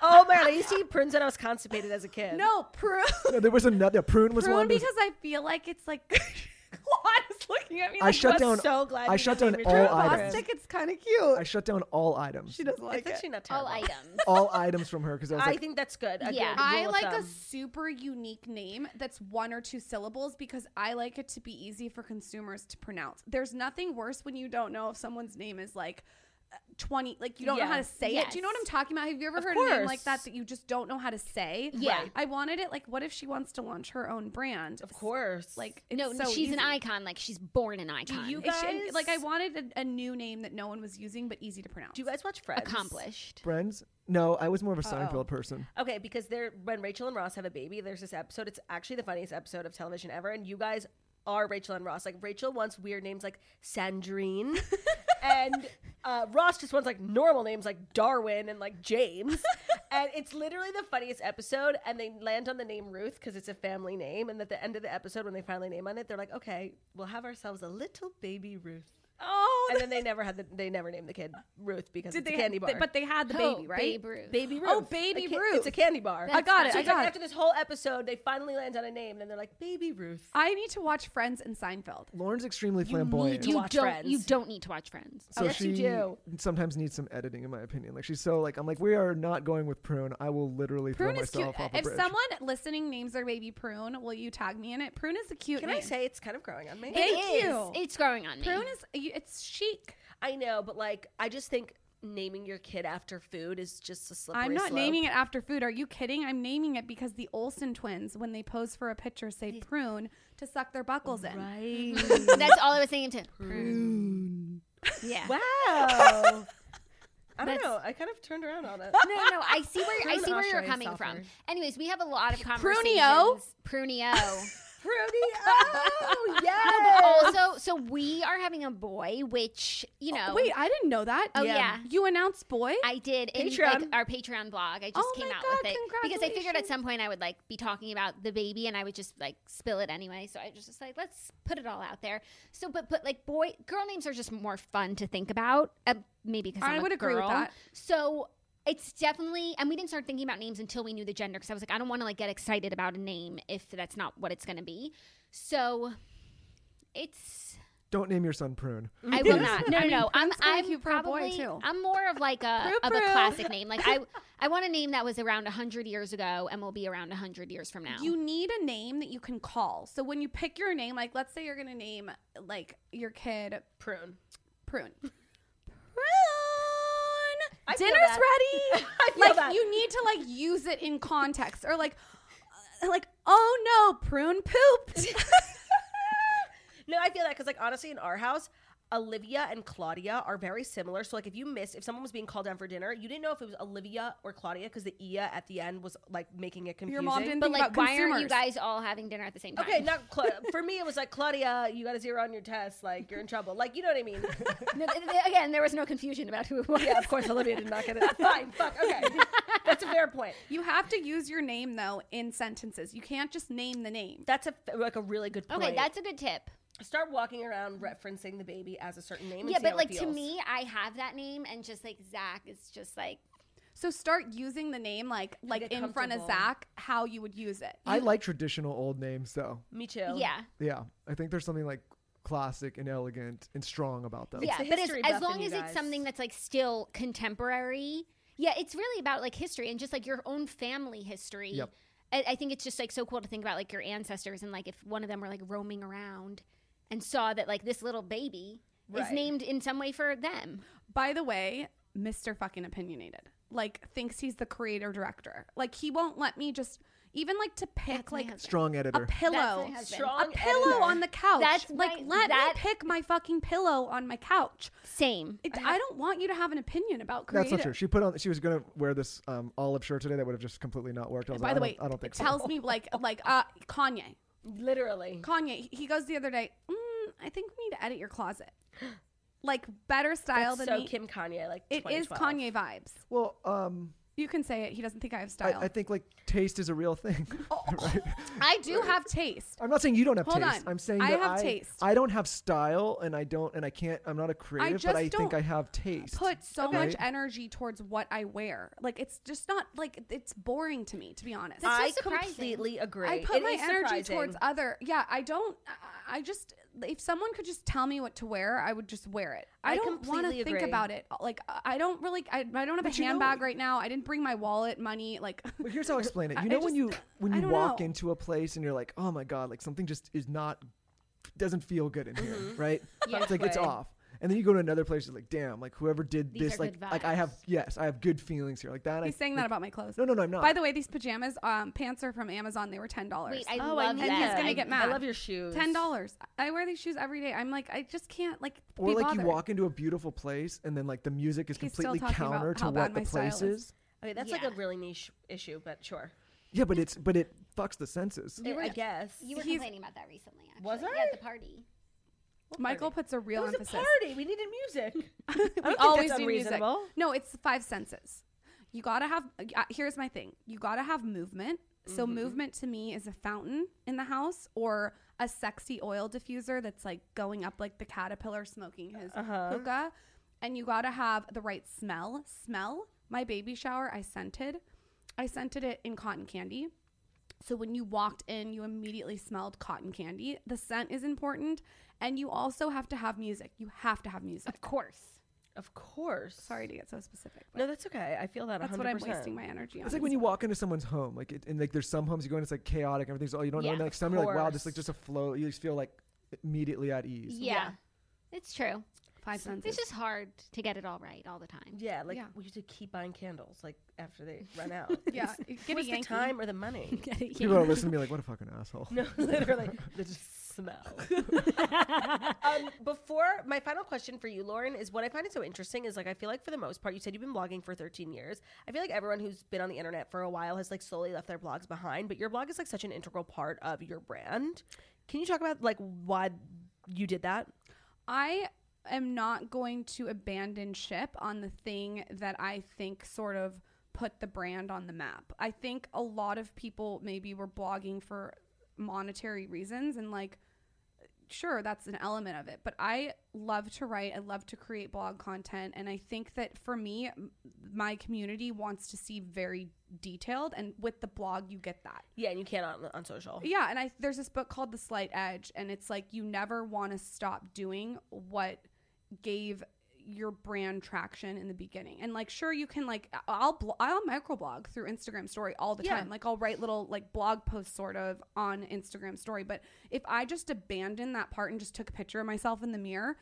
B: Oh man, I used to eat prunes and I was constipated as a kid.
E: No, prune.
D: No, [laughs] there was another prune was
E: prune
D: one.
E: because I feel like it's like [laughs] Claude is looking at me.
D: I
E: like,
D: shut
E: "What's
D: down.
B: so glad
D: I
B: you
D: shut
B: didn't
D: down
B: leave your
D: all
B: job.
D: items.
E: plastic? It's kind of cute.
D: I shut down all items.
E: she doesn't like
B: it's
E: it.
B: actually not
C: all
B: terrible. I,
C: items
D: all items from her because I was like,
B: think that's good. A
C: Oh, Yeah.
B: good
E: I
B: rule of
E: like a
B: thumb.
E: super unique name that's one or two syllables because I like it to be easy for consumers to pronounce. There's nothing worse when you don't know if someone's name is like uh, 20, like you don't know how to
B: Yes.
E: say it. Do you know what I'm
C: Yes.
E: talking about? Have you ever
B: Of
E: heard a name like that
B: course.
E: that you just don't know how to say?
C: Yeah. Right.
E: I wanted it like, what if she wants to launch her own brand?
B: of course.
E: Like, it's
C: no
E: so
C: she's
E: easy.
C: an icon like she's born an icon
B: you
E: It should-
B: Guys.
E: like I wanted a, a new name that no one was using but easy to pronounce.
B: do you guys watch Friends?
C: accomplished
D: friends. No, I was more of a Seinfeld person.
B: Okay, because they're when Rachel and Ross have a baby, there's this episode. It's actually the funniest episode of television ever, and you guys are Rachel and Ross. Like Rachel wants weird names like
E: [laughs]
B: Sandrine, and uh, Ross just wants like normal names like Darwin and like
E: [laughs]
B: James. and it's literally the funniest episode. And they land on the name Ruth because it's a family name. And at the end of the episode, when they finally name on it, they're like, "Okay, we'll have ourselves a little baby Ruth."
E: [laughs] oh,
B: And then they never had the they never named the kid Ruth because
E: [laughs] did
B: it's
E: they?
B: a candy bar.
E: but they had the
C: Oh,
E: baby, right?
C: Babe Ruth.
B: Baby Ruth.
E: Oh, Baby
B: A ca-
E: Ruth.
B: It's a candy bar.
E: I got it.
B: So
E: I
B: it's like
E: got it.
B: after this whole episode, they finally land on a name, and they're like, "Baby Ruth."
E: I need to watch Friends and Seinfeld.
D: Lauren's extremely
B: need
D: flamboyant.
B: to
C: you
B: watch
C: don't
B: Friends.
C: you don't need to watch friends
D: so
B: yes,
D: she
B: you do.
D: sometimes needs some editing, in my opinion. Like she's so like I'm like we are not going with prune. I will literally
E: Prune
D: throw
E: is cute.
D: myself off a
E: If
D: bridge.
E: someone listening names their baby Prune, will you tag me in it? Prune is a cute
B: Can
E: name.
B: I say it's kind of growing on me?
E: Thank
C: It is.
E: you.
C: it's growing on me
E: Prune is you- it's chic.
B: I know, but like, I just think naming your kid after food is just a slippery.
E: I'm not
B: slope. [laughs]
E: naming it after food. Are you kidding? I'm naming it because the Olsen twins, when they pose for a picture, say Prune to suck their buckles in.
B: Right.
C: [laughs] that's all i was thinking to yeah
B: wow. I
E: Oh.
B: don't
C: That's-
B: know. I kind of turned around on [laughs] it.
C: no, no, I see where I
B: Prune
C: see where you're
B: Ashray
C: coming
B: suffered.
C: from. Anyways, we have a lot of
E: Prunio?
C: conversations. Prunio.
B: Fruity. [laughs] Oh, yeah.
C: also, so we are having a boy, which you know,
E: Oh, Wait, I didn't know that.
C: Oh, Yeah. yeah.
E: You announced boy?
C: I did in
B: Patreon.
C: like our Patreon blog. I just
E: Oh
C: came
E: my
C: out
E: God,
C: with it because I figured at
E: congratulations.
C: some point I would like be talking about the baby, and I would just like spill it anyway. So I just was like, let's put it all out there. So, but but like boy, girl names are just more fun to think about. Uh, maybe because
E: I
C: I'm a
E: would agree with
C: girl.
E: that.
C: So. It's definitely, and we didn't start thinking about names until we knew the gender because I was like, I don't want to like get excited about a name if that's not what it's going to be. So, it's
D: don't name your son prune.
C: I will not. No, no, no. I'm
E: kinda
C: I'm
E: cute for a boy,
C: probably
E: too.
C: I'm more of like a of a
E: Prue, prue.
C: classic name. Like I I want a name that was around 100 years ago and will be around 100 years from now.
E: You need a name that you can call. So when you pick your name, like let's say you're gonna name like your kid
B: Prune.
E: [laughs] Prune. Prune.
B: I feel
E: Dinner's
B: that.
E: [laughs] ready.
B: I feel
E: like
B: that.
E: you need to like use it in context or like uh, like oh no, prune pooped.
B: No, I feel that because, like, honestly, in our house, Olivia and Claudia are very similar. So, like, if you miss, if someone was being called down for dinner, you didn't know if it was Olivia or Claudia because the Ia at the end was like making it confusing.
E: Your mom didn't
C: but
E: think
C: like,
E: about
C: why aren't you
E: consumers.
C: guys all having dinner at the same time?
B: Okay, not Cla- for me. It was like Claudia, you got a zero on your test. Like you're in trouble. Like you know what I mean?
C: No, th- th- again, there was no confusion about who it was. [laughs]
B: yeah, of course Olivia did not get it. [laughs] Fine, fuck. Okay, that's a fair point.
E: [laughs] You have to use your name though in sentences. You can't just name the name.
B: That's a f- like a really good point.
C: Okay, that's a good tip.
B: start walking around referencing the baby as a certain name. And
C: yeah,
B: see
C: but
B: how
C: like
B: it
C: to
B: feels.
C: me, I have that name, and just like Zach is just like
E: So start using the name like like
B: get
E: in front of
B: comfortable.
E: Zach how you would use it.
D: I like traditional old names though.
B: me too.
C: yeah,
D: Yeah, I think there's something like classic and elegant and strong about them.
C: yeah.
B: the
C: But as,
B: history
C: as
B: buff in
C: long
B: you
C: as it's
B: guys.
C: something that's like still contemporary, yeah, it's really about like history and just like your own family history.
D: Yep.
C: I, I think it's just like so cool to think about like your ancestors and like if one of them were like roaming around and saw that like this little baby is
B: Right.
C: named in some way for them.
E: By the way, Mr. fucking opinionated. Like thinks he's the creator director. Like he won't let me just even like to pick
C: my
E: like
C: husband.
D: Strong
E: a
D: editor.
E: pillow.
C: husband.
E: A
B: Strong
E: pillow
B: editor.
E: on the couch.
C: That's my-
E: like let
C: that-
E: me pick my fucking pillow on my couch.
C: Same.
E: It, I don't want you to have an opinion about
D: That's
E: creative.
D: not true. She put on. She was gonna wear this um, olive shirt today. That would have just completely not worked. I was
E: By
D: like,
E: the
D: I
E: way,
D: don't, I don't think
E: it tells
D: so.
E: me like [laughs] like uh Kanye.
B: literally.
E: Kanye, he goes the other day, mm, I think we need to edit your closet. [gasps] Like better style
B: That's
E: than
B: so
E: me.
B: Kim Kanye. Like
E: it is
B: 2012.
E: Kanye vibes.
D: [laughs] Well, um,
E: You can say it. He doesn't think I have style.
D: I, I think like taste is a real thing. [laughs] right?
E: I do have taste.
D: I'm not saying you don't have
E: Hold
D: taste.
E: on.
D: I'm saying
E: I
D: that
E: have
D: I,
E: taste.
D: I don't have style, and I don't, and I can't. I'm not a creative,
E: just
D: but I
E: don't
D: think I have taste.
E: Put so much
D: Right?
E: energy towards what I wear. Like it's just not like it's boring to me, to be honest.
C: so
B: I
C: surprising.
B: completely agree.
E: I put
B: It
E: my
B: is
E: energy
B: surprising.
E: towards other. Yeah, I don't. I- I just if someone could just tell me what to wear, I would just wear it. I,
B: I
E: don't want to
B: completely
E: think
B: agree.
E: about it. Like I don't really. I, I don't have a
D: you know-
E: handbag right now. I didn't bring my wallet, money.
D: [laughs]
E: Like
D: But here's how I explain it.
E: I-
D: You
E: I
D: know when
E: just-
D: you when
E: I
D: you
E: don't
D: walk
E: know.
D: into a place and you're like, oh my god, like something just is not doesn't feel good in here,
E: Mm-hmm.
D: right?
B: Yeah.
D: It's like it's
B: Right.
D: off. And then you go to another place, you're like, damn, like whoever did
C: These
D: this,
C: are
D: like
C: good
D: like I have
C: vibes.
D: yes, I have good feelings here, like that.
E: he's
D: I,
E: saying that about my clothes.
D: no, no, no, I'm not.
E: By the way, these pajamas, um, pants are from Amazon. They were ten dollars.
C: Wait, I
B: Oh, I
C: love
B: need
C: that.
E: and he's
B: I-
E: gonna get mad.
B: I love your shoes.
E: Ten dollars. I wear these shoes every day. I'm like, I just can't like.
D: or
E: be
D: like
E: bothered.
D: you walk into a beautiful place and then like the music is
E: He's still
D: completely
E: talking about
D: counter to
E: how bad
D: what the
E: my style
D: place
E: is.
D: is.
B: Okay, that's
C: Yeah.
B: like a really niche issue, but sure.
D: Yeah, but it's but it fucks the senses.
B: I- I guess.
C: You were
E: He's-
C: complaining about that recently. Actually.
B: Was
C: Yeah, at
B: I?
C: the party.
E: Michael puts a
B: it
E: real
B: was
E: emphasis.
B: a party. We needed music.
E: we
B: think
E: always
B: that's
E: do music.
B: unreasonable.
E: No, it's the five senses. You gotta have. Uh, here's my thing. You gotta have movement. So
B: Mm-hmm.
E: movement to me is a fountain in the house or a sexy oil diffuser that's like going up like the caterpillar smoking his
B: Uh-huh.
E: hookah. And you gotta have the right smell. Smell. My baby shower, I scented. I scented it in cotton candy. So when you walked in, you immediately smelled cotton candy. The scent is important. And you also have to have music. You have to have music.
C: Of course.
B: of course.
E: Sorry to get so specific. but
B: No, that's okay. I feel that.
E: that's
B: 100%.
E: what I'm wasting my energy on.
D: It's like when you walk into someone's home, like it, and like there's some homes you go in, it's like chaotic, and everything's all you don't know.
C: Yeah,
D: And like
B: of
D: some you're like, wow,
B: course.
D: this is like just a flow. You just feel like immediately at ease.
C: Yeah.
B: Yeah.
C: It's true.
E: five senses.
C: It's just hard to get it all right all the time.
B: Yeah, like
E: Yeah.
B: we used to keep buying candles, like after they run out.
E: yeah,
B: It's-
E: get
B: Where's
E: a
B: the
E: Yankee.
B: time or the money?
D: People are listening to me like, what a fucking asshole.
B: [laughs] no,
D: [laughs]
B: literally, the just [laughs] smell. um, before my final question for you, Lauren, is what I find it so interesting is like I feel like for the most part, you said you've been blogging for 13 years. I feel like everyone who's been on the internet for a while has like slowly left their blogs behind, but your blog is like such an integral part of your brand. Can you talk about like why you did that?
E: I am not going to abandon ship on the thing that I think sort of put the brand on the map. I think a lot of people maybe were blogging for monetary reasons and like sure that's an element of it but i love to write i love to create blog content and i think that for me m- my community wants to see very detailed and with the blog you get that
B: Yeah, and you can't on, on social.
E: Yeah, and I there's this book called The Slight Edge, and it's like you never want to stop doing what gave your brand traction in the beginning. And like, sure, you can like, I'll bl- I'll microblog through Instagram Story all the time. Like, I'll write little like blog posts sort of on Instagram Story. But if I just abandoned that part and just took a picture of myself in the mirror,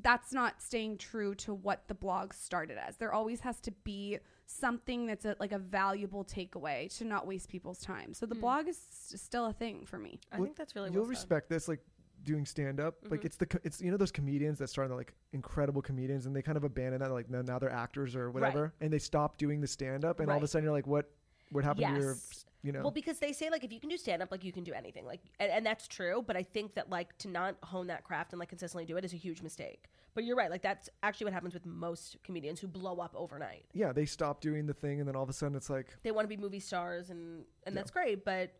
E: that's not staying true to what the blog started as. There always has to be something that's a, like a valuable takeaway to not waste people's time. So the
B: Hmm.
E: blog is s- still a thing for me.
B: I
D: Well,
B: think that's really
D: you'll
B: well said. Mm-hmm.
D: respect this like doing stand up like it's the co- it's you know those comedians that started like incredible comedians and they kind of abandon that like no, now they're actors or whatever and they stop doing the stand up and all of a
B: Right.
D: sudden you're like what what happened to your
B: Yes.
D: you know
B: Well, because they say like if you can do stand up, like you can do anything, like and, and that's true. But I think that like to not hone that craft and like consistently do it is a huge mistake. But you're right, like that's actually what happens with most comedians who blow up overnight.
D: yeah they stop doing the thing and then all of a sudden it's like
B: They want to be movie stars, and and that's great. But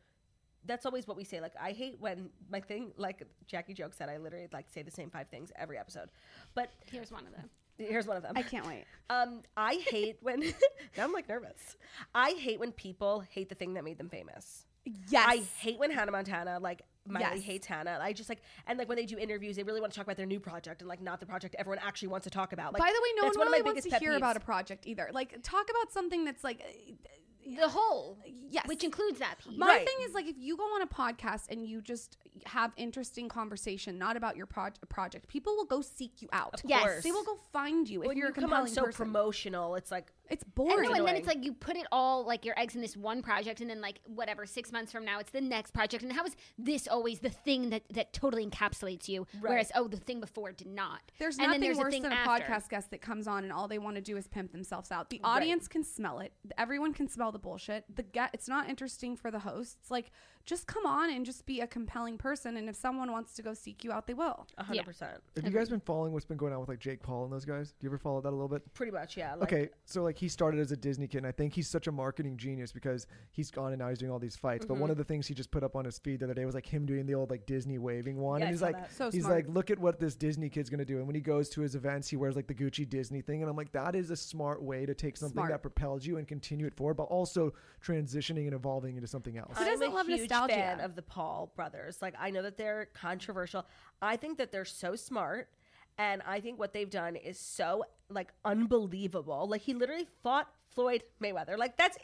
B: that's always what we say. Like I hate when my thing, like Jackie Joke said, I literally like say the same five things every episode. But
C: Here's one of them.
B: here's one of them.
E: I can't wait.
B: Um, I hate when [laughs] now I'm like nervous. I hate when people hate the thing that made them famous.
E: [laughs] Yes.
B: I hate when Hannah Montana, like Miley
E: Yes.
B: hates Hannah. I just like and like when they do interviews, they really want to talk about their new project and like not the project everyone actually wants to talk about. Like,
E: By the way, no one
B: that's of
E: really
B: my
E: wants
B: biggest
E: to
B: pet
E: hear about a
B: peeves.
E: project either. Like, talk about something that's like, uh,
C: The whole.
E: Yes.
C: Which includes that piece.
E: my
B: Right.
E: thing is like, if you go on a podcast and you just have interesting conversation, not about your proj- project, people will go seek you out.
B: Of Yes. course.
E: they will go find you if
B: when
E: you're
B: you
E: a
B: come on
E: compelling
B: so
E: person.
B: promotional, it's like
E: it's
C: I
E: boring.
C: know, and then
B: Annoying.
C: it's like you put it all like your eggs in this one project, and then like whatever, six months from now, it's the next project. And how is this always the thing that that totally encapsulates you? Whereas oh, the thing before did not.
E: There's
C: and
E: nothing
C: then there's
E: worse
C: a thing
E: than a
C: after.
E: podcast guest that comes on and all they want to do is pimp themselves out. The audience can smell it. Everyone can smell the bullshit. The get it's not interesting for the hosts. Like just come on and just be a compelling person and if someone wants to go seek you out, they will.
B: hundred percent.
D: have you guys been following what's been going on with like Jake Paul and those guys? Do you ever follow that a little bit?
B: Pretty much, yeah. Like,
D: okay, so like he started as a Disney kid, and I think he's such a marketing genius because he's gone and now he's doing all these fights. But
B: Mm-hmm.
D: one of the things he just put up on his feed the other day was like him doing the old like Disney waving one,
B: Yeah,
D: and
B: I
D: he's
B: saw
D: like,
B: that.
E: So
D: he's
E: smart.
D: like, look at what this Disney kid's gonna do. And when he goes to his events, he wears like the Gucci Disney thing, and I'm like, that is a smart way to take something
E: Smart.
D: that propels you and continue it forward, but also transitioning and evolving into something else.
E: Who
B: I'm
E: doesn't
B: a
E: love
B: huge
E: nostalgia?
B: fan of the Paul brothers. Like I know that they're controversial. I think that they're so smart, and I think what they've done is so like unbelievable. Like he literally fought Floyd Mayweather. Like that's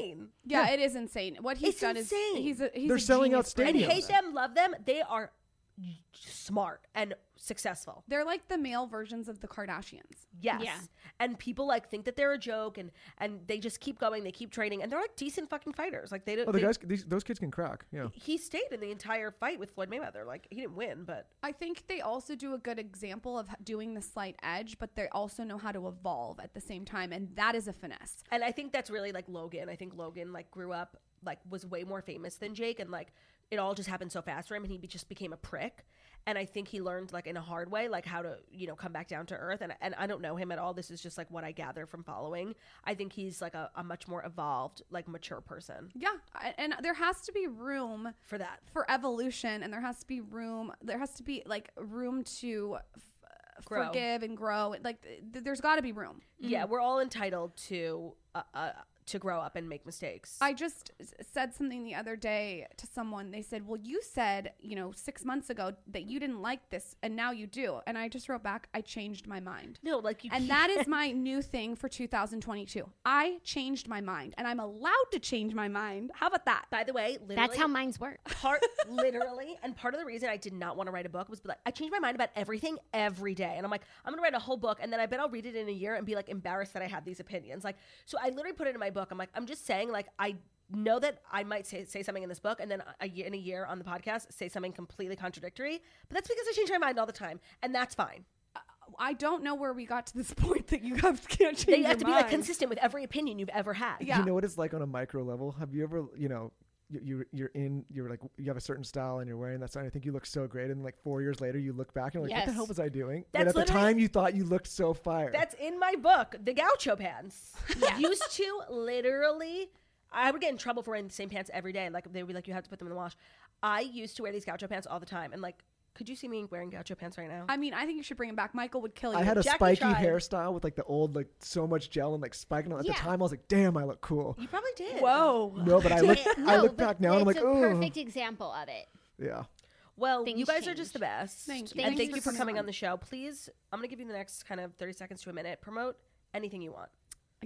B: insane.
E: Yeah, it is insane. What he's
B: It's
E: done
B: insane.
E: is he's a he's
D: They're
E: a
D: selling out
E: genius for
D: stadiums.
B: And
D: Any of
B: hate them, love them. They are smart and successful.
E: They're like the male versions of the Kardashians.
B: Yes.
C: Yeah.
B: And people like think that they're a joke, and and they just keep going. They keep training, and they're like decent fucking fighters. Like they don't.
D: Oh, the
B: they-
D: guys, these, those kids can crack. Yeah.
B: He stayed in the entire fight with Floyd Mayweather. Like he didn't win, but
E: I think they also do a good example of h- doing the slight edge, but they also know how to evolve at the same time, and that is a finesse.
B: And I think that's really like Logan. I think Logan like grew up like was way more famous than Jake, and like it all just happened so fast for him, and he be- just became a prick. And I think he learned like in a hard way, like how to you know come back down to earth. And and I don't know him at all. This is just like what I gather from following. I think he's like a, a much more evolved, like mature person
E: Yeah, I- and there has to be room
B: for that.
E: for evolution and there has to be room there has to be like room to f-
B: Grow.
E: forgive and grow like th- there's got to be room
B: Yeah, we're all entitled to uh, uh to grow up and make mistakes.
E: i just s- said something the other day to someone they said well you said you know six months ago that you didn't like this and now you do and i just wrote back i changed my mind
B: no, like you
E: and
B: [laughs]
E: that is my new thing for 2022 i changed my mind and i'm allowed to change my mind how about that
B: By the way, literally,
C: That's how minds
E: [laughs]
C: work.
B: part literally and part of the reason i did not want to write a book was like i changed my mind about everything every day and i'm like i'm gonna write a whole book and then i bet i'll read it in a year and be like embarrassed that i had these opinions like so i literally put it in my book i'm like i'm just saying like i know that i might say, say something in this book and then a, year in a year on the podcast say something completely contradictory but that's because i change my mind all the time and that's fine
E: i don't know where we got to this [laughs] point that you have can't change
B: they
E: your
B: have to be like
E: mind.
B: consistent with every opinion you've ever had
E: Yeah.
D: You know what it's like on a micro level? Have you ever, you know, you- you you're in you're like you have a certain style and you're wearing that style. And I think you look so great, and like four years later, you look back and you're like, what the
C: Yes.
D: hell was I doing?
B: That's
D: but at the
B: literally-
D: time, you thought you looked so fire.
B: That's in my book, The Gaucho [laughs] Pants. Used to literally, I would get in trouble for wearing the same pants every day. Like they would be like, you have to put them in the wash. I used to wear these gaucho pants all the time, and like, could you see me wearing gaucho pants right now?
E: I mean, I think you should bring him back. Michael would kill you.
D: I had a
B: Jackie
D: spiky
B: tried.
D: hairstyle with like the old like so much gel and like spiking. At
C: Yeah.
D: the time, I was like, damn, I look cool.
B: you probably did.
E: Whoa.
D: No, but I look
C: no,
D: I look
C: but
D: back now and I'm
C: it's
D: like,
C: a
D: oh
C: perfect example of it.
D: yeah.
B: [laughs] Well,
C: Things
B: you guys are
C: change.
B: just the best.
E: Thank you.
B: And
C: Thanks
B: thank
C: for
B: you for
C: coming
B: coming
E: on.
B: on the show. Please, I'm going to give you the next kind of 30 seconds to a minute. Promote anything you want.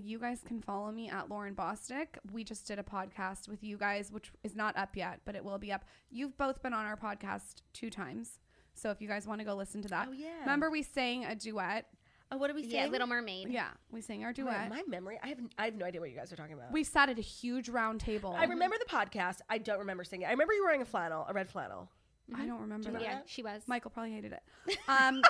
E: You guys can follow me at Lauren Bostick. We just did a podcast with you guys, which is not up yet, but it will be up. You've both been on our podcast two times. So if you guys want to go listen to that.
B: Oh, yeah.
E: Remember we sang a duet?
B: Oh, what are we
C: Yeah, Little Mermaid.
E: Yeah, we sang our
B: My,
E: duet.
B: my memory, I have, I have no idea what you guys are talking about.
E: we sat at a huge round table.
B: I remember the podcast. I don't remember singing. I remember you wearing a flannel, a red flannel.
E: I don't remember that.
C: Yeah, she was.
E: Michael probably hated it.
B: [laughs]
E: Um,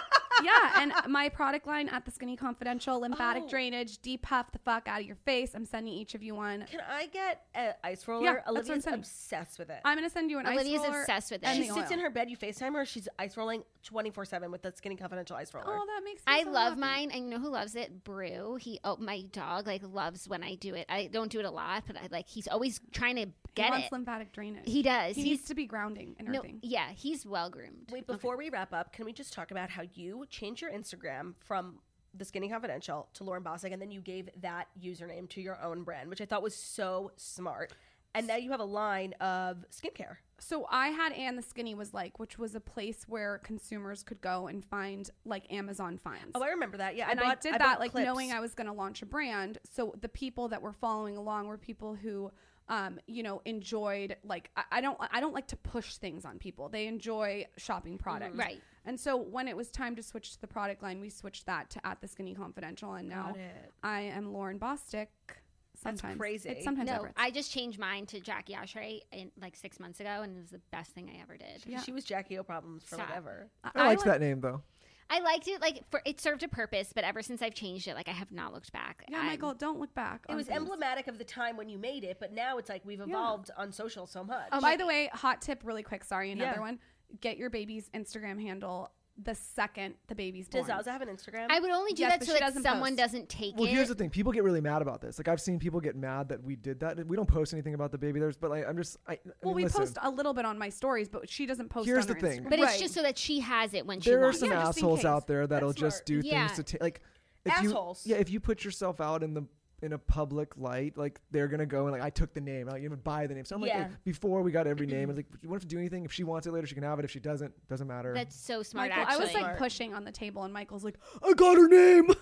E: yeah, and my product line at the Skinny Confidential, lymphatic
B: Oh.
E: drainage, depuff the fuck out of your face. I'm sending each of you one.
B: Can I get an ice roller?
E: Yeah, that's what I'm
B: Olivia's
E: saying.
B: obsessed with it.
E: I'm gonna send you an
C: Olivia's
E: ice roller.
C: obsessed with it.
E: and
B: she
E: the
B: sits in
E: oil.
B: her bed. You FaceTime her. She's ice rolling 24 7 with that skinny confidential ice roller.
E: Oh, that makes. Me
C: I
E: so
C: love
E: happy.
C: mine. And you know who loves it? Brew. He, oh, my dog, like loves when I do it. I don't do it a lot, but I like. He's always trying to
E: He
C: get
E: wants
C: it.
E: lymphatic drainage.
C: He does.
E: He
C: He's-
E: needs to be grounding and
C: No,
E: everything.
C: yeah, he's well groomed.
B: Wait, before we wrap up, can we just talk about how you changed your Instagram from the Skinny Confidential to Lauren Bosick, and then you gave that username to your own brand, which I thought was so smart. And now you have a line of skincare.
E: So I had and the skinny was like, which was a place where consumers could go and find like Amazon finds.
B: Oh, I remember that. Yeah,
E: and I,
B: bought-
E: did
B: bought
E: that like
B: clips.
E: knowing I was going to launch a brand. So the people that were following along were people who, um, you know, enjoyed like I, I don't I don't like to push things on people. They enjoy
B: Mm-hmm.
E: shopping products,
C: Right.
E: And so when it was time to switch to the product line, we switched that to at the Skinny Confidential, and now I am Lauren Bostick. Sometimes
B: crazy.
E: It's sometimes
C: No,
E: Everett's.
C: I just changed mine to Jackie Ashray in like six months ago, and it was the best thing I ever did.
B: She was Jackie O problems for
C: Stop.
B: whatever.
D: I, liked that name though.
C: I liked it. Like for it served a purpose, but ever since I've changed it, like I have not looked back.
E: Yeah,
C: I'm-
E: Michael, don't look back.
B: It
E: on
B: was
E: things.
B: emblematic of the time when you made it, but now it's like we've evolved on social so much.
E: Oh, By the way, hot tip really quick. Sorry, another
B: Yeah.
E: one. Get your baby's Instagram handle the second the baby's born.
B: Does Zaza have an Instagram?
C: I would only do
E: Yes,
C: that
E: but
C: so
E: she
C: that
E: doesn't
C: someone
E: post.
C: doesn't take
D: Well,
C: it.
D: here's the thing: people get really mad about this. Like I've seen people get mad that we did that. We don't post anything about the baby. There's, but like, I'm just. I, I
E: Well,
D: mean,
E: we
D: listen,
E: post a little bit on my stories, but she doesn't post.
D: Here's the
E: on her
D: thing.
E: Instagram.
C: but
E: Right.
C: it's just so that she has it when she
D: there are
C: wants.
D: some
E: Yeah, just in
D: assholes
E: case.
D: out there that'll
B: That's
D: just do
B: smart.
C: Yeah.
D: things to take like if
B: Assholes.
D: You, yeah, if you put yourself out in the in a public light, like they're gonna go and like I took the name, like you even buy the name. So I'm
B: Yeah.
D: like, like, before we got every name, it's like you won't have to do anything. If she wants it later, she can have it. If she doesn't, doesn't matter.
C: That's so smart.
E: Michael, I
C: actually,
E: was like pushing on the table, and Michael's like,
D: I got her name.
C: good.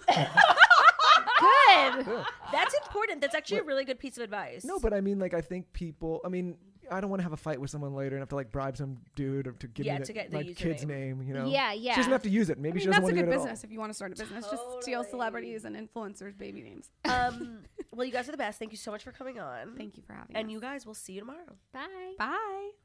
B: That's important. That's actually a really good piece of advice.
D: no, but I mean, like I think people. I mean, I don't want to have a fight with someone later and have to like bribe some dude or to give
B: Yeah,
D: me the,
B: to get the
D: my kid's
B: username.
D: name. You know?
C: Yeah,
D: She doesn't
C: yeah.
D: have to use it. Maybe
E: I
D: she
E: mean,
D: doesn't
E: that's a
D: want to do
E: good
D: it at all.
E: business if you want to start a business. Just steal celebrities and influencers' baby names.
B: Um, well, you guys are the best. Thank you so much for coming on.
E: [laughs] Thank you for having
B: And
E: us.
B: you guys, we'll see you tomorrow.
C: Bye.
E: Bye.